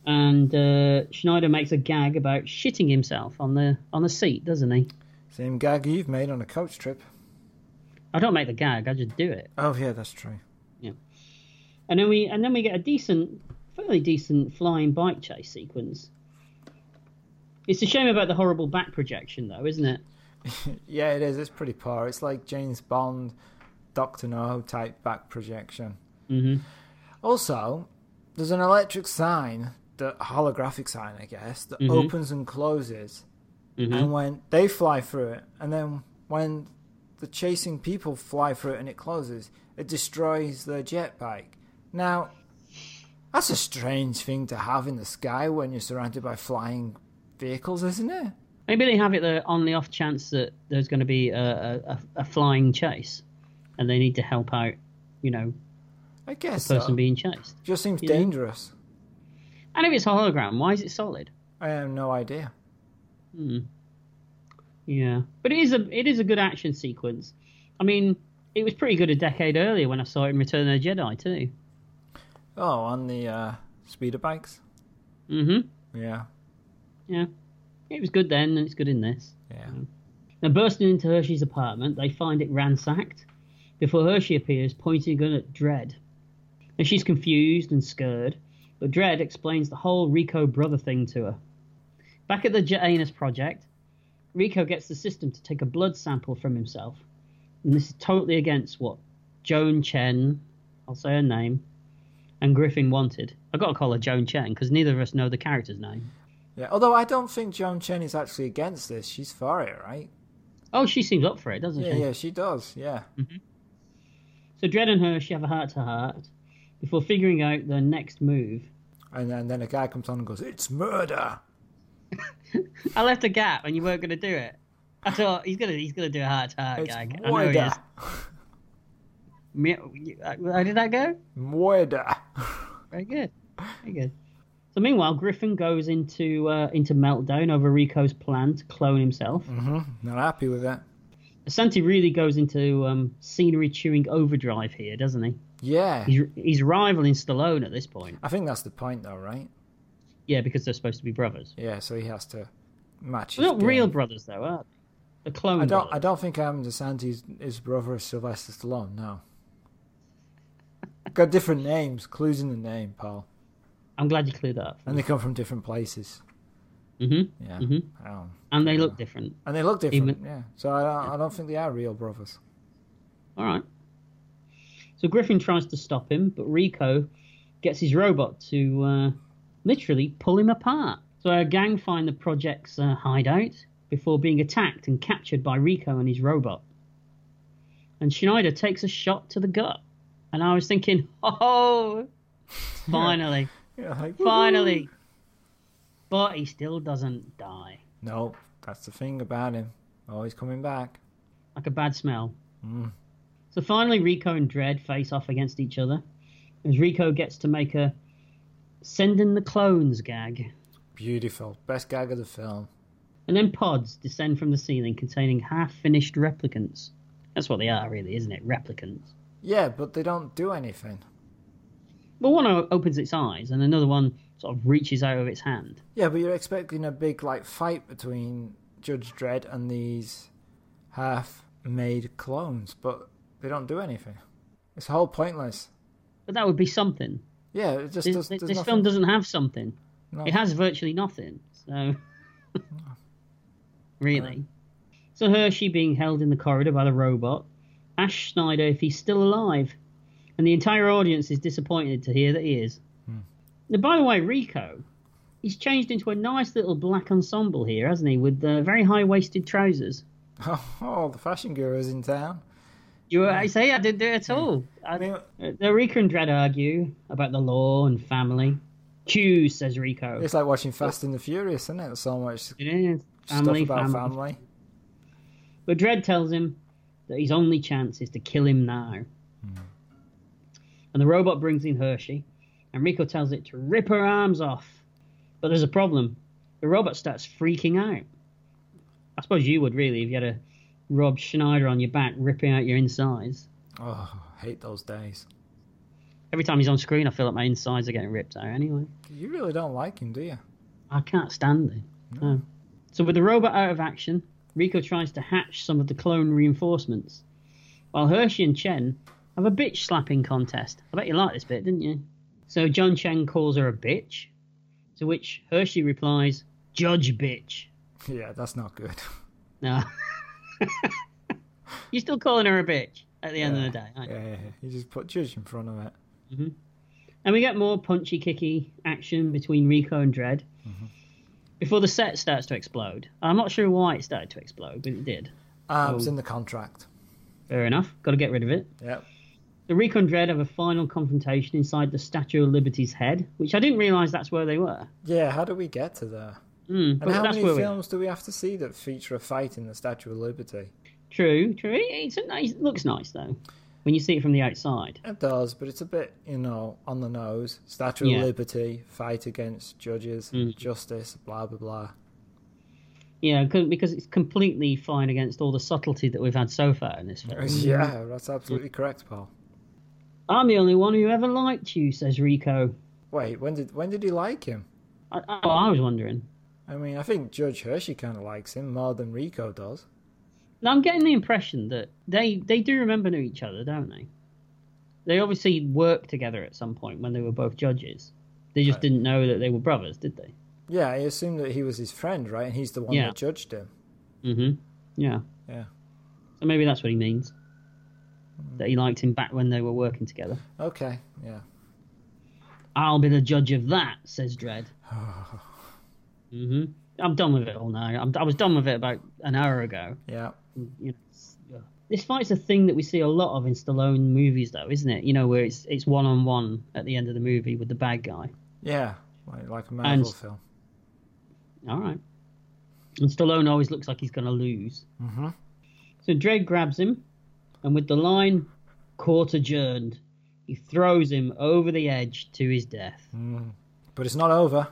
A: And uh, Schneider makes a gag about shitting himself on the on the seat, doesn't he?
B: Same gag you've made on a coach trip.
A: I don't make the gag; I just do it.
B: Oh yeah, that's true.
A: And then we and then we get a decent, fairly decent flying bike chase sequence. It's a shame about the horrible back projection, though, isn't it?
B: Yeah, it is. It's pretty poor. It's like James Bond, Doctor No type back projection.
A: Mhm.
B: Also, there's an electric sign, the holographic sign, I guess, that
A: Mm-hmm.
B: opens and closes. And when they fly through it, and then when the chasing people fly through it and it closes, it destroys their jetpack. Now, that's a strange thing to have in the sky when you're surrounded by flying vehicles, isn't it?
A: Maybe they have it there on the off chance that there's going to be a, a, a- a flying chase, and they need to help out, you know,
B: I guess
A: person
B: so.
A: being chased.
B: Just seems
A: Yeah.
B: dangerous.
A: And if it's a hologram, why is it solid?
B: I have no idea.
A: Yeah, but it is a it is a good action sequence. I mean, it was pretty good a decade earlier when I saw it in Return of the Jedi too.
B: Oh, on the uh, speeder bikes?
A: hmm
B: Yeah,
A: Yeah, it was good then, and it's good in this.
B: yeah.
A: Now bursting into Hershey's apartment, they find it ransacked. Before Hershey appears, pointing a gun at Dredd, and she's confused and scared. But Dredd explains the whole Rico brother thing to her. Back at the Janus project, Rico gets the system to take a blood sample from himself, and this is totally against what Joan Chen, I'll say her name, and Griffin wanted. I got to call her Joan Chen because neither of us know the character's name.
B: Yeah, although I don't think Joan Chen is actually against this. She's for it, right?
A: Oh, she seems up for it, doesn't
B: Yeah,
A: she?
B: yeah, she does. Yeah.
A: Mm. So Dredd and Hershey have a heart to heart before figuring out their next move.
B: And then, then a guy comes on and goes, "It's murder."
A: I left a gap and you weren't going to do it. I thought he's going to he's going to do a heart to heart
B: It's
A: gag. I know he
B: murder.
A: is. Me- you- uh, How did that go?
B: Murder.
A: Very good. Very good. So meanwhile, Griffin goes into uh, into meltdown over Rico's plan to clone himself.
B: Mm.
A: Mm-hmm.
B: Not happy with that.
A: Asante really goes into um, scenery chewing overdrive here, doesn't he?
B: Yeah,
A: He's, he's rivaling Stallone at this point.
B: I think that's the point, though, right?
A: Yeah, because they're supposed to be brothers.
B: Yeah, so he has to match.
A: They're
B: his
A: not real
B: game.
A: brothers though, are they? They're clone
B: I don't. I
A: brothers.
B: don't think Adam DeSantis is brother of Sylvester Stallone. No. Got different names. Clues in the name, Paul,
A: I'm glad you cleared that up.
B: and they come from different places.
A: hmm
B: Yeah. Um,
A: And they look different.
B: And they look different,
A: Even-
B: yeah. So I don't, I don't think they are real brothers.
A: All right. So Griffin tries to stop him, but Rico gets his robot to uh, literally pull him apart. So a gang find the project's uh, hideout before being attacked and captured by Rico and his robot. And Schneider takes a shot to the gut. And I was thinking, oh, finally,
B: Yeah, like,
A: finally. But he still doesn't die.
B: No, that's the thing about him. Always coming back.
A: like a bad smell.
B: Mm.
A: So finally, Rico and Dread face off against each other as Rico gets to make a send in the clones gag.
B: Beautiful. Best gag of the film.
A: And then pods descend from the ceiling containing half finished replicants. That's what they are, really, isn't it? Replicants.
B: Yeah, but they don't do anything.
A: Well, one o- opens its eyes and another one sort of reaches out of its hand.
B: Yeah, but you're expecting a big, like, fight between Judge Dredd and these half-made clones, but they don't do anything. It's whole pointless.
A: But that would be something.
B: Yeah, it just
A: This,
B: does,
A: this
B: there's nothing.
A: film doesn't have something.
B: No.
A: It has virtually nothing. So, really. So Hershey being held in the corridor by the robot, Ash Schneider if he's still alive, and the entire audience is disappointed to hear that he is. Now, by the way, Rico, he's changed into a nice little black ensemble here, hasn't he? With uh, very high-waisted trousers.
B: Oh, the fashion guru's in town.
A: You were, I say I didn't do it at all. I,
B: I mean,
A: the Rico and Dredd argue about the law and family. Choose, says Rico.
B: it's like watching Fast and the Furious, isn't it? So much
A: It is. Family,
B: stuff about
A: family.
B: family.
A: But Dredd tells him that his only chance is to kill him now. And the robot brings in Hershey, and Rico tells it to rip her arms off. But there's a problem. The robot starts freaking out. I suppose you would really if you had a Rob Schneider on your back ripping out your insides.
B: Oh, I hate those days.
A: Every time he's on screen, I feel like my insides are getting ripped out anyway.
B: You really don't like him, do you?
A: I can't stand him. No. So with the robot out of action, Rico tries to hatch some of the clone reinforcements, while Hershey and Chen have a bitch slapping contest. I bet you liked this bit, didn't you? So John Chen calls her a bitch, to which Hershey replies, "Judge bitch."
B: Yeah, that's not good.
A: No. You're still calling her a bitch at the end of the day. aren't you?
B: Yeah, yeah, yeah. You just put judge in front of it.
A: And we get more punchy, kicky action between Rico and Dredd before the set starts to explode. I'm not sure why it started to explode, but it did.
B: Arms in the contract.
A: Fair enough. Got to get rid of it.
B: Yep.
A: The Rico and Dredd have a final confrontation inside the Statue of Liberty's head, which I didn't realise that's where they were.
B: Yeah, how do we get to there?
A: Mm, but
B: And how
A: that's
B: many
A: where
B: films do we have to see that feature a fight in the Statue of Liberty?
A: we True, true. It's a nice, it looks nice, though, when you see it from the outside.
B: It does, but it's a bit, you know, on the nose. Statue
A: Yeah. Mm.
B: of Liberty, fight against judges, justice, blah, blah, blah.
A: Yeah, 'cause- because it's completely fine against all the subtlety that we've had so far in this film.
B: Yeah, that's
A: Mm.
B: absolutely correct, Paul.
A: I'm the only one who ever liked you, says Rico.
B: Wait, when did when did he like him?
A: I, I, oh, I was wondering.
B: I mean, I think Judge Hershey kind of likes him more than Rico does.
A: Now I'm getting the impression that they they do remember each other, don't they? They obviously worked together at some point when they were both judges. They just didn't know that they were brothers, did they?
B: Yeah, I assumed that he was his friend, right? And he's the one
A: Yeah.
B: that judged him.
A: Mm-hmm. Yeah.
B: Yeah.
A: So maybe that's what he means. That he liked him back when they were working together.
B: Okay. Yeah.
A: I'll be the judge of that, says Dredd. hmm I'm done with it all now. I'm, I was done with it about an hour ago.
B: Yeah.
A: you know, it's- yeah. this fight's a thing that we see a lot of in Stallone movies, though, isn't it? You know, where it's it's one on one at the end of the movie with the bad guy.
B: Yeah. Like, like a Marvel film.
A: All right. And Stallone always looks like he's going to lose. Mm-hmm. So Dredd grabs him, and with the line "Court adjourned," he throws him over the edge to his death.
B: But it's not over.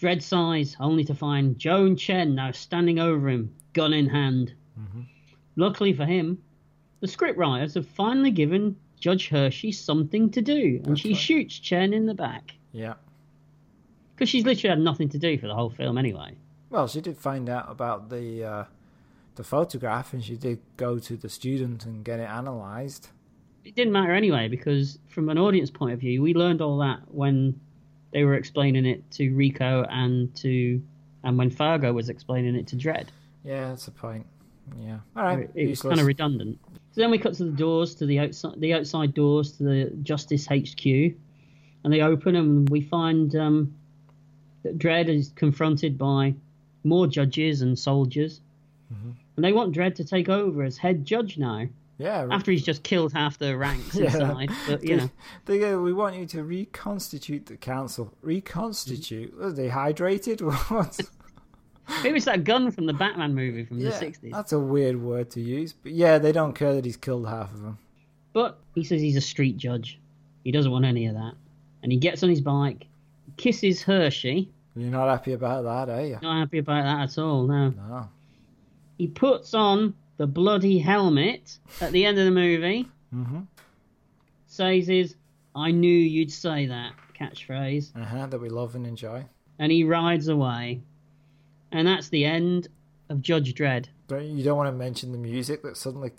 A: Dredd sighs, only to find Joan Chen now standing over him, gun in hand. Luckily for him, the scriptwriters have finally given Judge Hershey something to do, and she shoots Chen in the back.
B: Yeah.
A: Because she's literally had nothing to do for the whole film anyway.
B: Well, she did find out about the uh, the photograph, and she did go to the student and get it analyzed.
A: It didn't matter anyway, because from an audience point of view, we learned all that when they were explaining it to Rico and to. And when Fargo was explaining it to Dredd.
B: Yeah, that's a point. Yeah. All right.
A: It- It's
B: useless.
A: kind of redundant. So then we cut to the doors to the outside, the outside doors to the Justice HQ, and they open, and we find um, that Dredd is confronted by more judges and soldiers,
B: Mm-hmm.
A: and they want Dredd to take over as head judge now.
B: yeah.
A: After he's just killed half the ranks
B: Yeah.
A: inside, but you know,
B: They go, we want you to reconstitute the council. Reconstitute? Are they hydrated? What?
A: maybe it's that gun from the Batman movie from
B: yeah,
A: the sixties.
B: that's a weird word to use. But yeah, they don't care that he's killed half of them.
A: But he says he's a street judge. He doesn't want any of that, and he gets on his bike, kisses Hershey.
B: You're not happy about that, are you?
A: Not happy about that at all. No.
B: No.
A: he puts on the bloody helmet at the end of the movie. Mm-hmm. Says his, I knew you'd say that catchphrase.
B: Uh-huh, Uh huh. That we love and enjoy.
A: And he rides away. And that's the end of Judge Dredd.
B: Don't you don't want to mention the music that suddenly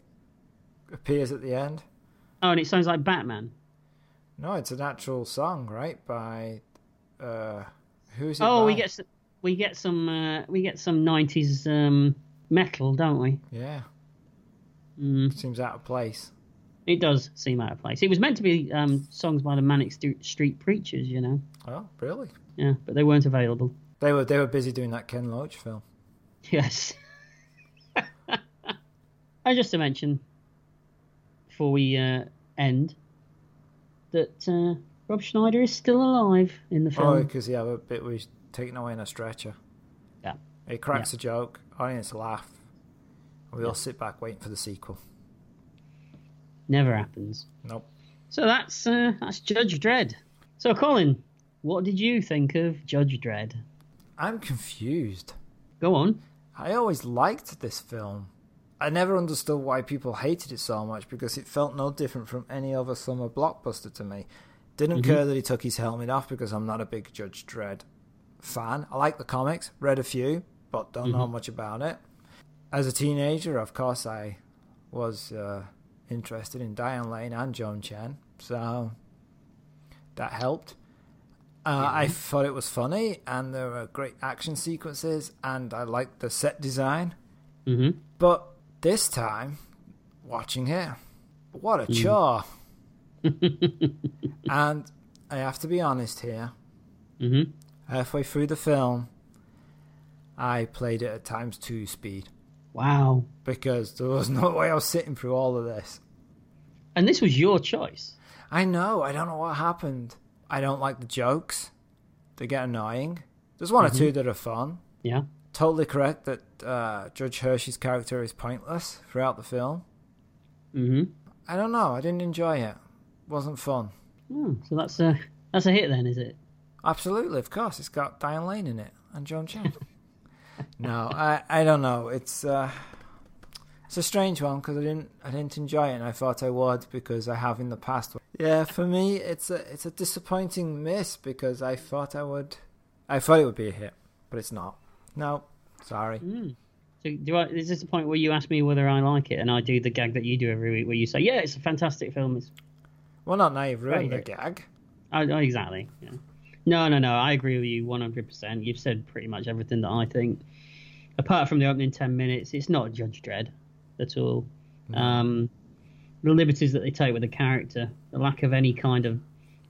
B: appears at the end?
A: Oh, and it sounds like Batman.
B: No, it's an actual song, right? By uh, who's it?
A: Oh, we
B: by?
A: get s- we get some uh, we get some nineties um, metal, don't we?
B: yeah.
A: Mm.
B: Seems out of place.
A: It does seem out of place. It was meant to be um, songs by the Manic Stu- Street Preachers, you know.
B: Oh, really?
A: Yeah, but they weren't available.
B: They were they were busy doing that Ken Loach film.
A: Yes. and just to mention, before we uh, end, that uh, Rob Schneider is still alive in the film.
B: Oh, because yeah, but it was taken away in a stretcher.
A: Yeah.
B: It cracks a joke. Audience laugh. We all sit back waiting for the sequel.
A: Never happens.
B: Nope.
A: So that's uh, that's Judge Dredd. So Colin, what did you think of Judge Dredd?
B: I'm confused.
A: Go on.
B: I always liked this film. I never understood why people hated it so much because it felt no different from any other summer blockbuster to me. Didn't care that he took his helmet off because I'm not a big Judge Dredd fan. I like the comics, read a few, but don't know much about it. As a teenager, of course, I was uh, interested in Diane Lane and Joan Chen, so that helped. Uh, I thought it was funny, and there were great action sequences, and I liked the set design.
A: hmm
B: But this time, watching it, what a chore! and I have to be honest here.
A: hmm
B: Halfway through the film, I played it at times two speed
A: Wow.
B: because there was no way I was sitting through all of this.
A: And this was your choice.
B: I know. I don't know what happened. I don't like the jokes; they get annoying. There's one or two that are fun.
A: Yeah.
B: Totally correct that uh, Judge Hershey's character is pointless throughout the film.
A: hmm
B: I don't know. I didn't enjoy it. Wasn't fun.
A: Oh, so that's a that's a hit then, is it?
B: Absolutely, of course. It's got Diane Lane in it and John Chen. no, I, I don't know. It's uh, it's a strange one because I didn't I didn't enjoy it and I thought I would because I have in the past. Yeah, for me it's a it's a disappointing miss because I thought I would I thought it would be a hit, but it's not. No, sorry.
A: Mm. So do I, is this the point where you ask me whether I like it, and I do the gag that you do every week, where you say, "Yeah, it's a fantastic film." It's
B: Well, not now you've ruined
A: Right.
B: the gag.
A: I, I- Oh, exactly. Yeah. No, no, no. I agree with you one hundred percent. You've said pretty much everything that I think, apart from the opening ten minutes. It's not Judge Dredd at all. Um, the liberties that they take with the character, the lack of any kind of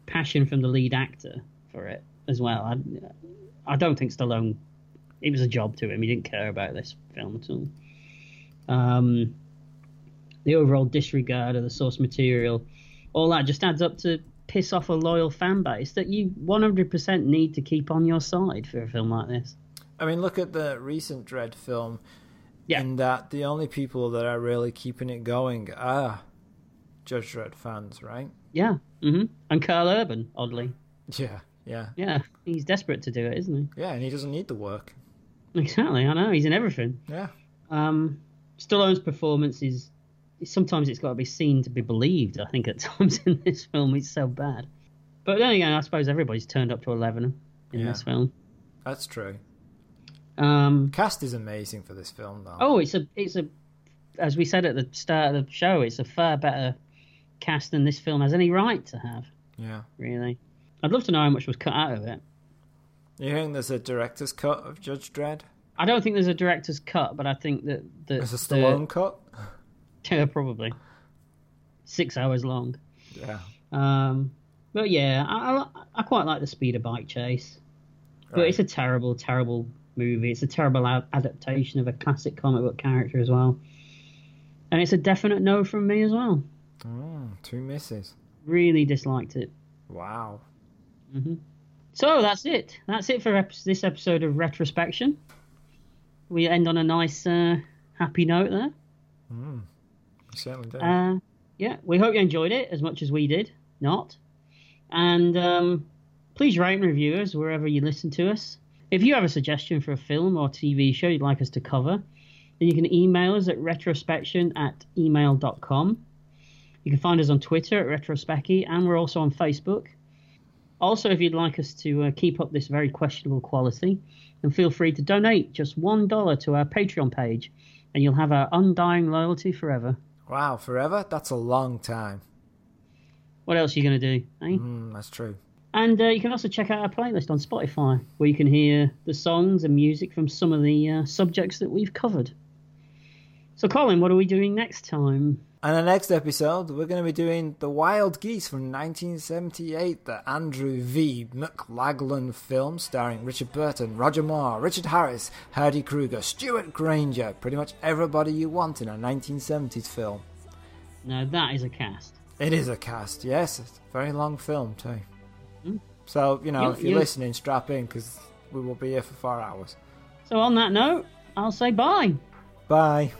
A: passion from the lead actor for it as well. I, I don't think Stallone. It was a job to him. He didn't care about this film at all. Um, the overall disregard of the source material, all that just adds up to piss off a loyal fan base that you 100% need to keep on your side for a film like this.
B: I mean, look at the recent Dread film.
A: Yeah.
B: In that the only people that are really keeping it going are Judge Dredd fans, right?
A: Yeah. hmm And Carl Urban, oddly.
B: Yeah. Yeah.
A: Yeah. He's desperate to do it, isn't
B: Yeah, and he doesn't need the work.
A: he? Exactly. I know. He's in everything.
B: Yeah.
A: Um, Stallone's performance is sometimes it's got to be seen to be believed. I think at times in this film it's so bad. But then again, I suppose everybody's turned up to eleven in
B: Yeah.
A: this film.
B: That's true.
A: Um,
B: Cast is amazing for this film, though.
A: oh, it's a it's a as we said at the start of the show, it's a far better cast than this film has any right to have.
B: Yeah.
A: Really, I'd love to know how much was cut out of it.
B: You're hearing there's a director's cut of Judge Dredd?
A: I don't think there's a director's cut, but I think that that
B: There's a
A: the-
B: Stallone cut?
A: yeah, probably six hours long.
B: Yeah.
A: Um, but yeah, I, I, I quite like the speeder bike chase, but
B: Right.
A: it's a terrible, terrible movie. It's a terrible a- adaptation of a classic comic book character as well, and it's a definite no from me as well.
B: Mm, two misses.
A: Really disliked it.
B: Wow.
A: So that's it. That's it for ep- this episode of retrospection. We end on a nice, uh, happy note there.
B: You certainly did.
A: Uh, yeah, we hope you enjoyed it as much as we did. Not. And um, please rate and review us wherever you listen to us. If you have a suggestion for a film or TV show you'd like us to cover, then you can email us at retrospection at email.com. You can find us on Twitter at retrospecky, and we're also on Facebook. Also, if you'd like us to uh, keep up this very questionable quality, then feel free to donate just $1 to our Patreon page, and you'll have our undying loyalty forever.
B: Wow, forever? That's a long time.
A: What else are you going to do? Eh?
B: Mm, that's true.
A: And uh, you can also check out our playlist on Spotify, where you can hear the songs and music from some of the uh, subjects that we've covered. So, Colin, what are we doing next time?
B: And the next episode, we're going to be doing The Wild Geese from 1978, the Andrew V. McLaglen film starring Richard Burton, Roger Moore, Richard Harris, Hardy Kruger, Stuart Granger, pretty much everybody you want in a 1970s film.
A: Now, that is a cast.
B: It is a cast, yes. It's a very long film, too. So, you know,
A: You-
B: if you're
A: you-
B: listening, strap in because we will be here for four hours.
A: So, on that note, I'll say bye.
B: Bye.